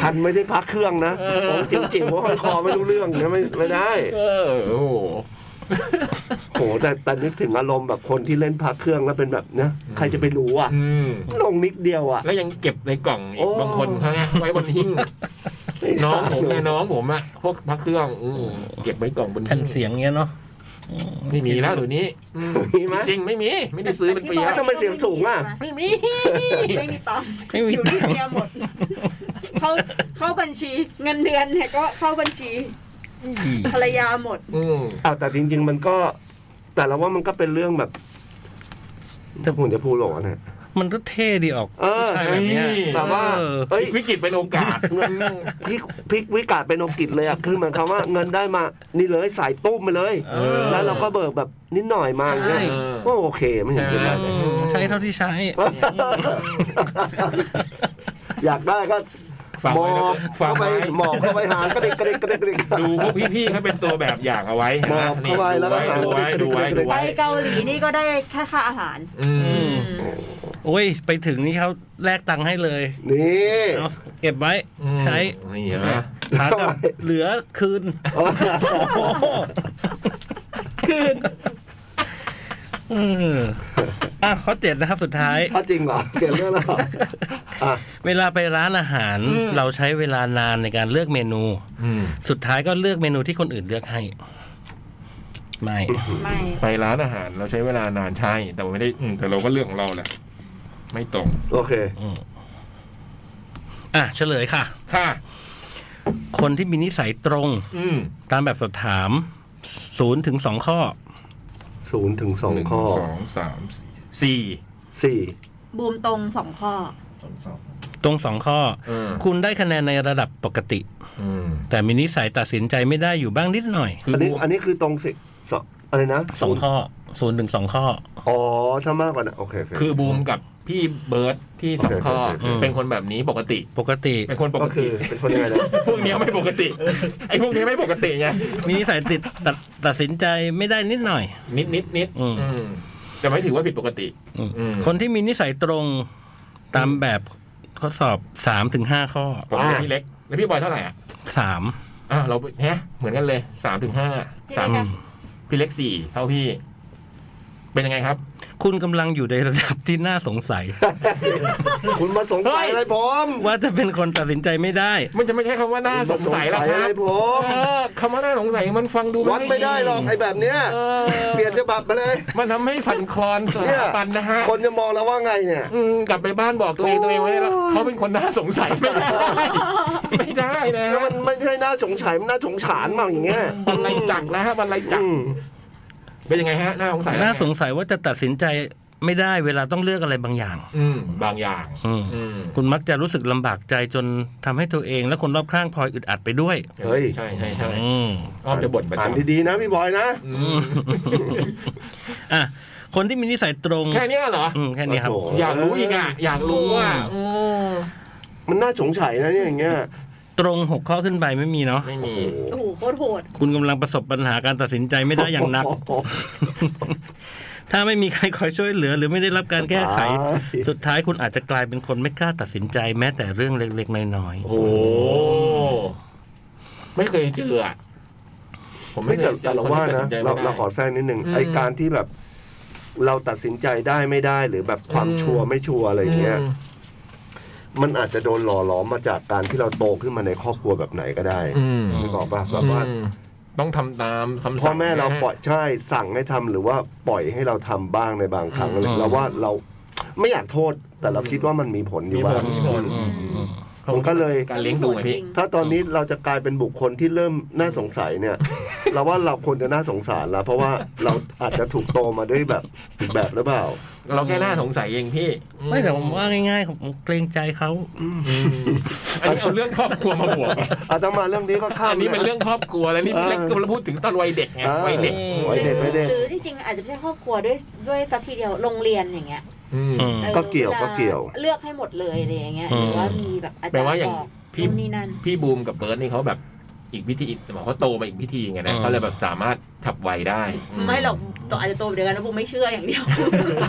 คันไม่ได้พักเครื่องนะของจิ๋วจิ๋วห้อยคอไม่รู้เรื่องนะไม่ไม่ได้ เออโอ้โห โหแต่แต่นึกถึงอารมณ์แบบคนที่เล่นพักเครื่องแล้วเป็นแบบเนี้ยใครจะไปรู้อ่ะ อืม ลงนิดเดียวอ่ะ แล้วยังเก็บในกล่องอี โอ้ กบางคนเขาไงไว้บนหิ้งน้องผมไงน้องผมอะพวกพระเครื่องอืมเก็บไว้กล่องบน แผ่ หิ้ น ง เสียงเงี้ยเนาะ ไม่มีแล้วเดี๋ยวนี้อืม มีไหม จริงไม่มี ไม่ได้ซื้อเป็นปี แล้ แล้ว ทำไมเสียงสูงอะ ไม่มีไม่มีตังค์ ไม่มี อยู่ ตั ที่ งค์ เมียหมด เข้าเข้าบัญชีเงินเดือนเนี่ยก็เข้าบัญชีภรรยาหมด อืม อ้าวแต่จริง ๆ มันก็ แต่เราว่ามันก็เป็นเรื่องแบบถ้าผมจะพูดหรอเนี่ย มันก็เท่ดีออก เออ ใช่แบบเนี้ย แบบว่า เออ เอ้ย วิกฤตเป็นโอกาส พลิกพลิกวิกฤตเป็นโอกิจเลยอ่ะคือหมายความว่าเงินได้มา นี่เลยใส่ตุ้มไปเลย เออ แล้วเราก็เบิกแบบนิดหน่อยมาอย่างเงี้ย ใช่ ก็โอเคไม่เห็นเป็นไรเลย ใช้เท่าที่ใช้ อยากได้ก็ ฝาก หมอ ไว้นะ บ ฝาก เข้าไป ไว้ หมอบเข้าไปหางกระดิกกระดิกกระดิกกระดิก ดูพวกพี่ๆเขาเป็นตัวแบบอย่างเอาไว้ มอ นะ บ นี่ เข้าไปแล้วก็หา ดูไว้ดูไว้ดู ไป ไว้ เกาหลีนี่ก็ได้แค่ค่าอาหาร อืม โอ้ย ไปถึงนี่เขาแลกตังค์ให้เลย นี่ เอาเก็บไว้ อืม ใช้ นี่เหรอ ชาร์จกับเหลือคืน โอ้โหคืนเอออ่ะข้อเจ็ดนะครับสุดท้าย ถ้าจริงเหรอเปลี่ยนเรื่องแล้วเหรออ่ะ เวลาไปร้านอาหารเราใช้เวลานานในการเลือกเมนู อืม สุดท้ายก็เลือกเมนูที่คนอื่นเลือกให้ ไม่ ไม่ ไปร้านอาหารเราใช้เวลานานใช่ แต่ว่าไม่ได้อืมแต่เราก็เลือกของเราแหละไม่ตรง โอเค อ่ะเฉลยค่ะ ค่ะ คนที่มีนิสัยตรง อืม ตามแบบสอบถามศูนย์ถึงสองข้อ ศูนย์ถึงสอง หนึ่ ข้อ สองสามสี่ สี่ บูมตรงสองข้อ สอง ตรงสองข้อ เออ คุณได้คะแนนในระดับปกติ อืม แต่มีนิสัยตัดสินใจไม่ได้อยู่บ้างนิดหน่อย คือ อันนี้ บวก อันนี้คือตรงสิสองอะไรนะ สองข้อศูนย์ถึงสองข้อ อ๋อถ้ามากกว่านะโอเคโอเค คือบูมกับพี่เบิร์ดที่สองข้อ โอเคโอเคโอเค เป็นคนแบบนี้ปกติ ปกติ เป็นคนปก ก็คื ติ อเป็นคนยังไงนะ พวกเนี้ยไม่ปกติไอ้พวกเนี้ยไม่ปกติไง มีนิสัยติดตัดตัดสินใจไม่ได้นิดหน่อย นิดนิดนิด อืม อืมแต่ไม่ถือว่าผิดปกติ อืม อืม คนที่มีนิสัยตรงตามแบบทดสอบสามถึงห้าข้อ ผมเป็นพี่เล็ก แล้วพี่บอยเท่าไหร่อ่ะ สาม อ่ะเราฮะเหมือนกันเลยสามถึงห้าสาม พี่เล็กอะ พี่เล็กสี่เท่าพี่ เป็นยังไงครับ คุณกำลังอยู่ในระดับที่น่าสงสัย *laughs* คุณมาสงสัยอะไรผม ว่าจะเป็นคนตัดสินใจไม่ได้ มันจะไม่ใช่คำว่าน่าสงสัยแล้วค อะ รั ไร บ ผม เออคำว่าน่าสงสัยมันฟังดูน วัดไม่ได้หรอกไอ้แบบเนี้ย เออ เปลี่ยนจะบับไปเลย มันทำให้สั่นคลอนส เนี่ย ถาบันนะฮะ คนจะมองแล้วว่าไงเนี่ย อืมกลับไปบ้านบอกตัวเองตัวเองไว้ได้แล้วเขาเป็นคนน่าสงสัยไม่ *laughs* ได้ไม่ได้นะ แล้วมันไม่ใช่น่าสงสัยมันน่าสงสารมากอย่างเงี้ย บรรลัยจักรแล้วฮะบรรลัยจักร อืม เป็นยังไงฮะน่าสงสัย น่าสงสัยว่าจะตัดสินใจไม่ได้เวลาต้องเลือกอะไรบางอย่าง อืมบางอย่าง อืม อืม คุณมักจะรู้สึกลำบากใจจนทำให้ตัวเองและคนรอบข้างพลอยอึดอัดไปด้วย เฮ้ย ใช่ใช่ใช่ อืม อ้อมจะบ่นประ อ่าน จำ ดีๆนะพี่บอยนะ อื อื ม มอ่ะ คนที่มีนิสัยตรง แค่เนี้ยเหรอ อืมแค่นี้ครับ โอ้โห อยากรู้อีกอ่ะ อยากรู้ว่าอืม มันน่าสงสัยนะเนี่ยอย่างเงี้ย ตรงหกข้อขึ้นไปไม่มีเนาะ ไม่มี โอ้โหโคตรโหด *laughs* *laughs* คุณกำลังประสบปัญหาการตัดสินใจไม่ได้อย่างหนัก ท ถ้าไม่มีใครคอยช่วยเหลือ หรือไม่ได้รับการแก้ไข อ๋อ สุดท้ายคุณอาจจะกลายเป็นคนไม่กล้าตัดสินใจแม้แต่เรื่องเล็กๆน้อย โอ้โหไม่เคยเจออะผม ไม่ ไม่เค เกิ ย ด เจ แต่ อ เรา คน ว่า ที่ตัด นะ สินใจ เรา ไม่ เรา ได้ ขอแทรกนิดหนึ่ง อืม ไอการที่แบบ เราตัดสินใจได้ไม่ได้หรือแบบความ อืม ชัวร์ไม่ชัวร์อะไรอย่างเงี้ย มันอาจจะโดนหล่อหลอมมาจากการที่เราโตขึ้นมาในครอบครัวแบบไหนก็ได้ อืม นึกออกปะแบบว่า อืมต้องทำตามคำสั่ง พ่อแม่เราปล่อย นะ ใช่สั่งให้ทำหรือว่าปล่อยให้เราทำบ้างในบางครั้ง อืม เราว่าเราไม่อยากโทษ แต่เราคิดว่ามันมีผลอยู่ มีผ บ้า ล ง มีผล ๆอืมอืม ผมก็เลย การเลี้ยงดูไงพี่ ถ้าตอนนี้เราจะกลายเป็นบุคคลที่เริ่มน่าสงสัยเนี่ย *laughs* เราว่าเราควรจะน่าสงสารแล้ว เพราะว่าเราอาจจะถูกโตมาด้วยแบบอีกแบบหรือเปล่า เราแค่น่าสงสัยเองพี่ ไม่แต่ผมว่าง่ายๆ ผมเกรงใจเขา อืมอันนี้เอาเรื่องครอบครัวมาบวก อาตมาเรื่องนี้ก็ข้าม อันนี้เป็นเรื่องครอบครัวแล้วนี่เล็กก็เราพูดถึงตอนวัยเด็กไง อ่า วัยเด็ก วัยเด็กวัยเด็ก หรือที่จริงอาจจะไม่ใช่ครอบครัวด้วยด้วยตะทีเดียวโรงเรียนอย่างเงี้ย อืม อืม ออ ก็เกี่ยว ลา ก็เกี่ยว เลือกให้หมดเลยอะไรอย่างเงี้ย อื ห ม รือว่ามีแบบอาจารย์ แปลว่าอย่าง บอก พี่ นู่นนี่นั่น พี่บูมกับเบิร์ดนี่เขาแบบอีกพิธีอีกแต่บอกเขาโตมาอีกพิธีไงนะ อืม เขาเลยแบบสามารถฉับไวได้ ไม่หรอกตัวอาจจะโตไปเดียวกันแล้วผมไม่เชื่ออย่างเดียว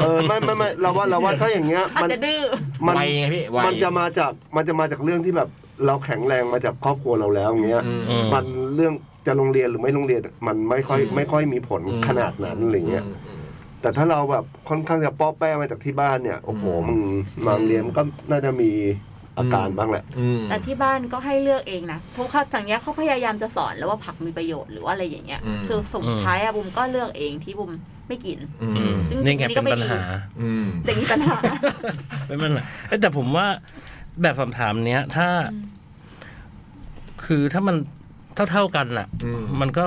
เออไม่ไม่ไม่เราว่าเราว่าถ้าอย่างเงี้ย อาจ *laughs* มัน จะดื้อ มัน ไวไงพี่ไว มันจะมาจากมันจะมาจากเรื่องที่แบบเราแข็งแรงมาจากครอบครัวเราแล้วอย่างเงี้ย อืม อืม มันเรื่องจะโรงเรียนหรือไม่โรงเรียนมันไม่ค่อย อืม ไม่ค่อยมีผลขนาดนั้นอะไรเงี้ยแต่ถ้าเราแบบค่อนข้างจะป้อแป้มาจากที่บ้านเนี่ยโอ้โหมึงมาโรงเรียนก็น่าจะมีอาการบ้างแหละ อืม แต่ที่บ้านก็ให้เลือกเองนะเพราะเขาทางเนี้ยเขาพยายามจะสอนแล้วว่าผักมีประโยชน์หรือว่าอะไรอย่างเงี้ย อืม คือสุดท้ายอะบุมก็เลือกเองที่บุมไม่กิน อื อื ม ม ซึ่ง นี่ไง จริงๆ เป็นปัญหา ก็ไม่ อืม แต่มีปัญ *laughs* หา เป็นปัญหาเอ้ยแต่ผมว่าแบบคำถามเนี้ย ถ้า คือถ้ามันเท่าๆกันน่ะ อืม มันก็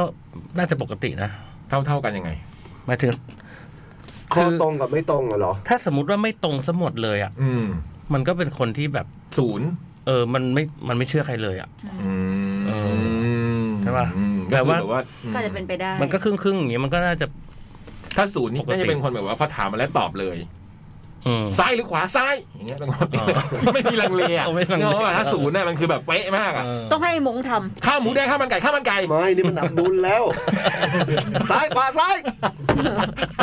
น่าจะปกตินะ เท่าเท่ากันยังไง หมายถึง คือ ข้อตรงกับไม่ตรงอะเหรอ ถ้าสมมติว่าไม่ตรงสมหมดเลยอ่ะ อืม มันก็เป็นคนที่แบบ ศูนย์ เออ มันไม่ มันไม่เชื่อใครเลยอ่ะ อืม เออใช่ปะ อืม แต่ว่า ก็คือบบว่า ก็จะเป็นไปได้ มันก็ครึ่งๆอย่างเงี้ยมันก็น่าจะ ถ้าศูนย์นี่ ปกติ น่าจะเป็นคนแบบว่าพอถามมาแล้วตอบเลย อืม ซ้ายหรือขวาซ้ายอย่างเงี้ยเป็นคน อ๋อ ไม่มีลังเลอ่ะ ไม่ลังเล เนกออกปะถ้าศูนย์น่ะมันคือแบบเป๊ะมากอ่ะ เออ ต้องให้ไอ้มงทำ ข้าวหมูแดงข้าวมันไก่ข้าวมันไก่ ไม่นี่มันอับดุล *laughs* แล้ว ซ้ายขวาซ้าย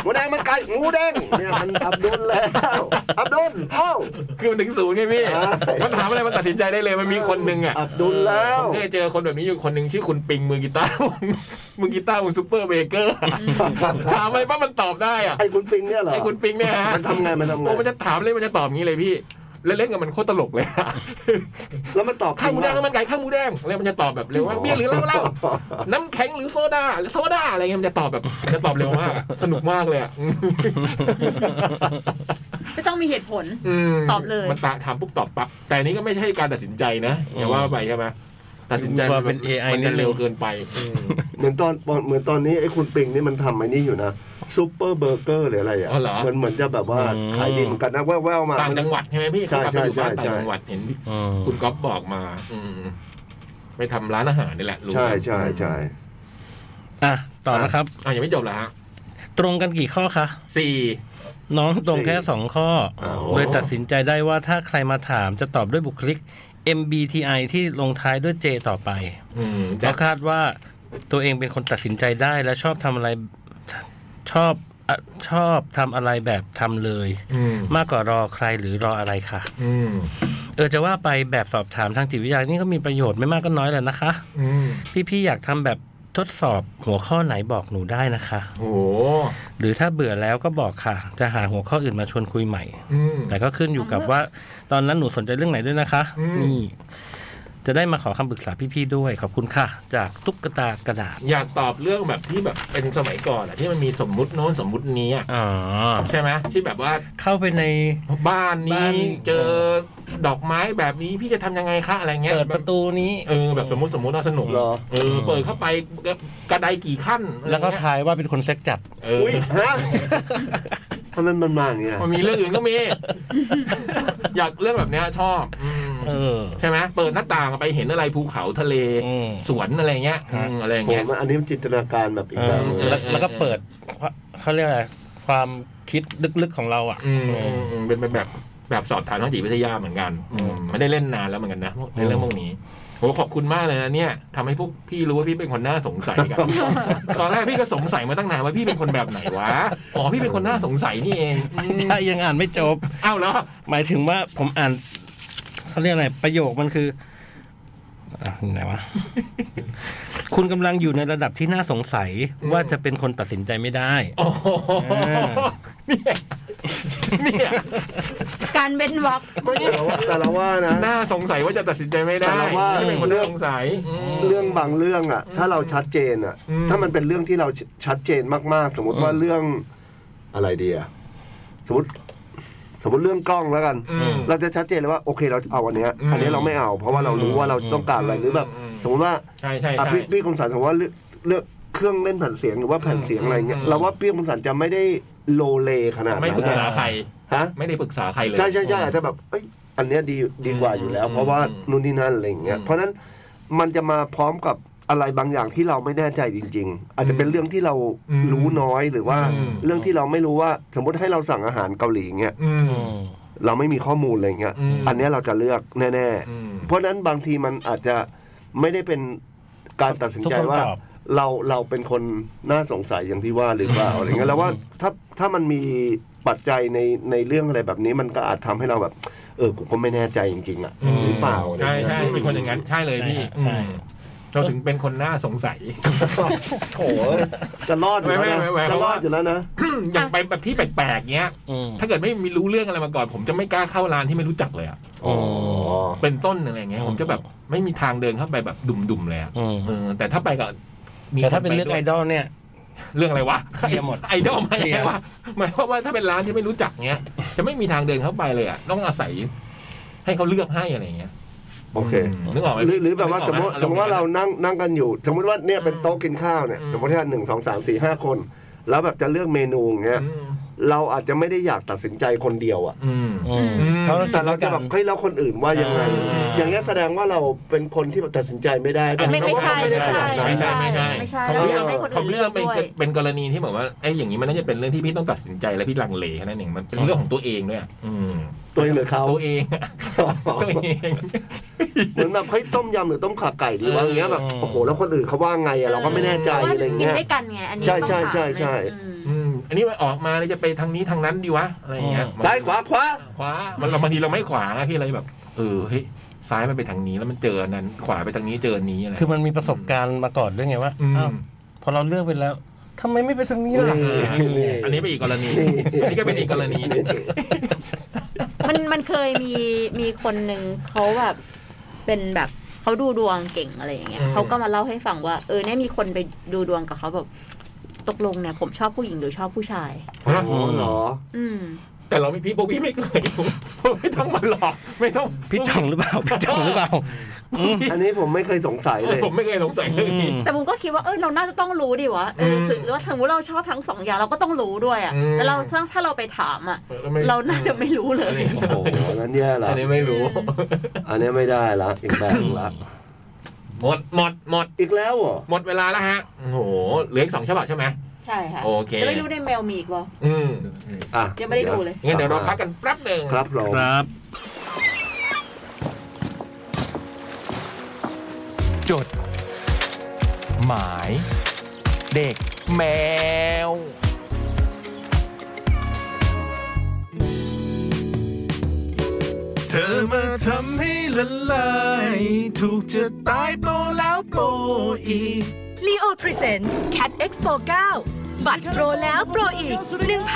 หมูแดงมันไก่หมูแดงเนี่ยมันอับดุลแล้วอับดุลเอ้า คือมันถึงศูนย์ไงพี่ อ่า มันถามอะไรมันตัดสินใจได้เลยมันมีคนหนึงอ่ะ อับดุลแล้ว ผมเคยเจอคนแบบนี้อยู่คนหนึ่งชื่อคุณปิงมือกีตาร์ *laughs* มือกีตาร์วงซูเปอร์เบเกอร์ ถามอะไรป้ามันตอบได้อะ ไอ้คุณปิงเนี่ยเหรอ ไอ้คุณปิงเนี่ยฮะ มันทำไงมันทำไง โอ้มันจะถามเล่นมันจะตอบอย่างนี้เลยพี่ แล้วเล่นกับมันโคตรตลกเลย *laughs* อะ แล้วมันตอบ ข้าวหมูแดง จริ ข้าว ง มันไก่ข้าวหมูแดงแล้วมันจะตอบ *laughs* แบบเร็วว่าเบียร์หรือเหล้า *laughs* เหล้าน้ำแข็งหรือโซดาหรือโซดาอะไรเงี้ยมันจะตอบแบบมันจะตอบเร็วมากอะสนุกมากเลยอะ *laughs* ไม่ต้องมีเหตุผล ม ตอบเลย มันตาถามปุ๊บตอบปั๊บแต่อันนี้ก็ไม่ใช่การตัดสินใจนะอย่าว่าไปใช่ไหมตัดสินใจ ว่าเป็น AI มันจะเร็วเกินไปอืม เหมือนตอนเหมือนตอนนี้ไอ้คุณปิงนี่มันทำไอ้นี่อยู่นะซูเปอร์เบอร์เกอร์หรืออะไรอ่ะ อ๋อเหรอ เหมือนเหมือนจะแบบว่า อืม ขายดีเหมือนกันนะแว่วๆมา ต่างจังหวัดใช่ไหมพี่ ใช่ เขากลับไปอยู่ ใช่ บ้านต่าใช่งจังหวัดเห็น อืม คุณก๊อฟบอกมา อืมไปทำร้านอาหารนี่แหละรู้ ใช่ใช่ใช่ อ่ะ ต่อนะครับ อ่ะยังไม่จบเหรอฮะ ตรงกันกี่ข้อคะ สี่ น้องตรงแค่สองข้อ โอ้โห เลยตัดสินใจได้ว่าถ้าใครมาถามจะตอบด้วยบุคลิก MBTI ที่ลงท้ายด้วย J ต่อไป อืม เพราะคาดว่าตัวเองเป็นคนตัดสินใจได้และชอบทำอะไรชอบอ่ะชอบทำอะไรแบบทำเลย อืม มากกว่ารอใครหรือรออะไรค่ะ อืม เออจะว่าไปแบบสอบถามทางจิตวิทยานี่ก็มีประโยชน์ไม่มากก็น้อยแหละนะคะ อืม พี่ๆอยากทำแบบทดสอบหัวข้อไหนบอกหนูได้นะคะ โอ้โห หรือถ้าเบื่อแล้วก็บอกค่ะ จะหาหัวข้ออื่นมาชวนคุยใหม่ อืม แต่ก็ขึ้นอยู่กับว่า ตอนนั้นหนูสนใจเรื่องไหนด้วยนะคะ อืม นี่จะได้มาขอคำปรึกษาพี่ๆด้วยขอบคุณค่ะ จากตุ๊กตากระดาษ อยากตอบเรื่องแบบที่แบบเป็นสมัยก่อนอะที่มันมีสมมุติโน้นสมมุตินี้อะ อ๋อ ใช่ไหมที่แบบว่า เข้าไปใน บ้านนี้ บ้าน เจอดอกไม้แบบนี้พี่จะทำยังไงคะอะไรเงี้ย เปิดประตูนี้ เออแบบสมมติสมมติว่าสนุก เหรอ เออเปิดเข้าไปกระไดกี่ขั้นอะไร แล้วก็ เงี้ย ทายว่าเป็นคนเซ็กจัด เออ อุ้ย อ ฮะทำไมมันมาอย่างเงี้ย มันมีเรื่องอื่นก็มี อยากเรื่องแบบเนี้ยชอบอืม เออ ใช่ไหมเปิดหน้าต่างไปเห็นอะไรภูเขาทะเล อืม สวนอะไรเงี้ย ครับ อืมอะไร ผม เงี้ย ว่าอันนี้มันจินตนาการแบบอีกแบบหนึ่ง เออ แล้วแล้วก็เปิดเขาเรียกอะไรความคิดลึกๆของเราอ่ะ อืม เอ อื อ มอืมเป็นแบบแบบสอบถามทางจิตวิทยาเหมือนกันอืมไม่ได้เล่นนานแล้วเหมือนกันนะในเรื่องพวกนี้ โหขอบคุณมากเลยนะเนี่ยทำให้พวกพี่รู้ว่าพี่เป็นคนน่าสงสัยกัน *laughs* ตอนแรกพี่ก็สงสัยมาตั้งนานว่าพี่เป็นคนแบบไหนวะอ๋อพี่เป็นคนน่าสงสัยนี่เองอืม ใช่ยังอ่านไม่จบ อ้าวเหรอ หมายถึงว่าผมอ่านเขาเรียกอะไรประโยคมันคืออ่ะอยู่ไหนวะ คุณกำลังอยู่ในระดับที่น่าสงสัยว่าจะเป็นคนตัดสินใจไม่ได้ โอ้โห อ่า เนี่ยเนี่ย การเบนวอก ไม่แต่เราว่าแต่เราว่านะ น่าสงสัยว่าจะตัดสินใจไม่ได้ แต่เราว่า ไม่เป็นคนน่าสงสัยอืม เรื่องบางเรื่องอ่ะ ถ้าเราชัดเจนอ่ะ อืม ถ้ามันเป็นเรื่องที่เราชัดเจนมากๆ สมมติว่า อืม เรื่องอะไรดีอ่ะสมมติ สมมติเรื่องกล้องแล้วกัน อืม เราจะชัดเจนเลยว่าโอเคเราเอาอันเนี้ย อืม อันเนี้ยเราไม่เอา เพราะว่าเรารู้ว่าเราต้องการอะไรหรือแบบ อืม สมมติว่า ใช่ใช่ อ่ะ ใช่ พี่พี่คมสันถามว่าเลือกเลือกเครื่องเล่นแผ่นเสียงหรือว่าแผ่นเสียงอะไรเงี้ย อืม เราว่าพี่คมสันจะไม่ได้โลเลขนาด ไม่ นั้ ปรึก น ษาใคร ฮะ ไม่ได้ปรึกษาใครเลย ใช่ใช่ใช่อาจจะแบบเอ้ยอันเนี้ยดีดีกว่าอยู่แล้ว อืม เพราะว่า อืม นู่นนี่นั่นอะไรอย่างเงี้ย อืม เพราะฉะนั้นมันจะมาพร้อมกับอะไรบางอย่างที่เราไม่แน่ใจจริง ๆ อาจจะเป็นเรื่องที่เรา อืม รู้น้อยหรือว่า อืม เรื่องที่เราไม่รู้ว่าสมมติให้เราสั่งอาหารเกาหลีเงี้ย อืม เราไม่มีข้อมูลอะไรเงี้ย อืม อันเนี้ยเราจะเลือกแน่ อืม ๆ เพราะฉะนั้นบางทีมันอาจจะไม่ได้เป็นการตัดสินใจ ทุกคำตอบ ว่า เราเราเป็นคนน่าสงสัยอย่างที่ว่าหรือเปล่าอะไรเงี้ยแล้วว่าถ้าถ้ามันมีปัจจัยในในเรื่องอะไรแบบนี้มันก็อาจทำให้เราแบบ เออกูก็ไม่แน่ใจจริง ๆ อ่ะ หรือเปล่าอะไร ใช่ เงี้ย ใช่เป็นคนอย่างนั้นใช่เลยพี่ ใช่ อื ใช่ มเราถึงเป็นคนน่าสงสัย โถจะรอดอยู่แล้วนะ ไม่ไม่ไม่ไม่ จะรอดอยู่แล้วนะ *laughs* อย่างไปแบบที่แปลกๆเงี้ย อืม ถ้าเกิดไม่มีรู้เรื่องอะไรมาก่อน ผมจะไม่กล้าเข้าร้านที่ไม่รู้จักเลยอะ อ๋อ เป็นต้นอะไรอย่างเงี้ย อืม ผมจะแบบไม่มีทางเดินเข้าไปแบบดุ่มๆเลยอะ อืม เออแต่ถ้าไปก็มี แต่ถ้าเป็นเรื่อง ค ไอ ไป ดอลเนี่ย เรื่องอะไรวะ เคลียร์หมด ไอดอลไม่ เคลียร์ ใช่ว่าหมายความว่าถ้าเป็นร้านที่ไม่รู้จักเงี้ย จะไม่มีทางเดินเข้าไปเลยอะต้องอาศัย ให้เขาเลือกให้อะไรอย่างเงี้ย โอเค มนึกออกไหม หรือหรือแบบว่าสมมติส นึกมออกมติ ไห ว่าเรานั่งนั่งกันอยู่ สมมติว่าเนี่ยเป็นโต๊ะกินข้าวเนี่ย อืม สมมติว่าหนึ่งสองสามสี่ห้าคน แล้วแบบจะเลือกเมนูอย่างเงี้ย อืม เราอาจจะไม่ได้อยากตัดสินใจคนเดียวอ่ะ อืม อืม อืม พะ แต่เราจะแบบเฮ้ยแล้วคนอื่นว่ายังไง อ่า อย่างนี้ยแสดงว่าเราเป็นคนที่แบบตัดสินใจไม่ได้แต่ ไม่ไม่ใช่ เราก็ไม่ได้ ไม่ ข ใช่ นาดนั้น ไม่ ไม่ ใช่ ใช่ไม่ใช่ขไม่ใช่แล้ว อง เรา พี่ ให้คน ของ อื่น พี่ เลือก เป็น ด้วย เป็นกรณีที่แบบว่าไอ้อย่างนี้มันน่าจะเป็นเรื่องที่พี่ต้องตัดสินใจและพี่ลังเลแค่นั้นเองมันเป็นเรื่องของตัวเองด้วยอะอืม ตัวเองหรือเขา ตัวเองอะตัวเอง เหมือนแบบเฮ้ยต้มยำหรือต้มข่าไก่ดีวะอย่างเงี้ยแบบ เออ โอ้โหแล้วคนอื่นเขาว่าไงอะเราก็ไม่แน่ใจอะไร กิน เงี้ย ด้วยกันไงอันนี้ ใช่ ต้อง ใช่ ถาม ใช่ใช่ เลยอืม อืมอันนี้มันออกมาเลยจะไปทางนี้ทางนั้นดีวะอะไรอย่างเงี้ย ซ้ายขวาขวา ขวามันเราบางทีเราไม่ขวานะพี่เลยแบบ เออเฮ้ยซ้ายมันไปทางนี้แล้วมันเจออันนั้น ขวาไปทางนี้เจออันนี้อะไร คือมันมีประสบการณ์มาก่อนด้วยไงว่า อืม อ้าวพอเราเลือกไปแล้วทำไมไม่ไปทางนี้ล่ะ นี่ อันนี้เป็นอีกกรณีอันนี้ก็เป็นอีกกรณีหนึ่ง มันมันเคยมีมีคนหนึ่งเขาแบบเป็นแบบเขาดูดวงเก่งอะไรอย่างเงี้ย อืม เขาก็มาเล่าให้ฟังว่า เออเนี่ยมีคนไปดูดวงกับเขาแบบตกลงเนี่ยผมชอบผู้หญิงหรือชอบผู้ชาย ฮะ อ๋อเหรอ อืม แต่เราไม่พี่พวกพี่ไม่เคย *laughs* ไม่ต้องมาหลอกไม่ต้อง พี่จ่องหรือเปล่า พี่จ่องหรือเปล่า อันนี้ผมไม่เคยสงสัยเลย ผมไม่เคยสงสัยเรื่องนี้ แต่ผมก็คิดว่าเออเราน่าจะต้องรู้ดิวะเออ อืม สึกหรือว่าถึงว่าเราชอบทั้งสองอย่างเราก็ต้องรู้ด้วยอ่ะ อืม แต่เราถ้าเราไปถามอ่ะ ออไม่ เราน่าจะไม่รู้เล อัน ย นี้ โอ้โหงั้นแย่ละ อันนี้ไม่รู้ อันนี้ไม่ได้ละอีกแบบนึงละ หมดหมดหมด อีกแล้วเหรอ หมดเวลาแล้วฮะโอ้โหเหลืออีกสองฉบับใช่ไหม ใช่ค่ะ โอเค จะไม่รู้ในเมลมีอีกวะ อืม อ่ะ ยังไม่ได้ดูเลย งั้นเดี๋ยวเราพักกันแป๊บหนึ่ง ครับผม ครับ จด หมาย เด็กแมว เธอมาทำให้ละลายถูกจะตายโปรแล้วโปรอีก l e o Present Cat Expo 9 บัตรโปรแล้วโปรอีก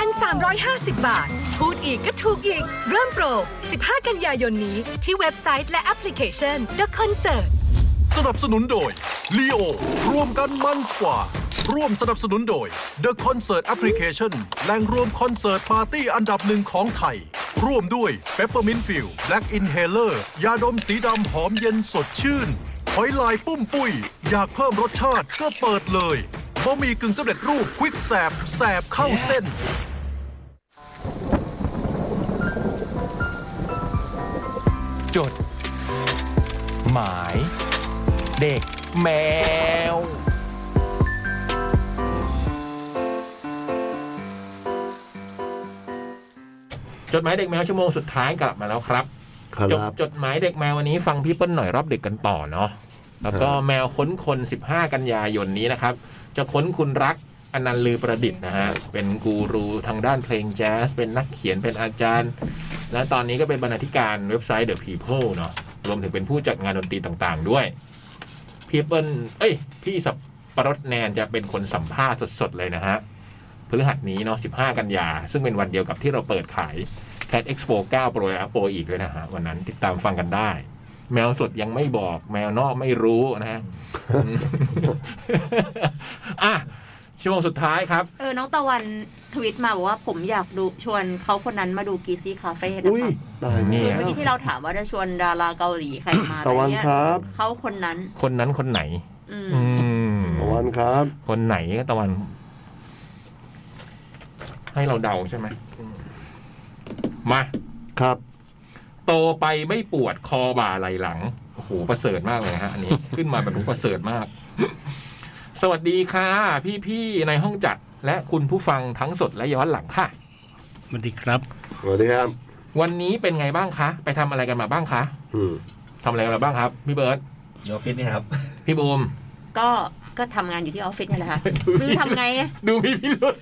1,350 บาท พูดอีกก็ถูกอีก เริ่มโปร 15 กันยายนนี้ที่เว็บไซต์และแอปพลิเคชัน The Concert สนับสนุนโดย l e o ร่วมกันมันกว่า ร่วมสนับสนุนโดย The Concert Application แหล่งรวมคอนเสิร์ตปาร์ตี้อันดับหนึ่งของไทย ร่วมด้วย Peppermint Field Black Inhaler ยาดมสีดำหอมเย็นสดชื่นหอยลายปุ้มปุ้ย อยากเพิ่มรสชาติก็เปิดเลยบะหมี่กึ่งสำเร็จรูปควิกแสบแสบเข้าเส้น จด หมาย เด็กแมว จดหมายเด็กแมวชั่วโมงสุดท้ายกลับมาแล้วครับ ครั จบบ จดหมายเด็กแมววันนี้ฟังพี่เปิ้ลหน่อยรอบดึกกันต่อเนาะแล้วก็แมวค้นคน 15 กันยายนนี้นะครับ จะค้นคุณรักอนันต์ลือประดิษฐ์นะฮะ เป็นกูรูทางด้านเพลงแจ๊ส เป็นนักเขียนเป็นอาจารย์ และตอนนี้ก็เป็นบรรณาธิการเว็บไซต์ The People เนาะรวมถึงเป็นผู้จัดงานดนตรีต่างๆ ด้วย พี่เปิ้ลเอ้ย พี่สับประรดแนนจะเป็นคนสัมภาษณ์สดๆเลยนะฮะพฤหัสนี้เนาะ 15 กันยา ซึ่งเป็นวันเดียวกับที่เราเปิดขาย Cat Expo 9 Pro และ Pro อีกด้วยนะฮะ วันนั้นติดตามฟังกันได้ แมวสดยังไม่บอก แมวนอกไม่รู้นะ *laughs* ฮะ อ่ะ ชั่วโมงสุดท้ายครับ เออน้องตะวันทวิตมาบอกว่าผมอยากดูชวนเขาคนนั้นมาดูกีซี่คาเฟ่นะ อุ้ย คะ ตาย เนี่ แล้ เมื่ ย อกี้ที่เราถามว่าจะชวนดาราเกาหลีใครมา ตะวัน อะไรเงี้ย ครับ เขาคนนั้น คนนั้นคนไหน อืม อืม ตะวันครับ คนไหนก็ตะวัน ให้เราเดาใช่ไหมอืมมา ครับ โตไปไม่ปวดคอบ่าไหลหลัง โอ้โห ประเสริฐมากเลยนะฮะ อันนี้ ขึ้นมาแบบประเสริฐมาก สวัสดีค่ะ พี่ๆ ในห้องจัด และคุณผู้ฟังทั้งสดและย้อนหลังค่ะ สวัสดีครับ สวัสดีครับ วันนี้เป็นไงบ้างคะ ไปทำอะไรกันมาบ้างคะ อืม ทำอะไรกันมาบ้างครับ พี่เบิร์ต ยอฟฟิศนี่ครับ พี่บูม ก็ก็ทำงานอยู่ที่ออฟฟิศนี่แหละค่ะคือทำไงอะ ดูพี่พิรุษ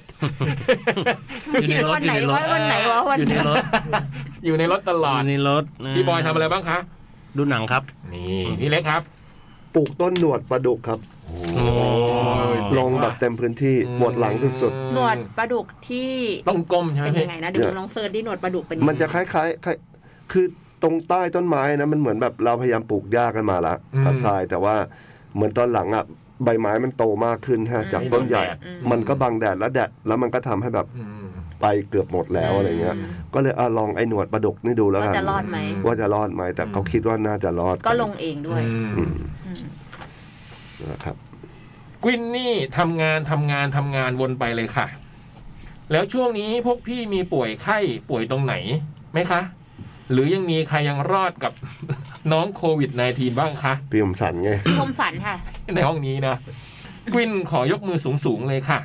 อยู่ในรถ วันไหน อยู่ในรถ วะวันไหนวะวัน อยู่ ไหน ในรถ อยู่ในรถตลออด ยู่ในรถ พี่บอยทำอะไรบ้างคะ ดูหนังครับ นี่พี่เล็กครับ ปลูกต้นหนวดปลาดุกครับ ย เจ๋ ล ว่ะ งแบบเต็มพื้นที่ปวดหลังสุด หนวดปลาดุกที่ ต้องก้มใช่ไหม เป็น พี่ ยังไงนะเดี๋ยวลองเซิร์ชดิหนวดปลาดุกเป็นยัง ๆ ไง มันจะคล้ายๆคล้ายคือตรงใต้ต้นไม้นะมันเหมือนแบบเราพยายามปลูกหญ้ากันมาละ อืม กับทรายแต่ว่าเหมือนตอนหลังอ่ะใบไม้มันโตมากขึ้นฮะ อืม จากต้นใหญ่ ไม่โดนแดด มันก็บังแดดแล้วแดดแล้วมันก็ทำให้แบบ อืม ไปเกือบหมดแล้วอะไรเงี้ย ก็เลยอะลองไอ้หนวดปลาดุกนี่ดูแล้ว ว่า กัน จะรอดไหม ว่าจะรอดไหมแต่เขา อืม คิดว่าน่าจะรอด ก็ลงเองด้วย อืม อืม อืม นะครับ กวินนี่ทำงานทำงานทำงานวนไปเลยค่ะ แล้วช่วงนี้พวกพี่มีป่วยไข้ป่วยตรงไหนไหมคะ หรือยังมีใครยังรอดกับ *laughs* น้องโควิด -19 บ้างคะ พี่ผมสันไง คมสันค่ะ ในห้องนี้นะ กวินขอยกมือสูง ๆ เลยค่ะ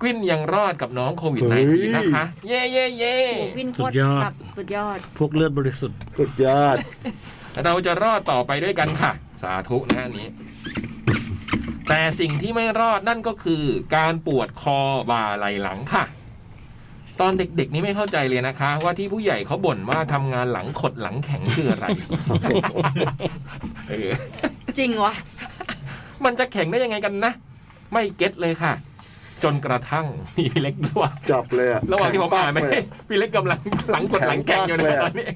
กวินยังรอดกับน้องโควิด เฮ้ย -19 นะคะ เย่เย่เย่ วินโคต สุดย ร อด แบบสุดยอด พวกเลือดบริสุทธิ์ สุดยอด เราจะรอดต่อไปด้วยกันค่ะ สาธุนะอันนี้ แต่สิ่งที่ไม่รอดนั่นก็คือ การปวดคอบ่าไหลหลังค่ะ ตอนเด็ก ๆ นี้ไม่เข้าใจเลยนะคะ ว่าที่ผู้ใหญ่เขาบ่นว่าทำงานหลังขดหลังแข็งคืออะไร เออ จริงวะ มันจะแข็งได้ยังไงกันนะ ไม่เก็ตเลยค่ะ จนกระทั่งมีพี่เล็กด้วย จับเลยอะ ระหว่างที่ผมอ่านไป เลย พี่เล็กกำลังหลังกดหลังแกงอยู่ แข็ นะ ง ต มากเลยออะนนี้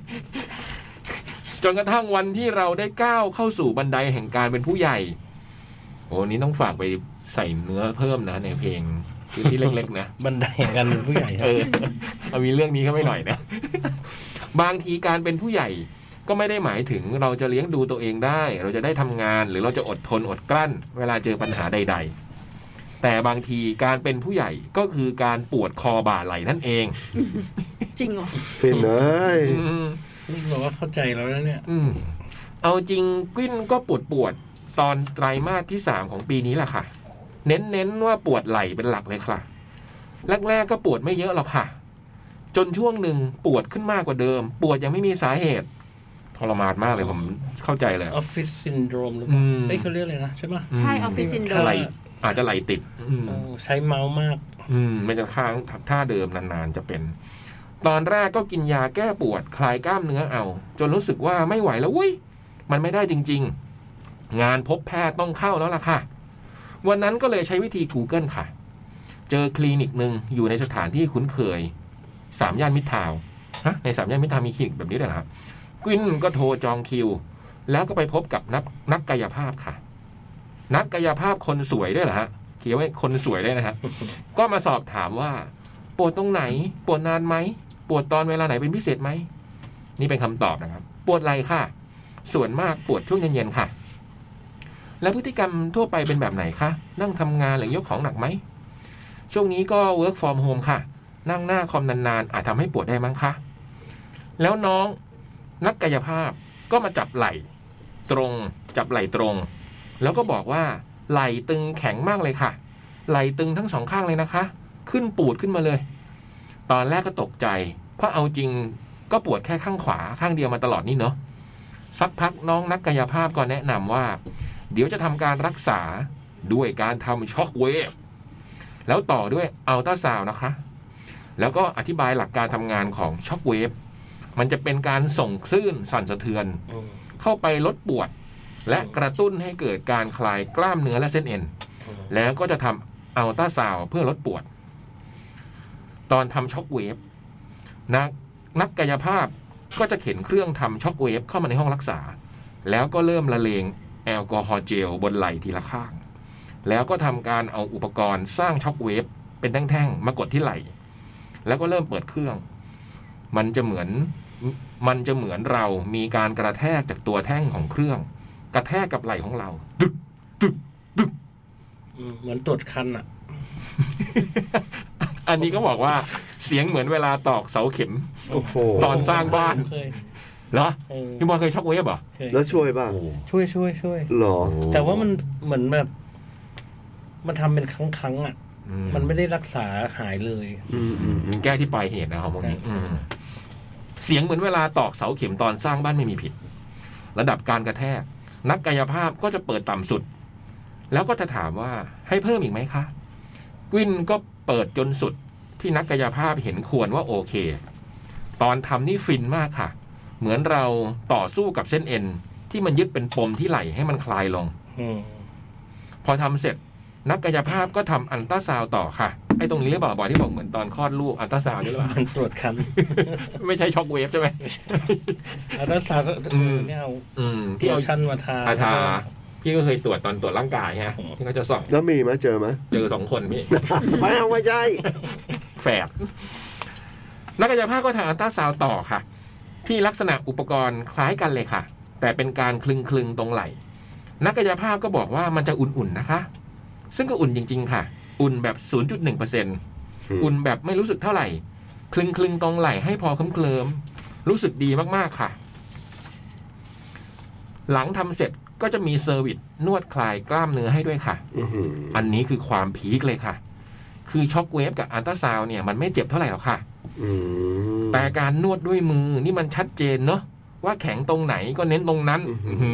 จนกระทั่งวันที่เราได้ก้าวเข้าสู่บันไดแห่งการเป็นผู้ใหญ่ โอ้นี้ต้องฝากไปใส่เนื้อเพิ่มนะในเพลงคือที่เล็กๆนะ บันไดแห่งการเป็นผู้ใหญ่ครับ เออเอามีเรื่องนี้เข้าไปหน่อยนะ บางทีการเป็นผู้ใหญ่ก็ไม่ได้หมายถึงเราจะเลี้ยงดูตัวเองได้ เราจะได้ทำงาน หรือเราจะอดทนอดกลั้น เวลาเจอปัญหาใด ๆ แต่บางทีการเป็นผู้ใหญ่ก็คือการปวดคอบ่าไหล่นั่นเอง จริงวะ ฟินเอ้ย อืม นี่บอกว่าเข้าใจแล้วนะเนี่ย อืม เอาจริงกวิ้นก็ปวดปวดๆตอนไตรมาสที่สามของปีนี้แหละค่ะ เน้นเน้นๆว่าปวดไหล่เป็นหลักเลยค่ะ แรกๆก็ปวดไม่เยอะหรอกค่ะ จนช่วงหนึ่งปวดขึ้นมากกว่าเดิม ปวดยังไม่มีสาเหตุทรมานมากเลยผมเข้าใจเลย ออฟฟิศซินโดรมหรือเป อื ล่าม เอ้ยเขาเรียกเลยนะใช่ป่ะ ใช่ office syndrome ไหลอาจจะไหลติด อืม เออใช้เมาส์มาก อืมมันจะค้างท่าเดิมนานๆจะเป็น ตอนแรกก็กินยาแก้ปวดคลายกล้ามเนื้อเอา จนรู้สึกว่าไม่ไหวแล้วเว้ยมันไม่ได้จริงๆ งานพบแพทย์ต้องเข้าแล้วล่ะค่ะ วันนั้นก็เลยใช้วิธี Google ค่ะ เจอคลินิกหนึ่งอยู่ในสถานที่คุ้นเคย สามย่านมิตรทาวน์ฮะในสามย่านมิตรทาวน์มีคลินิกแบบนี้ด้วยเหรอครับกวินก็โทรจองคิว แล้วก็ไปพบกับนักนักกายภาพค่ะ นักกายภาพคนสวยด้วยเหรอฮะเขียนไว้คนสวยด้วยนะฮะ ก็มาสอบถามว่า ปวดตรงไหน ปวดนานไหม ปวดตอนเวลาไหนเป็นพิเศษไหม นี่เป็นคำตอบนะครับ ปวดไหล่ค่ะ ส่วนมากปวดช่วงเย็นๆค่ะ แล้วพฤติกรรมทั่วไปเป็นแบบไหนคะนั่งทำงานหรือยกของหนักไหม ช่วงนี้ก็ work from home ค่ะ นั่งหน้าคอมนานๆ อาจทำให้ปวดได้มั้งคะแล้วน้องนักกายภาพก็มาจับไหล่ ตรงจับไหล่ตรง แล้วก็บอกว่า ไหล่ตึงแข็งมากเลยค่ะ ไหล่ตึงทั้งสองข้างเลยนะคะ ขึ้นปูดขึ้นมาเลย ตอนแรกก็ตกใจ เพราะเอาจริง ก็ปวดแค่ข้างขวาข้างเดียวมาตลอดนี่เนาะสักพักน้องนักกายภาพก็แนะนำว่า เดี๋ยวจะทำการรักษาด้วยการทำช็อกเวฟแล้วต่อด้วยอัลตราซาวน์นะคะ แล้วก็อธิบายหลักการทำงานของช็อกเวฟมันจะเป็นการส่งคลื่นสั่นสะเทือน เข้าไปลดปวด และกระตุ้นให้เกิดการคลายกล้ามเนื้อและเส้นเอ็น แล้วก็จะทำอัลตราซาวด์เพื่อลดปวด ตอนทำช็อกเวฟนักนักกายภาพก็จะเข็นเครื่องทำช็อกเวฟเข้ามาในห้องรักษา แล้วก็เริ่มละเลงแอลกอฮอล์เจลบนไหล่ทีละข้าง แล้วก็ทำการเอาอุปกรณ์สร้างช็อกเวฟเป็นแท่งๆ มากดที่ไหล่ แล้วก็เริ่มเปิดเครื่อง มันจะเหมือนมันจะเหมือนเรามีการกระแทกจากตัวแท่งของเครื่อง กระแทกกับไหล่ของเรา อืมเหมือนตรวจคันอ่ะ อันนี้ก็บอกว่าเสียงเหมือนเวลาตอกเสาเข็ม โอ้โห ตอนสร้างบ้าน เคย เหรอ เออ พี่บอลเคยช็อกเวฟเหรอ เคย แล้วช่วยป่ะ ช่วยช่วยช่วย หรอ แต่ว่ามันเหมือนแบบ มันทำเป็นครั้งครั้งๆอ่ะ อื มันไม่ได้รักษาหายเลย อืมอืมอืม แก้ที่ปลายเหตุนะครับพวกนี้อืมเสียงเหมือนเวลาตอกเสาเข็มตอนสร้างบ้านไม่มีผิด ระดับการกระแทก นักกายภาพก็จะเปิดต่ำสุด แล้วก็จะถามว่าให้เพิ่มอีกไหมคะกวินก็เปิดจนสุดที่นักกายภาพเห็นควรว่าโอเค ตอนทำนี่ฟินมากค่ะ เหมือนเราต่อสู้กับเส้นเอ็น ที่มันยึดเป็นปมที่ไหล่ให้มันคลายลง อืม พอทำเสร็จนักกายภาพก็ทำอันตราซาวด์ต่อค่ะไอ้ตรงนี้หรือเปล่าบอยที่บอกเหมือนตอนคลอดลูกอันตราซาวด์นี่หรือเปล่า มันตรวจคัน ไม่ใช่ช็อกเวฟใช่ไหม อัลตราซาวด์ก็ อืม เนี่ยเอา อืมที่ที่เอา เอา ชันมาทา อาทา พี่ก็เคยตรวจตอนตรวจร่างกายฮะที่เขาจะส่อง แล้วมีไหมเจอไหม เจอสองคนพี่ ไม่เอาไม่ใช่ แฝดนักกายภาพก็ทำอันตราซาวด์ต่อค่ะ ที่ลักษณะอุปกรณ์คล้ายกันเลยค่ะ แต่เป็นการคลึงคลึงๆตรงไหล่นักกายภาพก็บอกว่ามันจะอุ่นๆนะคะ ซึ่งก็อุ่นจริง ๆ ค่ะ อุ่นแบบ 0.1%อุ่นแบบไม่รู้สึกเท่าไหร่ คลึงคลึงๆตรงไหล่ให้พอเคลิ้มเคลิมๆรู้สึกดีมากๆค่ะ หลังทำเสร็จก็จะมีเซอร์วิสนวดคลายกล้ามเนื้อให้ด้วยค่ะ อื้อหือ อันนี้คือความพีคเลยค่ะ คือช็อกเวฟกับอันตราซาวน์เนี่ยมันไม่เจ็บเท่าไหร่หรอกค่ะ อืม แต่การนวดด้วยมือนี่มันชัดเจนเนาะว่าแข็งตรงไหนก็เน้นตรงนั้น อื้อหื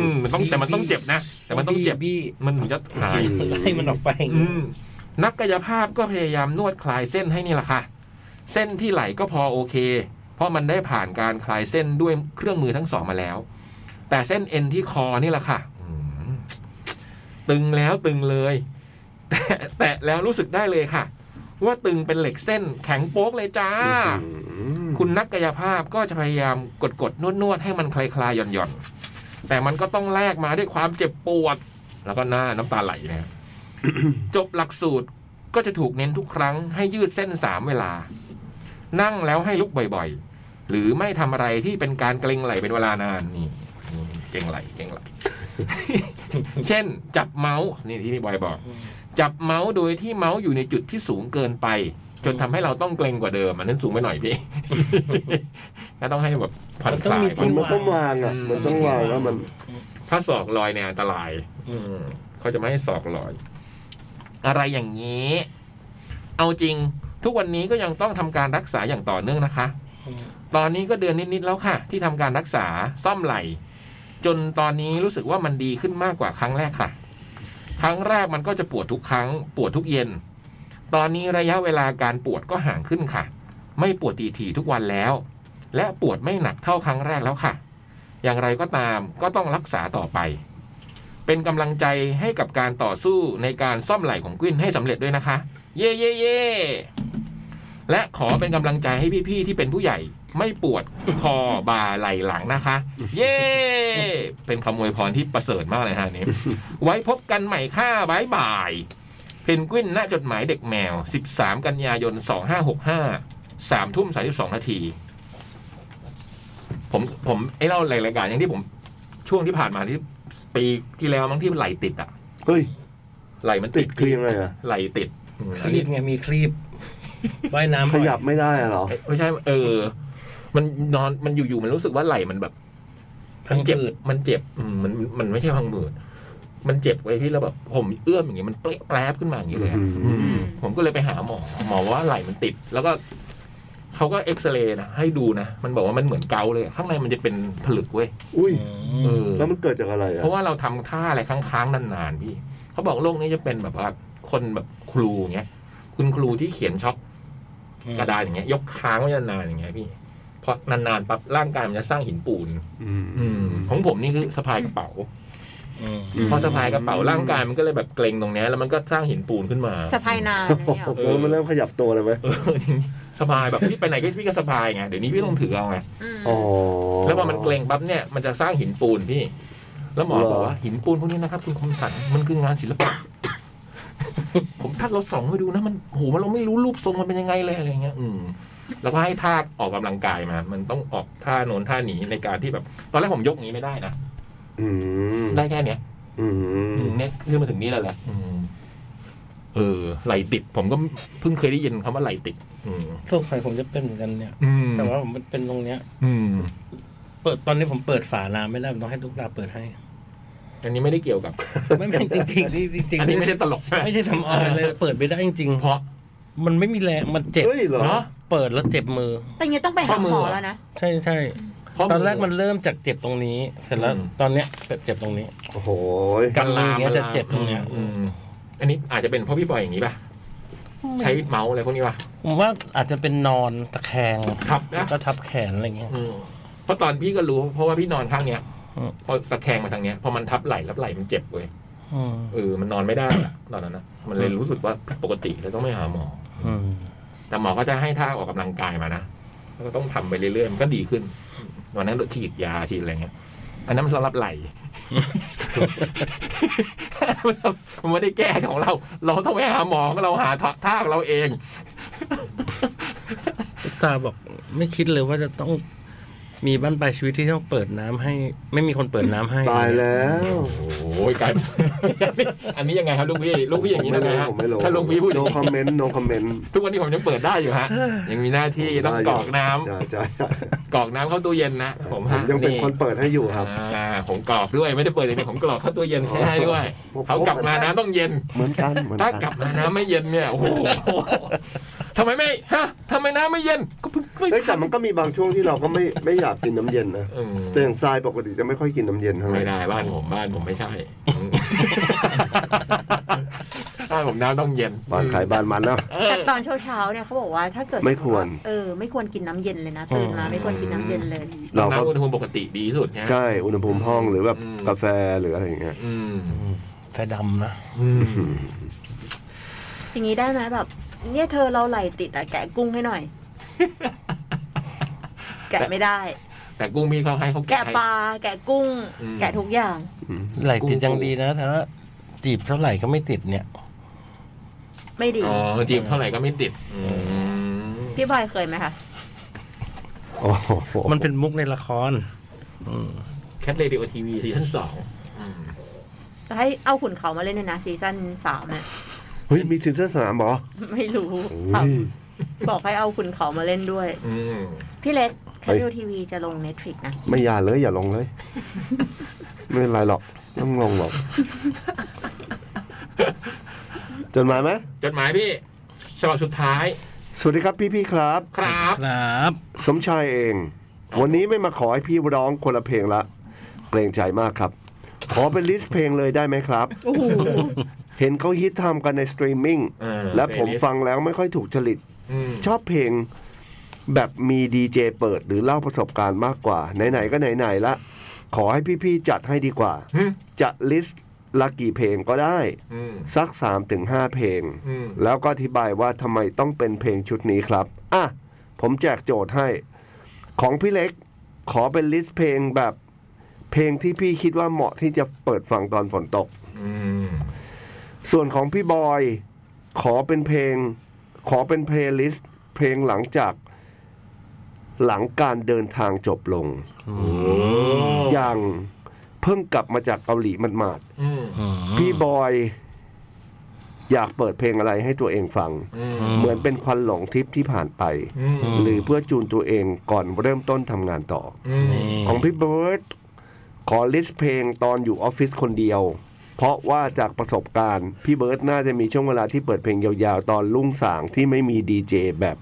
อ มันต้องแต่มันต้องเจ็บนะ แต่มันต้องเจ็บ บี้ มันถึงจะหาย บี้ไล่มันออกไป อืมนักกายภาพก็พยายามนวดคลายเส้นให้นี่แหละค่ะ เส้นที่ไหลก็พอโอเค เพราะมันได้ผ่านการคลายเส้นด้วยเครื่องมือทั้งสองมาแล้ว แต่เส้นเอ็นที่คอนี่แหละค่ะอืมตึงแล้วตึงเลย แต่แตะแล้วรู้สึกได้เลยค่ะ ว่าตึงเป็นเหล็กเส้นแข็งโป๊กเลยจ้า คุณนักกายภาพก็จะพยายามกดกดนวดนวดๆให้มันคลายคลายหย่อนหย่อนๆแต่มันก็ต้องแลกมาด้วยความเจ็บปวด แล้วก็หน้าน้ำตาไหลนะครับ จบหลักสูตรก็จะถูกเน้นทุกครั้งให้ยืดเส้นสามเวลา นั่งแล้วให้ลุกบ่อยๆ หรือไม่ทำอะไรที่เป็นการเกรงไหลเป็นเวลานานนี่เกรงไหลเกรงไหล *laughs* เช่น จับเมาส์นี่ที่พี่บอยบอก จับเมาส์โดยที่เมาส์อยู่ในจุดที่สูงเกินไป จนทำให้เราต้องเกรงกว่าเดิมอันนั้นสูงไปหน่อยพี่ *laughs* ก็ต้องให้แบบผ่อนคลาย มันมันต้องวางอ่ะ มันต้องวางแล้วมัน ถ้าศอกลอยเนี่ยอันตราย อืมเขาจะไม่ให้ศอกลอย อะไรอย่างนี้ เอาจริง ทุกวันนี้ก็ยังต้องทำการรักษาอย่างต่อเนื่องนะคะ ตอนนี้ก็เดือนนิด ๆ แล้วค่ะ ที่ทำการรักษาซ่อมไหล่ จนตอนนี้รู้สึกว่ามันดีขึ้นมากกว่าครั้งแรกค่ะ ครั้งแรกมันก็จะปวดทุกครั้ง ปวดทุกเย็น ตอนนี้ระยะเวลาการปวดก็ห่างขึ้นค่ะ ไม่ปวดตีถี่ๆทุกวันแล้ว และปวดไม่หนักเท่าครั้งแรกแล้วค่ะ อย่างไรก็ตามก็ต้องรักษาต่อไป เป็นกำลังใจให้กับการต่อสู้ในการซ่อมไหล่ของกวินให้สำเร็จด้วยนะคะ เย่เย่เย่และขอเป็นกำลังใจให้พี่ๆที่เป็นผู้ใหญ่ ไม่ปวดคอบ่าไหล่หลังนะคะ เย่เป็นคำอวยพรที่ประเสริฐมากเลยฮะอันนี้ ไว้พบกันใหม่ค่ะบ๊ายบายเพนกวินณจดหมายเด็กแมว 13 กันยายน 2565 3ทุ่ม32นาที ผมผมไอ้เล่าหลายรายการอย่างที่ผมช่วงที่ผ่านมาที่ปีที่แล้วมั้งที่ไหลติดอะ เฮ้ย ไหลมัน ติ ติ ด ด เคลียงเลยอ่ะ ไหลติดอืม ค อัน รี นี้ บไงมีครีบว่ายน้ำ ขยับไม่ได้อะเหรอ ไม่ใช่เออ มันนอนมันอยู่ๆมันรู้สึกว่าไหลมันแบบ ทั้ง เจ็บ จืด มันเจ็บอืมมันมันไม่ใช่พังมืดมันเจ็บไว้ยพี่แล้วแบบผมเอื้อมอย่างเงี้ยมันเปรี้ยแปรบขึ้นมาอย่างเงี้ยเลยอะ อืม อืมผมก็เลยไปหาหมอหมอว่าไหลมันติด แล้วก็ เขาก็เอ็กซเรย์นะให้ดูนะ มันบอกว่ามันเหมือนเกาเลย ข้างในมันจะเป็นผลึกเว้ย อุ้ย เออ แล้วมันเกิดจากอะไรอ่ะ เพราะว่าเราทำท่าอะไรค้างๆนานๆพี่เขาบอกโลกนี้จะเป็นแบบว่าคนแบบครูอย่างเงี้ย คุณครูที่เขียนช็อกกระดานอย่างเงี้ย ยกค้างไว้นานๆอย่างเงี้ยพี่พอนานๆปั๊บร่างกายมันจะสร้างหินปูน อืม อืมของผมนี่คือสะพายกระเป๋า อืม อืม พอสะพายกระเป๋าร่างกายมันก็เลยแบบเกร็งตรงเนี้ยแล้วมันก็สร้างหินปูนขึ้นมา สะพายนานอะไรเนี่ยหรอ โอ้มันเริ่มขยับตัวเลยไหม เออ *laughs* จริงๆสะพายแบบพี่ไปไหนก็พี่ก็สะพายไงเดี๋ยวนี้พี่ต้องถือเอาไง อืม อ๋อ แล้วพอมันเกรงปั๊บเนี่ยมันจะสร้างหินปูนพี่ แล้วหมอ เหรอ บอกว่าหินปูนพวกนี้นะครับ คุณคมสันมันคืองานศิลปะ *coughs* ผมทักเราสองไปดูนะ มันโหมันเราไม่รู้รูปทรงมันเป็นยังไงเลยอะไรเงี้ย อืม แล้วก็ให้ท่าออกกำลังกายมา มันต้องออกท่าโน้นท่าหนีในการที่แบบ ตอนแรกผมยกอย่างนี้ไม่ได้นะ อืม ได้แค่เนี้ย อืม อืมเนี่ยขึ้นมาถึงนี้แล้วแหละอืมเออไหลติด ผมก็เพิ่งเคยได้ยินคำว่าไหลติด อืม สงสัยผมจะเป็นเหมือนกันเนี่ย อืม แต่ว่าผมเป็นตรงเนี้ย อืม เปิดตอนนี้ผมเปิดฝาน้ำไม่ได้ผมต้องให้ลูกตาเปิดให้ อันนี้ไม่ได้เกี่ยวกับ ไม่ไม่จริงๆนี่จริงๆ อันนี้ไม่ได้ตลกใช่ไหม ไม่ใช่ทำออยเลยเปิดไม่ได้จริง เพราะ ๆมันไม่มีแรงมันเจ็บ เฮ้ยเหรอ เนาะ เปิดแล้วเจ็บมือ แต่อยังนี้ต้องไปหาหมอแล้วนะ ใช่ใช่ ข้ ตอนแรก อ มันเริ่มจากเจ็บตรงนี้ เสร็จแล้ว อืม ตอนเนี้ยเจ็บตรงนี้ โอ้โห กันลามเงี้ยจะเจ็บตรงเนี้ย อืมอันนี้อาจจะเป็นเพราะพี่บอยอย่างนี้ป่ะ ใช้เมาส์อะไรพวกนี้ป่ะ ผมว่าอาจจะเป็นนอนตะแคง ครับนะ ก็ทับแขนอะไรเงี้ย อืมเพราะตอนพี่ก็รู้ เพราะว่าพี่นอนข้างเนี้ย อืม พอสะแคงมาทางเนี้ยพอมันทับไหล่แล้วไหล่มันเจ็บเว้ย อืม เออมันนอนไม่ได้อะตอนนั้นนะมันเลยรู้สึกว่าผิดปกติเลยต้องไปหาหมอ อืม แต่หมอก็จะให้ท่าออกกำลังกายมานะแล้วก็ต้องทำไปเรื่อยๆมันก็ดีขึ้นวันนั้นฉีดยาฉีดอะไรเงี้ย อันนั้นมันสำหรับ *laughs* ไหล *laughs* มันไม่ได้แก้ของเรา เราต้องไปหาหมอเราหาท่าของเราเอง ลูกตาบอกไม่คิดเลยว่าจะต้องมีบ้านปลายชีวิตที่ต้องเปิดน้ำให้ ไม่มีคนเปิดน้ำให้ ตายแล้ว โอ้ยกลาย *laughs* เป็น อันนี้ยังไงครับลูกพี่ลูกพี่อย่างนี้ ไม่ ได้ไหม รู้ ฮะ ผมไม่รู้ ถ้าลูกพี่พูดอย่า no งนี้ comment no comment ทุกวันนี้ผมยังเปิดได้อยู่ *sighs* ฮะ ยังมีหน้าที่ต้องกรอกน้ำ ใช่ใช่ กรอกน้ำเข้าตู้เย็นนะผม ผม ฮะ ยังเป็นคนเปิดให้อยู่ครับ อ่าผมกรอกด้วยไม่ได้เปิดอย่างเดียวผมกรอกเข้าตู้เย็นแช่ให้ด้วย ผม เขากลับมาน้ำต้องเย็น เหมือนกันเหมือน ถ้า กัน กลับมาน้ำไม่เย็นเนี่ยโอ้โห *laughs* ทำไมไม่ฮะทำไมน้ำไม่เย็นก็เพิ่งไม่ เฮ้ยแต่มันก็มีบางช่วงที่เราก็ไม่ไม่อยากกินน้ำเย็นนะ อืม แต่อย่างทรายปกติจะไม่ค่อยกินน้ำเย็นเท่าไหร่ ไม่ได้บ้านผมบ้านผม *laughs* ไม่ใช่อืมบ้านผมน้ำต้องเย็น บ้านขายบ้านมันนะ แต่ตอนเช้าๆเนี่ยเขาบอกว่าถ้าเกิด ไม่ควร เออไม่ควรกินน้ำเย็นเลยนะตื่นมาไม่ควรกินน้ำเย็นเลย เราก็ น้ำอุณหภูมิปกติดีที่สุดใช่ไหม ใช่อุณหภูมิห้องหรือแบบ อืม กาแฟหรืออะไรอย่างเงี้ย อืม แฟดำนะ อย่างนี้ได้ไหมแบบ เนี่ยเธอเราไหลติดอะแกะกุ้งให้หน่อย แกะไม่ได้ แต่กุ้งมีเขาให้เขา แกะ ให้ ปลาแกะกุ้ง อืม แกะทุกอย่าง อืม ไหลติดยังดีนะแต่ว่าจีบเท่าไหร่ก็ไม่ติดเนี่ย ไม่ดี อ๋อจีบเท่าไหร่ก็ไม่ติดอืม พี่บอยเคยไหมคะ โอ้โห มันเป็นมุกในละคร แคทเรดิโอทีวีซีซั่นสอง จะให้เอาขุนเขามาเล่นด้วยนะซีซั่นสามเนี่ย เฮ้ยมีซินเซอร์สนามเหรอ *laughs* ไม่รู้ เฮ้ย บอกให้เอาขุนเขามาเล่นด้วย อืม พี่เล็กแค เฮ้ย ททีวีจะลงเน็ตฟลิกนะ ไม่อย่าเลยอย่าลงเลย ไม่เป็นไรหรอกต้องลงหรอกจดหมายไหม จดหมายพี่ฉบับสุดท้าย สวัสดีครับพี่พี่ๆครับ ครับ ครับ สมชายเอง วันนี้ไม่มาขอให้พี่ร้องคนละเพลงละ เกรงใจมากครับ ขอเป็นลิสต์เพลงเลยได้ไหมครับ เห็นเขาฮิตทำกันในสตรีมมิ่ง เออ และผม เพลงลิสต์ ฟังแล้วไม่ค่อยถูกจริต อืม ชอบเพลงแบบมีดีเจเปิดหรือเล่าประสบการณ์มากกว่า ไหน ๆ ก็ไหน ๆ ละ ขอให้พี่ๆจัดให้ดีกว่า อืม จะลิสต์ละกี่เพลงก็ได้ อืม สัก3-5ถึงห้าเพลง อืม แล้วก็อธิบายว่าทำไมต้องเป็นเพลงชุดนี้ครับ อ่ะ ผมแจกโจทย์ให้ ของพี่เล็กขอเป็นลิสต์เพลงแบบเพลงที่พี่คิดว่าเหมาะที่จะเปิดฟังตอนฝนตก อืม ส่วนของพี่บอย ขอเป็นเพลง ขอเป็นเพลย์ลิสต์เพลงหลังจาก หลังการเดินทางจบลง อย่างเพิ่งกลับมาจากเกาหลีหมาด อืม ๆพี่บอย อยากเปิดเพลงอะไรให้ตัวเองฟัง อืม เหมือนเป็นควันหลงทริปที่ผ่านไป อืม หรือเพื่อจูนตัวเองก่อนเริ่มต้นทำงานต่อ อืม ของพี่เบิร์ดขอลิสต์เพลงตอนอยู่ออฟฟิศคนเดียว เพราะว่าจากประสบการณ์ พี่เบิร์ดน่าจะมีช่วงเวลาที่เปิดเพลงยาวๆ ตอนลุ่งสางที่ไม่มีดีเจแบบ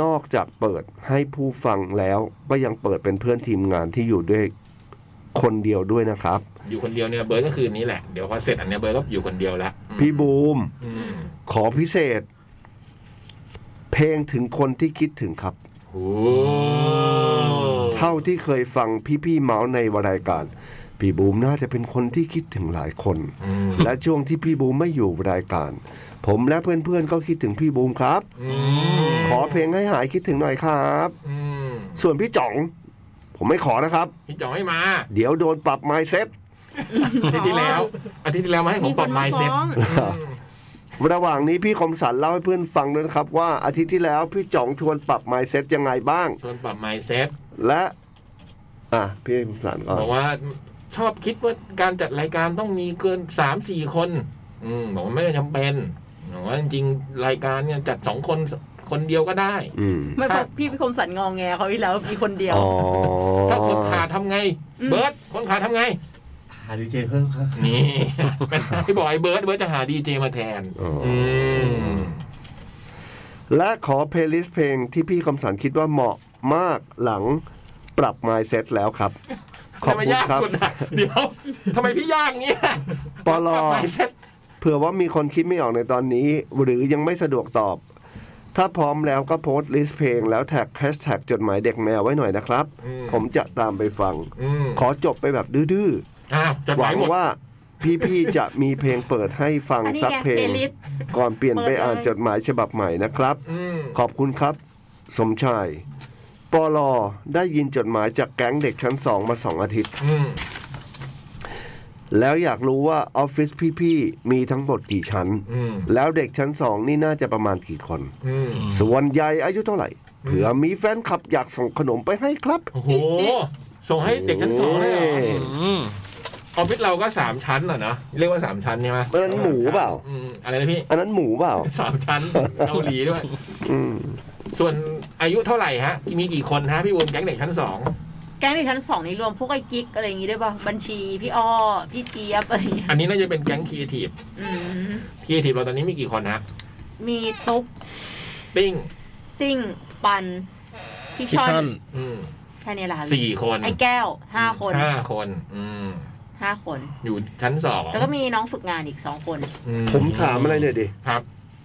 นอกจากเปิดให้ผู้ฟังแล้วก็ยังเปิดเป็นเพื่อนทีมงานที่อยู่ด้วยคนเดียวด้วยนะครับ อยู่คนเดียวเนี่ยเบิร์ดก็คืนนี้แหละเดี๋ยวพอเสร็จอันเนี้ยเบิร์ดก็อยู่คนเดียวละอืม พี่บูม อืม ขอพิเศษ เพลงถึงคนที่คิดถึงครับ โอ้ เท่าที่เคยฟังพี่ๆเมาส์ในรายการ พี่บูมน่าจะเป็นคนที่คิดถึงหลายคน อืม และช่วงที่พี่บูมไม่อยู่รายการ ผมและเพื่อนๆก็คิดถึงพี่บูมครับ อืม ขอเพลงให้หายคิดถึงหน่อยครับ อืม ส่วนพี่จ๋อง ผมไม่ขอนะครับ พี่จ่องให้มา เดี๋ยวโดนปรับไมเซ็ต อาทิตย์ที่แล้วอาทิตย์ที่แล้วมาให้ผมปรับไม มี ซ์ คน เซ็ มา ต ฟ้อง ระหว่างนี้พี่คมสันเล่าให้เพื่อนฟังด้วยนะครับ ว่าอาทิตย์ที่แล้วพี่จ๋องชวนปรับไมเซ็ตยังไงบ้าง ชวนปรับไมซ์เซ็ต และ อ่ะพี่คมสันก่อน บอกว่าชอบคิดว่าการจัดรายการต้องมีเกินสามสี่คน อืมบอกว่าไม่จำเป็นบอกว่าจริงๆรายการเนี่ยจัดสองคนคนเดียวก็ได้ อืม ไม่เพราะพี่คมสันงองแงเขาอีกแล้วมีคนเดียว อ๋อ ถ้าคนขาดทำไง เบิร์ดคนขาดทำไง หาดีเจเพิ่มครับ นี่ *laughs* เป็นที่บอกไอ้เบิร์ดเบิร์ดจะหาดีเจมาแทน อ๋ออื อืม และขอเพลย์ลิสต์เพลงที่พี่คมสันคิดว่าเหมาะมากหลังปรับไมเซ็ตแล้วครับ ขอบ ทำไม คุณ ยาก ครับ สุดอะ *laughs* เดี๋ยวทำไมพี่ยากเงี้ย ปล ปรับไมซ์เซ็ต เผื่อว่ามีคนคิดไม่ออกในตอนนี้ หรือยังไม่สะดวกตอบ ถ้าพร้อมแล้วก็โพสต์ลิสต์เพลงแล้วแท็กแฮชแท็กจดหมายเด็กแมวไว้หน่อยนะครับ อืม ผมจะตามไปฟัง อืม ขอจบไปแบบดื้อ อ้าวจด ๆ ห ห มา วั ย ง หมด ว่าพี่ ๆ จะมีเพลงเปิดให้ฟัง อันนี้ สัก ไง เพล เพล ง ย์ลิสต์ ก่อนเปลี่ยน เปิด ไป เลย อ่านจดหมายฉบับใหม่นะครับ อืม ขอบคุณครับ สมชาย ปลอได้ยินจดหมายจากแก๊งเด็กชั้นสองมาสองอาทิตย์ อืม แล้วอยากรู้ว่าออฟฟิศพี่ๆ มีทั้งหมดกี่ชั้น อืม แล้วเด็กชั้นสองนี่น่าจะประมาณกี่คน อืม ส่วนใหญ่อายุเท่าไหร่ เผื่อมีแฟนคลับอยากส่งขนมไปให้ครับ โอ้โห ส่งให้เด็กชั้นสองเลยเหรอ เอ้ย อืม ออฟฟิศเราก็สามชั้นเหรอเนอะเรียกว่าสามชั้นใช่ไหม อันนั้นหมูเปล่า อืมอะไรนะพี่ อันนั้นหมูเปล่า สาม *laughs* ชั้นเกาหลีด้วย อืม ส่วนอายุเท่าไหร่ฮะ มีกี่คนฮะพี่วงแก๊งเด็กชั้นสอง แก๊งในชั้นสองนี่รวมพวกไอ้กิ๊กอะไรอย่างงี้ด้วยป่ะบัญชี พี่อ้อ พี่เจี๊ยบอะไรอย่างเงี้ย อันนี้น่าจะเป็นแก๊งครีเอทีฟ อืม ครีเอทีฟเราตอนนี้มีกี่คนฮะ มีตุ๊ก ปิ้ง ติ้งปัน พี่ คิด ชอ ท่อน น อืม แค่นี้ละค่ะ สี่คน ไอ้แก้วห้าคน ห้าคน อืม ห้าคน อยู่ชั้นสอง แล้วก็มีน้องฝึกงานอีกสองคน อื ผมถามอะไรหน่อยดิ ครับ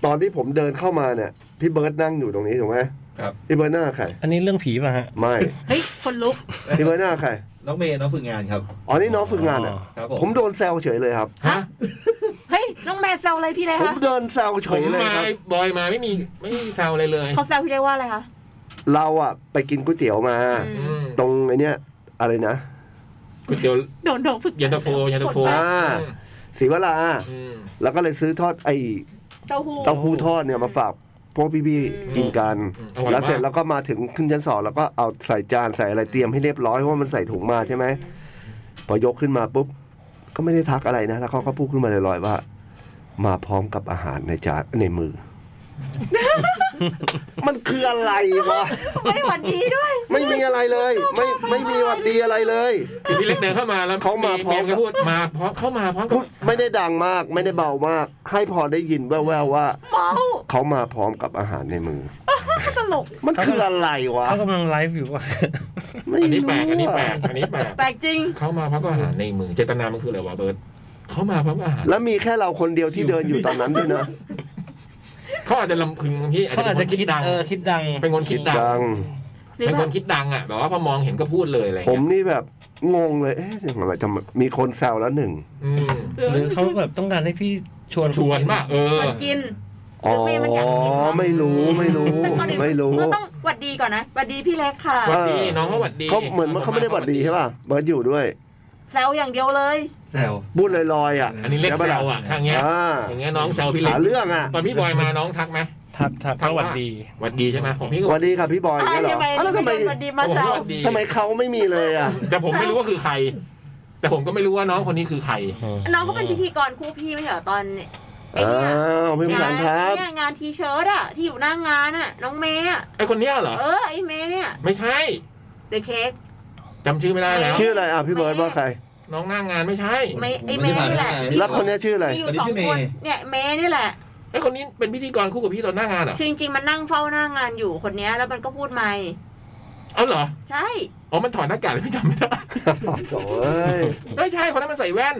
ตอนที่ผมเดินเข้ามาเนี่ย พี่เบิร์ดนั่งอยู่ตรงนี้ถูกไหม ครับ พี่เบิร์ดหน้าใคร อันนี้เรื่องผีป่ะฮะ ไม่ เฮ้ย คนลุก พี่เบิร์ดหน้าใคร น้องเมย์น้องฝึกงานครับ อ๋อ นี่น้องฝึกงานอ่ะ ครับ ผมโดนแซวเฉยเลยครับ ฮะ เฮ้ย น้องแม่แซวอะไรพี่เลย ผม คะ เดินแซวเฉ ผ ย ม เลย มา ครับ บอยมาไม่มีไม่มีแซวอะไรเลย เขาแซวพี่เลยว่าอะไรคะ เราอ่ะ ไปกินก๋วยเตี๋ยวมา อื อื ม ม ตรงไอเนี้ยอะไรนะ ก๋วยเตี๋ยว โดนน้องฝึกงา เย็นตาโฟเย็นตาโฟ อ่า ศรีวรา อืม แล้วก็เลยซื้อทอดไอ เต้าหู้ เต้าหู้ทอดเนี่ยมาฝากพวกพี่ๆกินกัน ออย แล้ว มา เสร็จ ก แล้วก็มาถึงขึ้นชั้นสองแล้วก็เอาใส่จานใส่อะไรเตรียมให้เรียบร้อยเพราะว่ามันใส่ถุงมาใช่ไหมพอยกขึ้นมาปุ๊บ ก็ไม่ได้ทักอะไรนะ แล้วเขาก็พูดขึ้นมาลอยๆว่า มาพร้อมกับอาหารในจานใน *laughs* มือ มันคืออะไรวะ ไม่หวัดดีด้วย ไม่มีอะไรเลย ไม่ไม่มีหวัดดีอะไรเลย คือพี่เล็กเดินเข้ามาแล้ว เขามาพร้อม เก็พูดมาพร้อมเข้ามาพร้อมกั พู บ ดไม่ได้ดังมาก ไม่ได้เบามาก ให้พอได้ยินแว่วๆว่า เมา เขามาพร้อมกับอาหารในมือ ตลก มันคืออะไรวะ เขากำลังไลฟ์อยู่ว่ะ ไม่ อันนี้ รู้ แปลกอันนี้ ะ แปลกอันนี้แปลก แปลกจริง เขามาพร้อมกับอาหารในมือเจตนามันคืออะไรวะเบิร์ตเขามาพร้อมกับอาหาร แล้วมีแค่เราคนเดียวที่เดินอยู่ตอนนั้นด้วยนะ เขาอาจจะลำพึงพี่อาจ เขา จะ อา เป็ จ นคนจะคิ คิ ด ดดัง เออคิดดัง เป็นคนคิดดัง จัง หรือ เป็นคแบบ นคิดดังอ่ะแบบว่าพอมองเห็นก็พูดเลยอะไร ผม เงี้ย นี่แบบงงเลย เอ๊ะทำไมทำไมมีคนแซวแล้วหนึ่ง อืม หรือเขาแบบต้องการให้พี่ชวน ชวนป่ะเออ มันกิน อ๋อ ไม่มันอยากกินมั้ง ไม่รู้ไม่รู้ แต่ก่อนอื่น ไม่รู้ ก็ต้องหวัดดีก่อนนะหวัดดีพี่เล็กค่ะ หวัดดีน้องเขาหวัดดี เขาเหมือนว่าเขาไม่ได้บัดดีใช่ป่ะเบิร์ดอยู่ด้วย แซวอย่างเดียวเลย แซว พูดลอยๆอ่ะ อันนี้เล็กแซวอ่ะทางเงี้ย อ่า อย่างเงี้ยน้องแซวพี่เล็ก หาเรื่องอ่ะ ตอนพี่บอยมาน้องทักไหม ทักทักก็หวัดดี หวัดดีใช่ไหมของพี่ก็ สวัสดีค่ะพี่บอยอย่างเงี้ยเหรอ ทำไม อ้าวแล้วทำไม หวัดดีมา ของ แซ พี่ ว หวัดดี ทำไมเขาไม่มีเลยอ่ะ แต่ผมไม่รู้ว่าคือใคร แต่ผมก็ไม่รู้ว่าน้องคนนี้คือใคร น้องก็เป็นพิธีกรคู่พี่ไม่ใช่เหรอตอนไอ้ อ้า เนี่ยว พี่ผู้ชางาน ยครับ เนี่ยงานทีเชิร์ตอะที่อยู่หน้างานอะน้องเมย์อะ ไอคนเนี้ยเหรอ เออไอ้เมย์เนี่ย ไม่ใช่ เดอะเค้ก จำชื่อไม่ได้แล้ว ชื่ออะไรอ่ะพี่เบิร์ดว่าใคร น้องหน้างานไม่ใช่ เมย์ไอ้เมย์นี่แหละ ไม่ได้ แล้วคนเนี้ยชื่ออะไร มีอยู่สองคนเนี่ยเมย์นี่แหละ เ อ้คนนี้เป็นพิธีกรคู่กับพี่ตอนหน้างานเหรอ คือจริงๆมันนั่งเฝ้าหน้างานอยู่คนเนี้ย แล้วมันก็พูดไม่ เอ้าเหรอ ใช่ อ๋อมันถอดหน้ากากเลยพี่จำไม่ได้ *laughs* โถ่เอ้ย ไม่ใช่คนนั้นมันใส่แว่น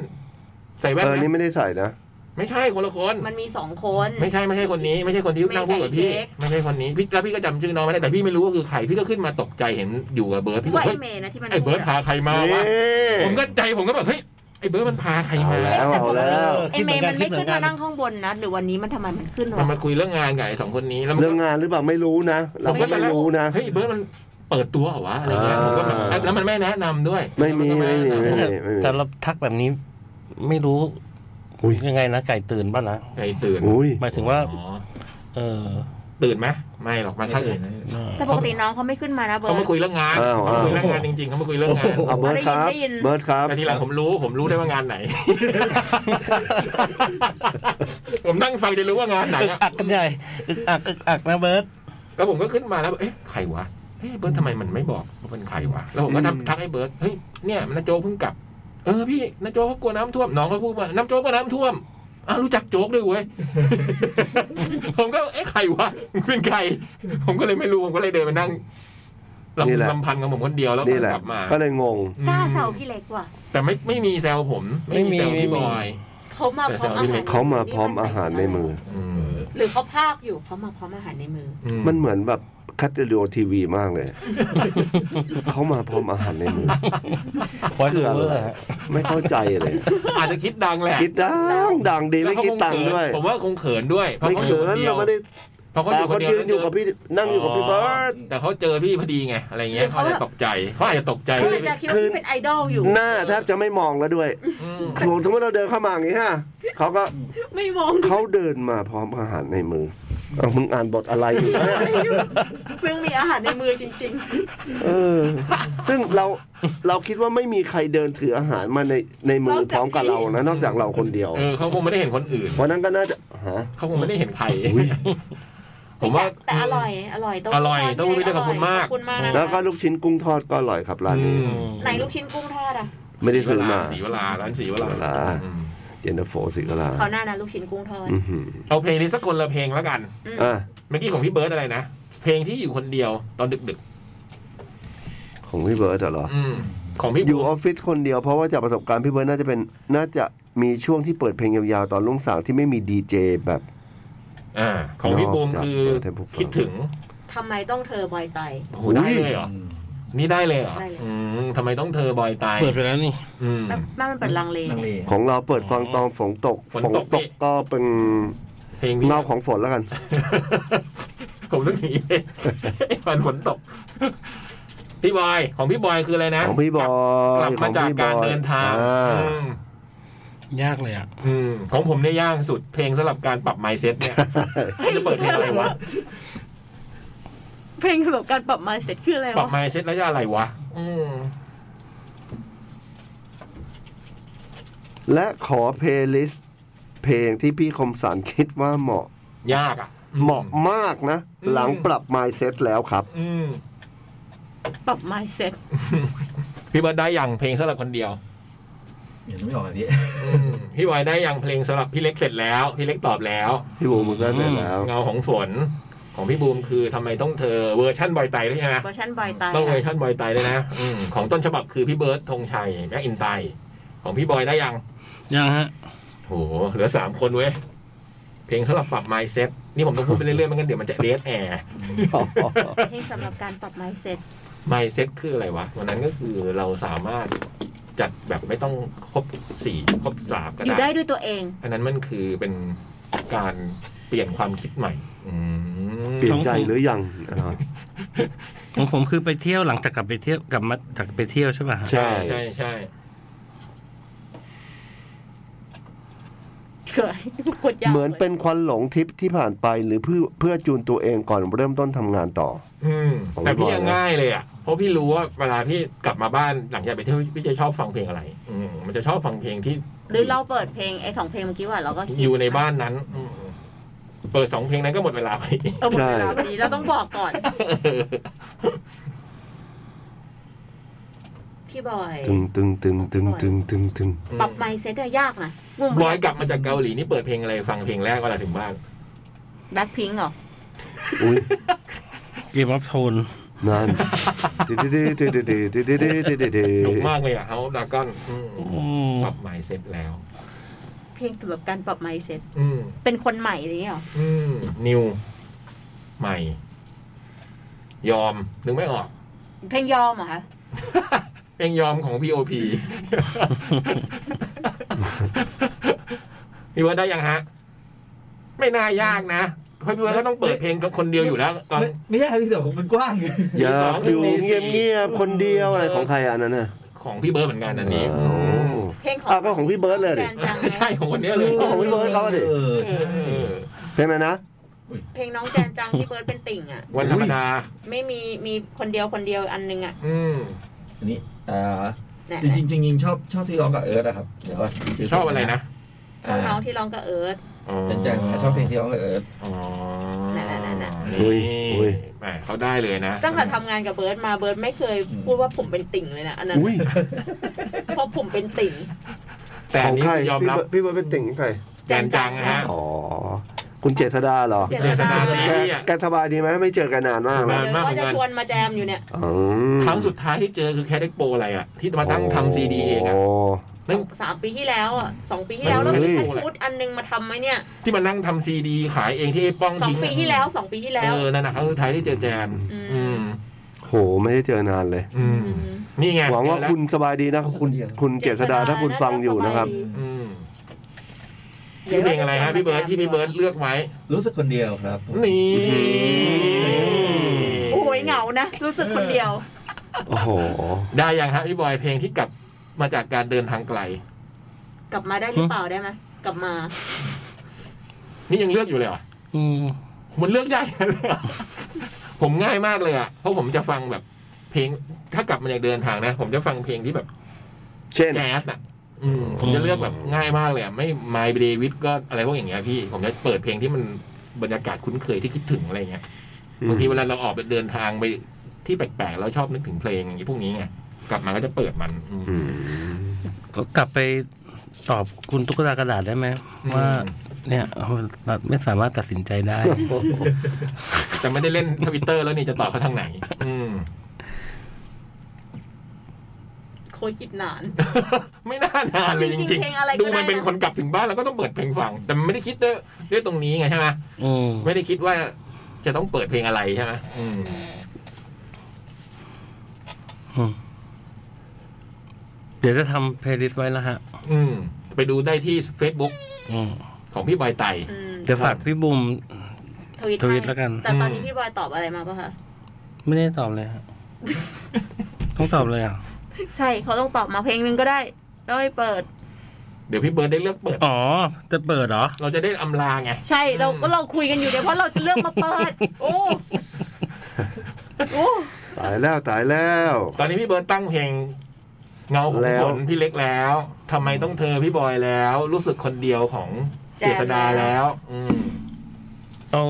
ใส่แว่น เออ ไหม นี่ไม่ได้ใส่นะ ไม่ใช่คนละคน มันมีสองคน ไม่ใช่ไม่ใช่คนนี้ไม่ใช่คนที่นั่งพูดกับพี่ ไม่ใช่คนนี้พี่แล้วพี่ก็จำชื่อน้องไม่ได้แต่พี่ไม่รู้ว่าคือใครพี่ก็ขึ้นมาตกใจเห็นอยู่กับเบิร์ดพี่ก็ ว่าไอ เฮ้ย เมย์นะที่มัน ไอ้เบิร์ด พูดะ พาใครมาวะผมก็ใจผมก็แบบเฮ้ยไอ้เบิร์ดมันพาใคร เอา มา แล้วเอาแล้ว ออ ไอ คิดเห เม มือนกัย์มัน น คิ ไม่ ดเหมื ขึ้ อน นกั มาน นั่งข้างบนนะหรือวันนี้มันทำไมมันขึ้น มัน วะ มาคุยเรื่องงานกับไอ้สองคนนี้แล้วมัน เรื่ ก็ องงานหรือเปล่าไม่รู้นะ เรา ผมก็ ก็ ตอนแร ไม่ ก รู้นะ เฮ้ยเบิร์ดมันเปิดตัวเหรอวะอะไรเงี้ยผอ่ามก็แบบแล้วมันไม่แนะนำด้วย ไม่มี นก็แนะนำ ไม่มี แต่แต่เราทักแบบนี้ไม่รู้ อุ๊ย ยังไงนะไก่ตื่นป่ะนะ ใจตื่น อุ้ย หมายถึงว่า อ๋อ เออ ตื่นไหมไม่หรอกมัน ไม่ ทัก ตื่นนะ แต่ปกติน้องเขาไม่ขึ้นมานะเบิร์ เขา ด มาคุยเรื่องงาน อ้าว เขา อ้า มาคุยว เรื่องงานจริงๆเขามาคุยเรื่องงาน เอาเบิร์ดครับ ได้ยินได้ยิน เบิร์ดครับ แต่ทีหลังผมรู้ผมรู้ได้ว่างานไห *laughs* น ผมนั่งฟังจะรู้ว่างานไหน อึก อะ อักกันใหญ่อึกอักอึกอักนะเบิร์ต แล้วผมก็ขึ้นมาแล้วเอ๊ะใครวะเอ๊ะเบิร์ดทำไมมันไม่บอกว่าเป็นใครวะแล้วผมก็ทักทักไอ้เบิร์ดเฮ้ยเนี่ยนาโจเพิ่งกลับ เออพี่นาโจเขากลัวน้ำท่วมน้องเขาพูดว่าน้ำโจกก็น้ำท่วมอ้าวรู้จักโจ๊กด้วยเว้ย *laughs* ผมก็เอ๊ะใครวะมึงเป็นใคร ผมก็เลยไม่รู้ผมก็เลยเดินไปนั่งลำพึงลำพันกับผมคนเดียวแล้วก็ นี่แหละ กลับมา ก็เลยงง กล้าแซวพี่เล็กว่ะ แต่ไม่ไม่มีแซวผม ไม่มีแซวพี่บอย เขามาพร้อมอาหาร เขามาพร้อมอาหารในมือ อืม หรือเขาพากอยู่เขามาพร้อมอาหารในมือ อื มันเหมือนแบบคัตเตอร์โอทีวีมาก *laughs* เลย เขามาพร้อมอาหารในมือ พอยเวอร์ฮะ ไม่เข้าใจเลย อาจจะคิดดังแหละ คิดดังดังดี แล้ ไม่ วเขา คิด คง ตัง เขิ ค์ น ด้วย ผมว่าคงเขินด้วยเพราะ ไม่ เขาอยู่คนเขินเดียวเราไม่ได้ เพราะเขาอ ตา ยู่ค เขา นเดียว ยืนอยู่กับพี่นั่งอยู่กับพี่เบิร์ด แต่เขาเจอพี่พอดีไงอะไรเงี้ย คือ เขา เขา อาจจะตกใจเขาอาจจะตกใจ คือจะคิดว่าพี่เป็นไอดอลอยู่ หน้าแทบจะไม่มองแล้วด้วย อืม สมมติเราเดินเข้ามาอย่างนี้ฮะเขาก็ ไม่มอง เขาเดินมาพร้อมอาหารในมือเอามึงอ่านบทอะไรอยู่เนี่ย ซึ่งมีอาหารในมือจริง เออ ซึ่งเราเราคิดว่าไม่มีใครเดินถืออาหารมาในในมือพร้อมกับเรานะ นอกจากเราคนเดียว เออเขาคงไม่ได้เห็นคนอื่น วันนั้นก็น่าจะฮะ เขาคงไม่ได้เห็นใคร อุ๊ย ผม ๆ แต่ ว่า แต่อร่อย อร่อยต้อง อร่อยเต้าหู้พี่เล็กขอบคุณมาก ขอบคุณมากนะ แล้วก็ลูกชิ้นกุ้งทอดก็อร่อยครับร้านนี้ อืม ไหนลูกชิ้นกุ้งทอดอ่ะ ไม่ได้ซื้อมา สีวลาร้านสีวลา สีวลา อืม เย็นตาโฟสิกะลา เขาวหน้านะลูกชิ้นกุ้งทอด อื้อหือ เอาเพลงนี้สักคนละเพลงแล้วกัน อืม อ่ะ เมื่อกี้ของพี่เบิร์ดอะไรนะเพลงที่อยู่คนเดียวตอนดึก ของพี่เบิร์ดเหรอ ๆอืมของพี่ อยู่ บุ๊ อ ค อฟฟิศคนเดียวเพราะว่าจากประสบการณ์พี่เบิร์ดน่าจะเป็นน่าจะมีช่วงที่เปิดเพลงยาวๆ ตอนรุ่งสางที่ไม่มีดีเจแบบ อ่าของพี่บูมคือ เดี๋ยวให้ผมฟัง คิดถึง ทำไมต้องเธอบอยไต โอ้โหได้เลยเหรอ นี่ได้เลยเหรอ ได้เลย อืมทำไมต้องเธอบอยตาย เปิดไปแล้วนี่ อืม แม่แม่มันเป็นลังเล ลังเล ของเราเปิดฟังตอนฝนตก ฝนตก ก็เป็น เพลงพี่ เงาของฝนแล้วกัน *laughs* ผมต้องหนีเลยมันฝนตก พี่บอย ของพี่บอยคืออะไรนะ ของพี่บอย กลับ ข มา อง จาก พี่บ การ อย เดินทาง อ่า อืม ยากเลยอ่ะ อืมของผมเนี่ยยากสุด เพลงสำหรับการปรับไมเซ็ตเนี่ยจะเปิดเพลงอะไรวะ เพลงสำหรับการปรับมาเสร็จคืออะไร ปรับ วะ ไมเซ็ตแล้วจะอะไรวะ อืม และขอเพลย์ลิสต์เพลงที่พี่คมสารคิดว่าเหมาะ ยากอ่ะ เหมาะมากนะ อืม หลังปรับ mindset แล้วครับ อืม ปรับมาเสร็จ พี่บอยได้ยังเพลงสำหรับคนเดียว เดี๋ยวนึกไม่ออกแบบนี้ อืมพี่บอยได้ยังเพลงสำหรับพี่เล็กเสร็จแล้ว พี่เล็กตอบแล้ว พี่บูมก็เสร็จแล้ว เงาของฝนของพี่บูมคือทำไมต้องเธอเวอร์ชั่นบอยไตด้วยใช่ไหม เวอร์ชันบอยไต ต้องเวอ อะ ร์ชั่นบอยไตด้วยนะอืมของต้นฉบับคือพี่เบิร์ดธงชัยแม็กอินไตของพี่บอยได้ยัง ยังฮะ โหเหลือสามคนเว้ยเพลงสำหรับปรับไมเซ็ตนี่ผมต้องพูดไปเรื่อยๆไม่งั้นเดี๋ยวมันจะเดทแอร์ เพลงสำหรับการปรับมาเสร็จ ไมเซ็ตคืออะไรวะวันนั้นก็คือเราสามารถจัดแบบไม่ต้องครบสี่ครบสามก็ อยู่ได้ ได้ ด้วยตัวเอง อันนั้นมันคือเป็นการเปลี่ยนความคิดใหม่ อืม เปลี่ยนใจหรือยังอ่า ของผมคือไปเที่ยวหลังจากกลับไปเที่ยวกลับมาจากไปเที่ยวใช่ป่ะฮะ ใช่ ใช่ใช่ เกิดกดยาว เหมือนเป็นควันหลงทริปที่ผ่านไปหรือเพื่อเพื่อจูนตัวเองก่อนเริ่มต้นทำงานต่อ อืม ของ แต่พี่ พี่บอย ยัง นะ ง่ายเลยอ่ะเพราะพี่รู้ว่าเวลาพี่กลับมาบ้านหลังจากไปเที่ยวพี่จะชอบฟังเพลงอะไร อืมมันจะชอบฟังเพลงที่ หรือเราเปิดเพลงไอ้สองเพลงเมื่อกี้ว่าเราก็คิด อยู่ในบ้านนั้นอืมเปิดสองเพลงนั้นก็หมดเวลาไป เออหมดเวลาพอดีเราต้องบอกก่อน พี่บอย ตึงตึงตึงตึงตึงตึงตึง ปรับไมเซ็ตยากนะงง บอยกลับมาจากเกาหลีนี่เปิดเพลงอะไรฟังเพลงแรกเวลาถึงบ้าน แบ็คพิงเหรอ อุ้ย เกมออฟโทน นั่นดีดีดีดีดีดีดีดีดีดี ดุมากเลยอะเฮาดากอนปรับใหม่เสร็จแล้ว เพลงเกี่ยวกับการปรับไมเซ็ต อืม เป็นคนใหม่อะไรอย่างเงี้ยเหรอ อืม นิว ใหม่ ยอม นึกไม่ออก เพลงยอมเหรอคะ เพลงยอมของ *laughs* P.O.P. พี่ว่าได้ยังฮะ ไม่น่ายากนะเพราะพี่ว่าก็ต้องเปิดเพลงกับคนเดียวอยู่แล้วตอน ไม่ไม่ใช่พี่เต๋อผมมันกว้างอยู่ อย่าอยู่เงียบเงียบๆคนเดียวอะไรของใครอันนั้นน่ะ ของพี่เบิร์ดเหมือนกันอันนี้ อ้าว เพลงของ อ่ะก็ของพี่เบิร์ดเลยดิ แฟนจัง ใช่ของคนเนี้ยเลย ของพี่เบิร์ดเขาอะดิ เออ เอ ใช่ อ ใช่ไหมนะ เพลงน้องแจนจังพี่เบิร์ดเป็นติ่งอ่ะ วันธรรมดา ไม่มีมีคนเดียวคนเดียวอันนึงอ่ะ อืม อันนี้แต่ เนี่ย จริงๆจริงๆชอบชอบที่ร้องกับเอิร์ธนะครับเดี๋ยวว่า ชอบอะไรนะ ชอบน้องที่ร้องกับเอิร์ธ อ๋อ เป็นแจงนะชอบเพลงที่ร้องกับเอิร์ธ อ๋อ นั่นๆๆ อุ้ อุ้ ย ย อุ้ อุ้ ย ยแหมเขาได้เลยนะ ตั้งแต่ทำงานกับเบิร์ดมาเบิร์ดไม่เคยพูดว่าผมเป็นติ่งเลยนะอันนั้น อุ้ย เพราะผมเป็นติ่ง แต่ ข อั อน ง นี้ ใคร ยอมรับ พี่เบิร์ดพี่เบิร์ดเป็นติ่งของใคร แจนจังนะฮะ อ๋อ คุณเจษดาเหรอ เจ เจษดาซีรีส์อะ แการสบายดีไหมไม่เจอกันนานมากนะ นานมากเหมื ว่า อนกัน จะชวนมาแจมอยู่เนี่ย อืม ครั้งสุดท้ายที่เจอคือแคดเอ็กโปอะไรอ่ะ ที่มาตั้งทำซีดีเองอ่ะ โ นั่น สามปีที่แล้วอ่ะสองปีที่แล้วแล้วมี เฮ้ แพ ย ทฟูดอันนึงมาทำไหมเนี่ย ที่มานั่งทำซีดีขายเองที่ไอ้ป้อง สอง ทิ้ง ปี อะ ที่แล้วสองปีที่แล้ว เออนั่นนะครั้งสุดท้ายที่เจอแจน อืม อืม โห ไม่ได้เจอนานเลย อืม นี่ไง หวังว่า เจอแล้ คุณสบายดีนะคุณคุณเจษดาถ้าคุณฟังอยู่นะครับ อืมชื่อเพลงอะไรฮะพี่เบิร์ดที่พี่เบิร์ดเลือกไว้ รู้สึกคนเดียวครับผม นี่ โอ้ยเหงานะ รู้สึกคนเดียว โอ้โห ได้ยังฮะพี่บอยเพลงที่กลับมาจากการเดินทางไกล กลับมาได้หรือเปล่าได้ไหมกลับมา นี่ยังเลือกอยู่เลยเหรอ่ะ อืม มันเลือกยากเลยเหรอ *laughs* ผมง่ายมากเลยอ่ะ เพราะผมจะฟังแบบ เพลงถ้ากลับมาจากเดินทางนะ ผมจะฟังเพลงที่แบบ เช่น แจ๊สอ่ะอืมผมจะเลือกแบบง่ายมากเลยอ่ะไม่ My d a v i d ก็อะไรพวกอย่างเงี้ยพี่ ผมจะเปิดเพลงที่มันบรรยากาศคุ้นเคยที่คิดถึงอะไรเงี้ยบางทีเวลาเราออกไปเดินทางไปที่แปลกๆเราชอบนึกถึงเพลงอย่างนี้พวกนี้ไงกลับมาก็จะเปิดมันอืม อืม ก็กลับไปตอบคุณตุ๊กตากระดาษได้ไหมว่า เนี่ยเราไม่สามารถตัดสินใจได้ แต่ไม่ได้เล่นทวิตเตอร์แล้วนี่จะตอบเขาทางไหน อืม โคยคิดนาน ไม่ *laughs* น่านานเลยจ จริ ริงงๆเพลงอะไรก็ ๆ ดูมัน ได้นะ เป็นคนกลับถึงบ้านแล้วก็ต้องเปิดเพลงฟัง แต่มันไม่ได้คิดด้วยด้วยตรงนี้ไงใช่ไหม อืม ไม่ได้คิดว่าจะต้องเปิดเพลงอะไรใช่ไหมอืม อืมเดี๋ยวจะทำเพลย์ลิสต์ไว้แล้วฮะ อืม ไปดูได้ที่ Facebook อืม ของพี่บอยไต อืม เดี๋ยวฝากพี่บุ๋ม ทวิต ทวิต ให้ แล้วกัน แต่ตอนนี้ อืม พี่บอยตอบอะไรมาปะคะ ไม่ได้ตอบ *laughs* เลยฮะ ต้องตอบเลยอ่ะ ใช่เขาต้องตอบมาเพลงหนึงก็ได้แล้วไปเปิด เดี๋ยวพี่เบิร์ดได้เลือกเปิด อ๋อ จะเปิดเหรอ เราจะได้อำลาไง ใช่เรา อืม ก็เราคุยกันอยู่เนี่ยเพราะเราจะเลือกมาเปิด โอ้โอ้ ตายแล้วตายแล้ว ตอนนี้พี่เบิร์ดตั้งเพลงเงาของ แล้ว ฝนพี่เล็กแล้วทำไมต้องเธอพี่บอยแล้ว รู้สึกคนเดียวของเจษดาแล้ว อืม เอา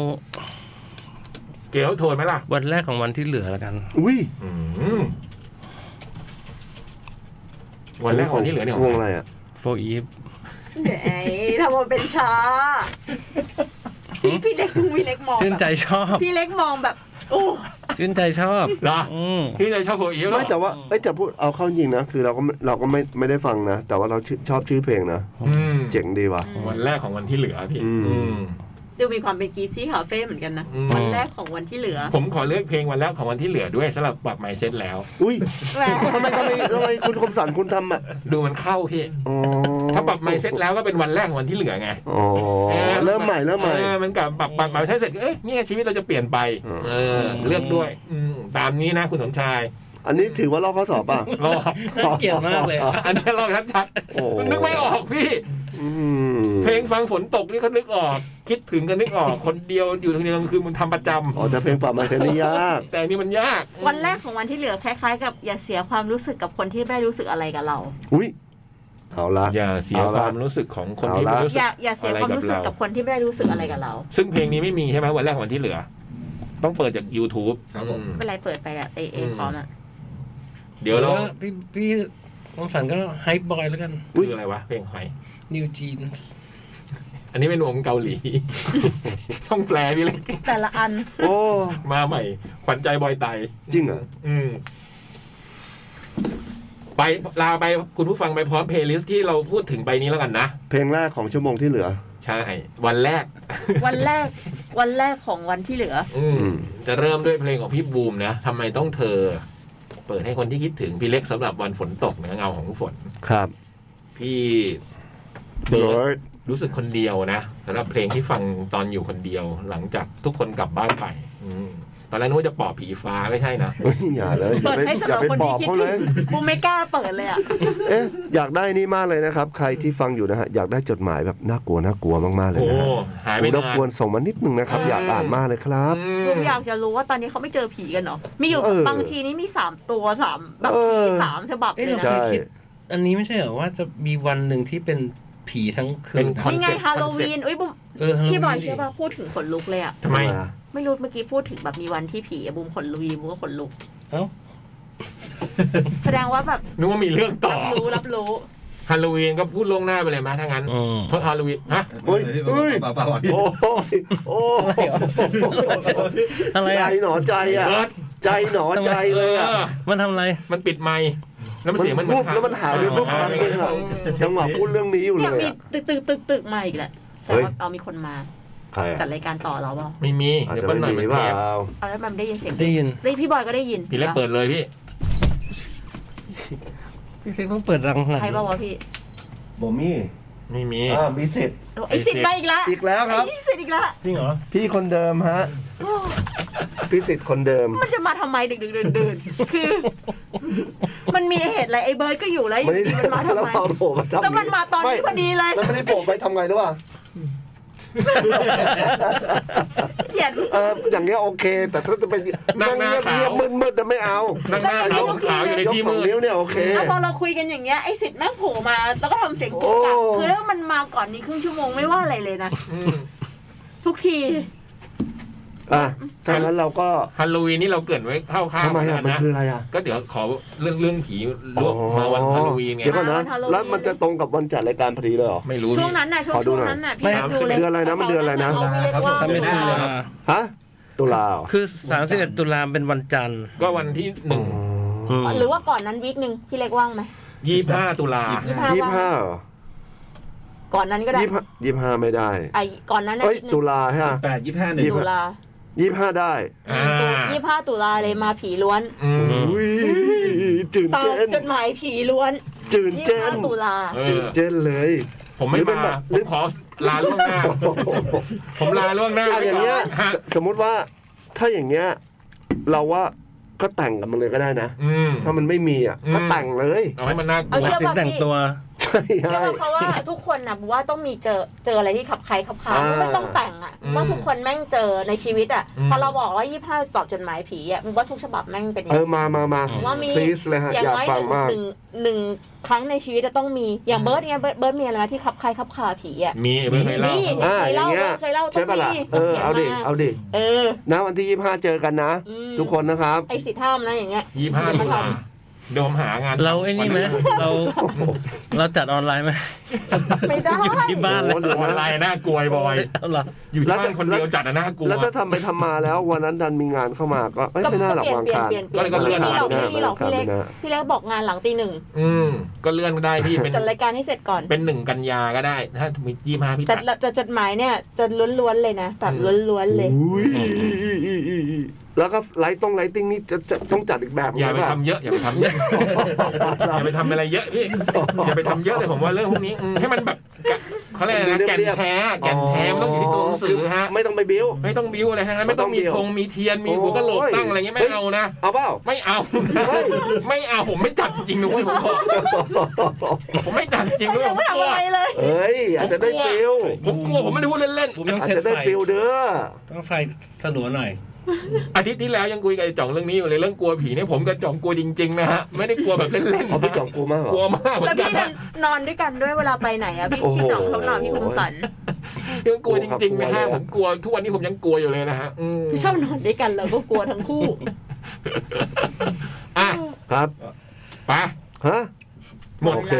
เกลียวโทนไหมล่ะ วันแรกของวันที่เหลือแล้วกัน อุ้ย อืมวันแรกวันที่เหลือเนี่ยข ว อง ง อะไรอ่ะ โฟอีฟ ไหนทำมาเป็นช้าพี่เล็กพี่เล็กมอง ชื่น แบบ ใจชอบ พี่เล็กมองแบบ โอ้ ชื่นใจชอบ เหรอ อืม พี่จะชอบโฟอีฟเหรอ ไม่แต่ว่าเอ้ยแต่พูดเอาเข้าจริงนะ คือเราก็ไม่เราก็ไม่ไม่ได้ฟังนะ แต่ว่าเราชื่นชอบชื่อเพลงนะ อืม เจ๋งดีว่ะ วันแรกของวันที่เหลือพี่ อืม อืม ดูมีความเป็นกีซี่คาเฟ่เหมือนกันนะ อืม วันแรกของวันที่เหลือ ผมขอเลือกเพลงวันแรกของวันที่เหลือด้วยสำหรับปรับไมเซ็ตแล้ว อุ้ย แหม ทำไมทำไมทำไมคุณคมสันคุณทำอ่ะ ดูมันเข้าพี่ อ๋อ ถ้าปรับไมเซ็ตแล้วก็เป็นวันแรกของวันที่เหลือไง อ๋อ ออน เริ่มใหม่เริ่มใหม่ ออมันกลับปรับปรับไมเซ็ตเสร็จเอ้ยเนี่ยชีวิตเราจะเปลี่ยนไป อืม เออ เลือกด้วย อืมตามนี้นะคุณสมชาย อันนี้ถือว่าลอกข้อสอบป่ะ รอบ น่าเกลียดมากเลยอะ อันนี้รอบชัด โอ้ ๆมันนึกไม่ออกพี่ อืม เพลงฟังฝนตกนี่เขานึกออก คิดถึงกันนึกออก คนเดียวอยู่คนเดียวกลางคือมันทำประจำ อ๋อแต่เพลงปรับใหม่เพลงนี้ยาก แต่อันนี่มันยาก วันแรกของวันที่เหลือคล้าย ๆ กับอย่าเสียความรู้สึกกับคนที่ไม่รู้สึกอะไรกับเรา อุ้ยเอาละ อย่าเสีย เอา ค ละ วามรู้สึกของคน เอา ที่ ละ ไม่รู้ อ สึก ย่าอย่าเสียความรู้สึกกับคนที่ไม่ได้รู้สึกอะไรกับเรา ซึ่งเพลงนี้ไม่มีใช่ไหมวันแรกวันที่เหลือ ต้องเปิดจาก YouTube ครับผม อืม เวลาเปิดไปอะเอเอพร้อมอะ เดี๋ยวเรา แล้พี่พี่น้องสันก็ไฮบอยแล้วกัน คืออะไรวะเพลงหอย New Jeans อันนี้เป็นวงเกาหลี ต้องแปลพี่เล็ก แต่ละอัน โอ้ มาใหม่ ขวัญใจบอยไต จริงเหรอ อืม ไปลาไปคุณผู้ฟังไปพร้อมเพลย์ลิสต์ที่เราพูดถึงไปนี้แล้วกันนะ เพลงแรกของชั่วโมงที่เหลือ ใช่ วันแรก วันแรก วันแรกของวันที่เหลือ อืม อืม จะเริ่มด้วยเพลงของพี่บูมนะทำไมต้องเธอ เปิดให้คนที่คิดถึงพี่เล็กสำหรับวันฝนตกนะเงาของฝน ครับ พี่ เบิ เบิร์ด ร์ด รู้สึกคนเดียวนะสำหรับเพลงที่ฟังตอนอยู่คนเดียว หลังจากทุกคนกลับบ้านไป อืมตอนแรกนึกว่าจะปอบผีฟ้าไม่ใช่นะ อย่าเลยอย่า เปิด ไป ให้อสำห ย่า รับ ไป คน บ ที่ อก คิด เขาเล ถึ ย งกูไม่กล้าเปิดเลยอ่ะ เอ๊ะอยากได้นี่มากเลยนะครับ ใครที่ฟังอยู่นะฮะ อยากได้จดหมายแบบน่ากลัวน่ากลัวมากๆเลย โอ้ นะฮะ หายไป รบ นาก วน น ส่งมานิดนึงนะครับ เออ อ อ ยากอ่านมากเลยครับ อื ผม มอยากจะรู้ว่าตอนนี้เขาไม่เจอผีกันเหรอ มีอยู่ เออบ างทีนี่มีสามตัวสามแบบ เออ ผีสามฉบับเล เอ้ย ย เราเคนะใช่ ยคิด อันนี้ไม่ใช่เหรอว่าจะมีวันหนึ่งที่เป็นผีทั้งคื เป็น น คอน นี่ไง เซ็ปต์ ฮาโลวีนอุ้ยบุม เออ Halloween พี่บอยเชื่อป่ะพูดถึงขนลุกเลยอ่ะ ทำไม ไม่รู้เมื่อกี้พูดถึงแบบมีวันที่ผีอะบุมขนลุยบุมก็ขนลุก เอ้า แสดงว่าแบบ นึกว่ามีเรื่องต่อ รับรู้รับรู้ ฮาโลวีนก็พูดล่วงหน้าไปเลยมั้ยถ้างั้น อืม เพราะฮาโลวีนฮะ เฮ้ยเฮ้ย ป่าป่าป่า โอ้ยโอ้ย อะไร ใจ อ่ะ หนอใจอ่ะ เบิร์ด ใจหนอใจ เอ เลย อ อะ มันทำอะไร มันปิดไมค์น้ำเสียงมันเหมือ ปุ๊ น บแล้วมันหายไปปุ๊บ อ่า มันไม่หายจังหวะพูดเรื่องนี้อยู่เล เนี่ยยมี อะ ตึกตึกตึกตึกมาอีกแหละแสดงว่า เฮ้ย เอามีคนมา ใครอะ จัดรายการต่อเราเปล่า ไม่มี อาจ เดี๋ยว จะ เปิ้ลหน่อไม่ยมันมีเป เท ล่า ป เอาแล้วมันได้ยินเสียง ได้ยิน ได้พี่บอยก็ได้ยิน พี่เล็กเปิดเลยพี่ พี่เซ็กต้องเปิดรังหลัง ใครบ้าวะพี่ บ่มี ไม่มี อ่ามีสิทธิ์ ไอ้สิทธิ์มาอีกละ อีกแล้วครับ ไอ้สิทธิ์อีกละ จริงเหรอ พี่คนเดิมฮะ โอ้ พี่สิทธิ์คนเดิม *laughs* มันจะมาทำไมดึกดึกเดินเดินคือ มันมีเหตุอะไรไอ้เบิร์ดก็อยู่แล้วอยู่ดีมันมาทำ แล้ว ไม พอโผล่มาทำ แล้วมันมาตอนนี้พอดีเลย แล้วไม่ได้โผล่ไปทำไงรู้ป่ะ เขียน เอออย่างเงี้ยโอเค แต่ถ้าจะเป็น นั่งหน้าขาว เงียบๆมืดๆจะไม่เอา นั่งหน้า ได้ ขาว ไม่ต้อง ขาวอยู่ใน ยก ที่ สอ มื ง ด นิ้วเนี่ยโอเค แล้วพอเราคุยกันอย่างเงี้ยไอ้สิทธิ์แม่งโผล่มา แล้วก็ทำเสียงกุกกัก โอ้ คือแล้วมันมาก่อนนี้ครึ่งชั่วโมงไม่ว่าอะไรเลยนะ อืม ทุกที อ่ะถ้างั้นเราก็ ฮาโลวีนนี่เราเกรินไว้คร่าว ทำไมอ่ะ ๆ มัน นะ คืออะไรอ่ะ ก็เดี๋ยวขอเรื่องเรื่องผีลวกมาวันฮาโลวีนไง เดี๋ยวก่อนนะแล้วมันจะตรงกับวันจัดรายการพอดีเลยเหรอ ไม่รู้ ช่ว พี่ งนั้นน่ะช่วง ขอดู ช่วง หน่อย นั้นน่ะ ไม่ พี่ดูเลย เดือนอะไรนะมันเดือนอะไรนะ เาปเรียกว่า ทำเป็นตุลา ฮะตุลาเหรอ คือสามสิบเอ็ดตุลาเป็นวันจันทร์ ก็วันที่หนึ่ง อืม หรือว่าก่อนนั้นวีคหนึ่งพี่เล็กว่างไหม ยี่สิบห้าตุลา ยี่สิบห้า ยี่สิบห้าเหรอ ก่อนนั้นก็ได้ ยี่สิบห้ายี่สิบห้าไม่ได้ ไอ้ก่อนนั้นน่ะ เอ้ย วีคห ตุ นึ่ง ลาฮะ แปดยี่ห้าหนึ่25งตุลา ยี่สิบห้าได้ อ่า ยี่สิบห้าตุลาเลยมาผีล้วน อืม อุ้ยจืด ตาม เจน จดหมายผีล้วน จืด ยี่ เจ สิบห้าน ตุลา เอ จื อ ดเจนเลย ผมไม่ หรือเป็น มา แบบ ผมขอลาล่วงหน้า ผมลาล่วงหน้า อะ ไว้ อย่าง ก่อ เงี้ย นฮะ *laughs* สมมุติว่าถ้าอย่างเงี้ยเราว่าก็แต่งกันมาเลยก็ได้นะ อืม ถ้ามันไม่มีอ่ะ อืม ก็แต่งเลย *laughs* เอาให้มันน่ากลั เอา ว เชือก ถึงแต่งตัว ใช่ ใช่ ใช่ ปะเพราะว่าทุกคนนะว่าต้องมีเจอเจออะไรที่ขับใครขับขา อ่า ไม่ต้องแต่งอ่ะ อืม ว่าทุกคนแม่งเจอในชีวิตอ่ะ อืม พอเราบอกว่ายี่ห้าตอบจดหมายผีอ่ะมึงว่าทุกฉบับแม่งเป็นอย่าง เออ นี้ มามามา ว่ามี please เลยฮะ อย่า องยาก น้อย ฟังมาก หนึ่งหนึ่งครั้งในชีวิตจะต้องมีอย่างเบิร์ดเนี่ยเบิร์ดเบิร์ดมีอะไรนะที่ขับใครขับขาผีอ่ะ มีเบอร์ใครเล่า นี่ อ่า เคย อย่าง เล่า เงี้ย เคยเล่าต้ ใช่ อง ปะล่ะ มี เออเอาดิเอาดิ เออ นะวันที่ยี่ห้าเจอกันนะ อืม ทุกคนนะครับ ไอสิทธิ์ห้ามนะอย่างเงี้ย ยี่สิบห้าตุลาเดี๋ยวผมหางาน เราไอ้นี่ไหมเราเราจัดออนไลน์ไหม ไม่ได้ อยู่ที่บ้านเลย โอ้โห ออนไลน์น่ากลัวไอ้บอย เอาเหรอ อยู่ที่บ้านคนเดียวจัดอะน่ากลัว แล้วถ้าทำไปทำมาแล้ววันนั้นดันมีงานเข้ามาก็เอ้ยไม่น่าหรอกวางคาน เปลี่ยนเปลี่ยน ก็เลยก็เปเลื่ ลี่ย อน น มา พี่เราไม่มีหรอก ไม่ได้ไม่ได้พี่เล็กพี่เล็กบอกงานหลังตีหนึ่ง อืม ก็เลื่อนก็ได้พี่เป็น จัดรายการให้เสร็จก่อน เป็นหนึ่งกันยาก็ได้ ถ้ามียี่ห้าพี่ แต่ จัด แต่จดหมายเนี่ยจะล้วนๆเลยนะแบบ อืม ล้วนๆเลย อุ้ยแล้วก็ไลท์ต้องไลติ้งนี่จะจะต้องจัดอีกแบบ อย่าไป ห ทำ นึ่ง เยอะอย่าไปทำเยอะ อย่าไปทำอะไรเยอะพี่อย่าไปทำเยอะเลยผมว่าเรื่องพวกนี้อืมให้มันแบบเขาเรียกอะไรนะแก่นแท้แก่นแท้มันต้องอยู่ที่ตัวหนังสือฮะ ไม่ต้องไปบิ้ว ไม่ต้องบิ้วอะไรทั้งนั้นไม่ต้องมีธงมีเทียนมีหัวกะโหลกตั้งอะไรเงี้ยไม่เอานะ เอาเปล่า ไม่เอา ไม่เอาผมไม่จัดจริงๆนะเว้ยผม *laughs* บอกผมไม่จัดจริงด้วย ยั ผ ง ม ไม่ กลั ทำ ว อะไรเลย เอ้ยอาจจะได้ฟิล ผมกลัวผมไม่ได้พูดเล่น ผมต้อง อาจ เซ็ต จะได้ ไฟ ฟิลเด้อ ต้องไฟสลัวหน่อย ๆอาทิตย์ที่แล้วยังคุยกับไอ้จ่องเรื่องนี้อยู่เลยเรื่องกลัวผีเนี่ยผมกับจ่องกลัวจริงๆนะฮะไม่ได้กลัวแบบเล่นๆ เอา นะ พี่จ่องกูมากเหรอ กลัวมากเหมือ แล้ว นกั พี่ น ดั นะ นนอนด้วยกันด้วยเวลาไปไหนอะพี่ โอ้โห พี่จ่องเขานอนพี่คุณสัน ยังกลัวจริงๆนะฮะผมกลัวทุกวันนี้ผมยังกลัวอยู่เลยนะฮะอืม พี่ชอบนอนด้วยกันเราก็กลัวทั้งคู่ อ่ะ ครับ ไป ฮะ หมด โอเค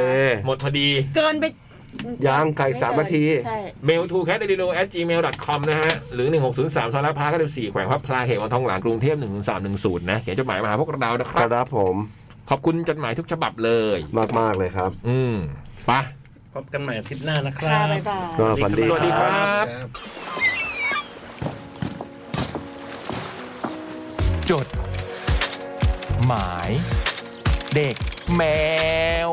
หมดพอดี เกินไป ยางไก่สามนาที ใช่ mail to cat radio at gmail com นะฮะ หรือ 1603ซอยลาดพร้าว94แขวงพระพลาเขตวังทองหลางกรุงเทพ10310 นะ เขียนจดหมายมาหาพวกเรานะค ก รับ ระดับผม ขอบคุณจดหมายทุกฉบับเลย มาก ๆ เลยครับ อืมไปะ พบกันใหม่อาทิตย์หน้านะครั ค่ะ บ บ๊ายบาย ก็ฝันสวัสดีครับดีจด หมาย เด็กแมว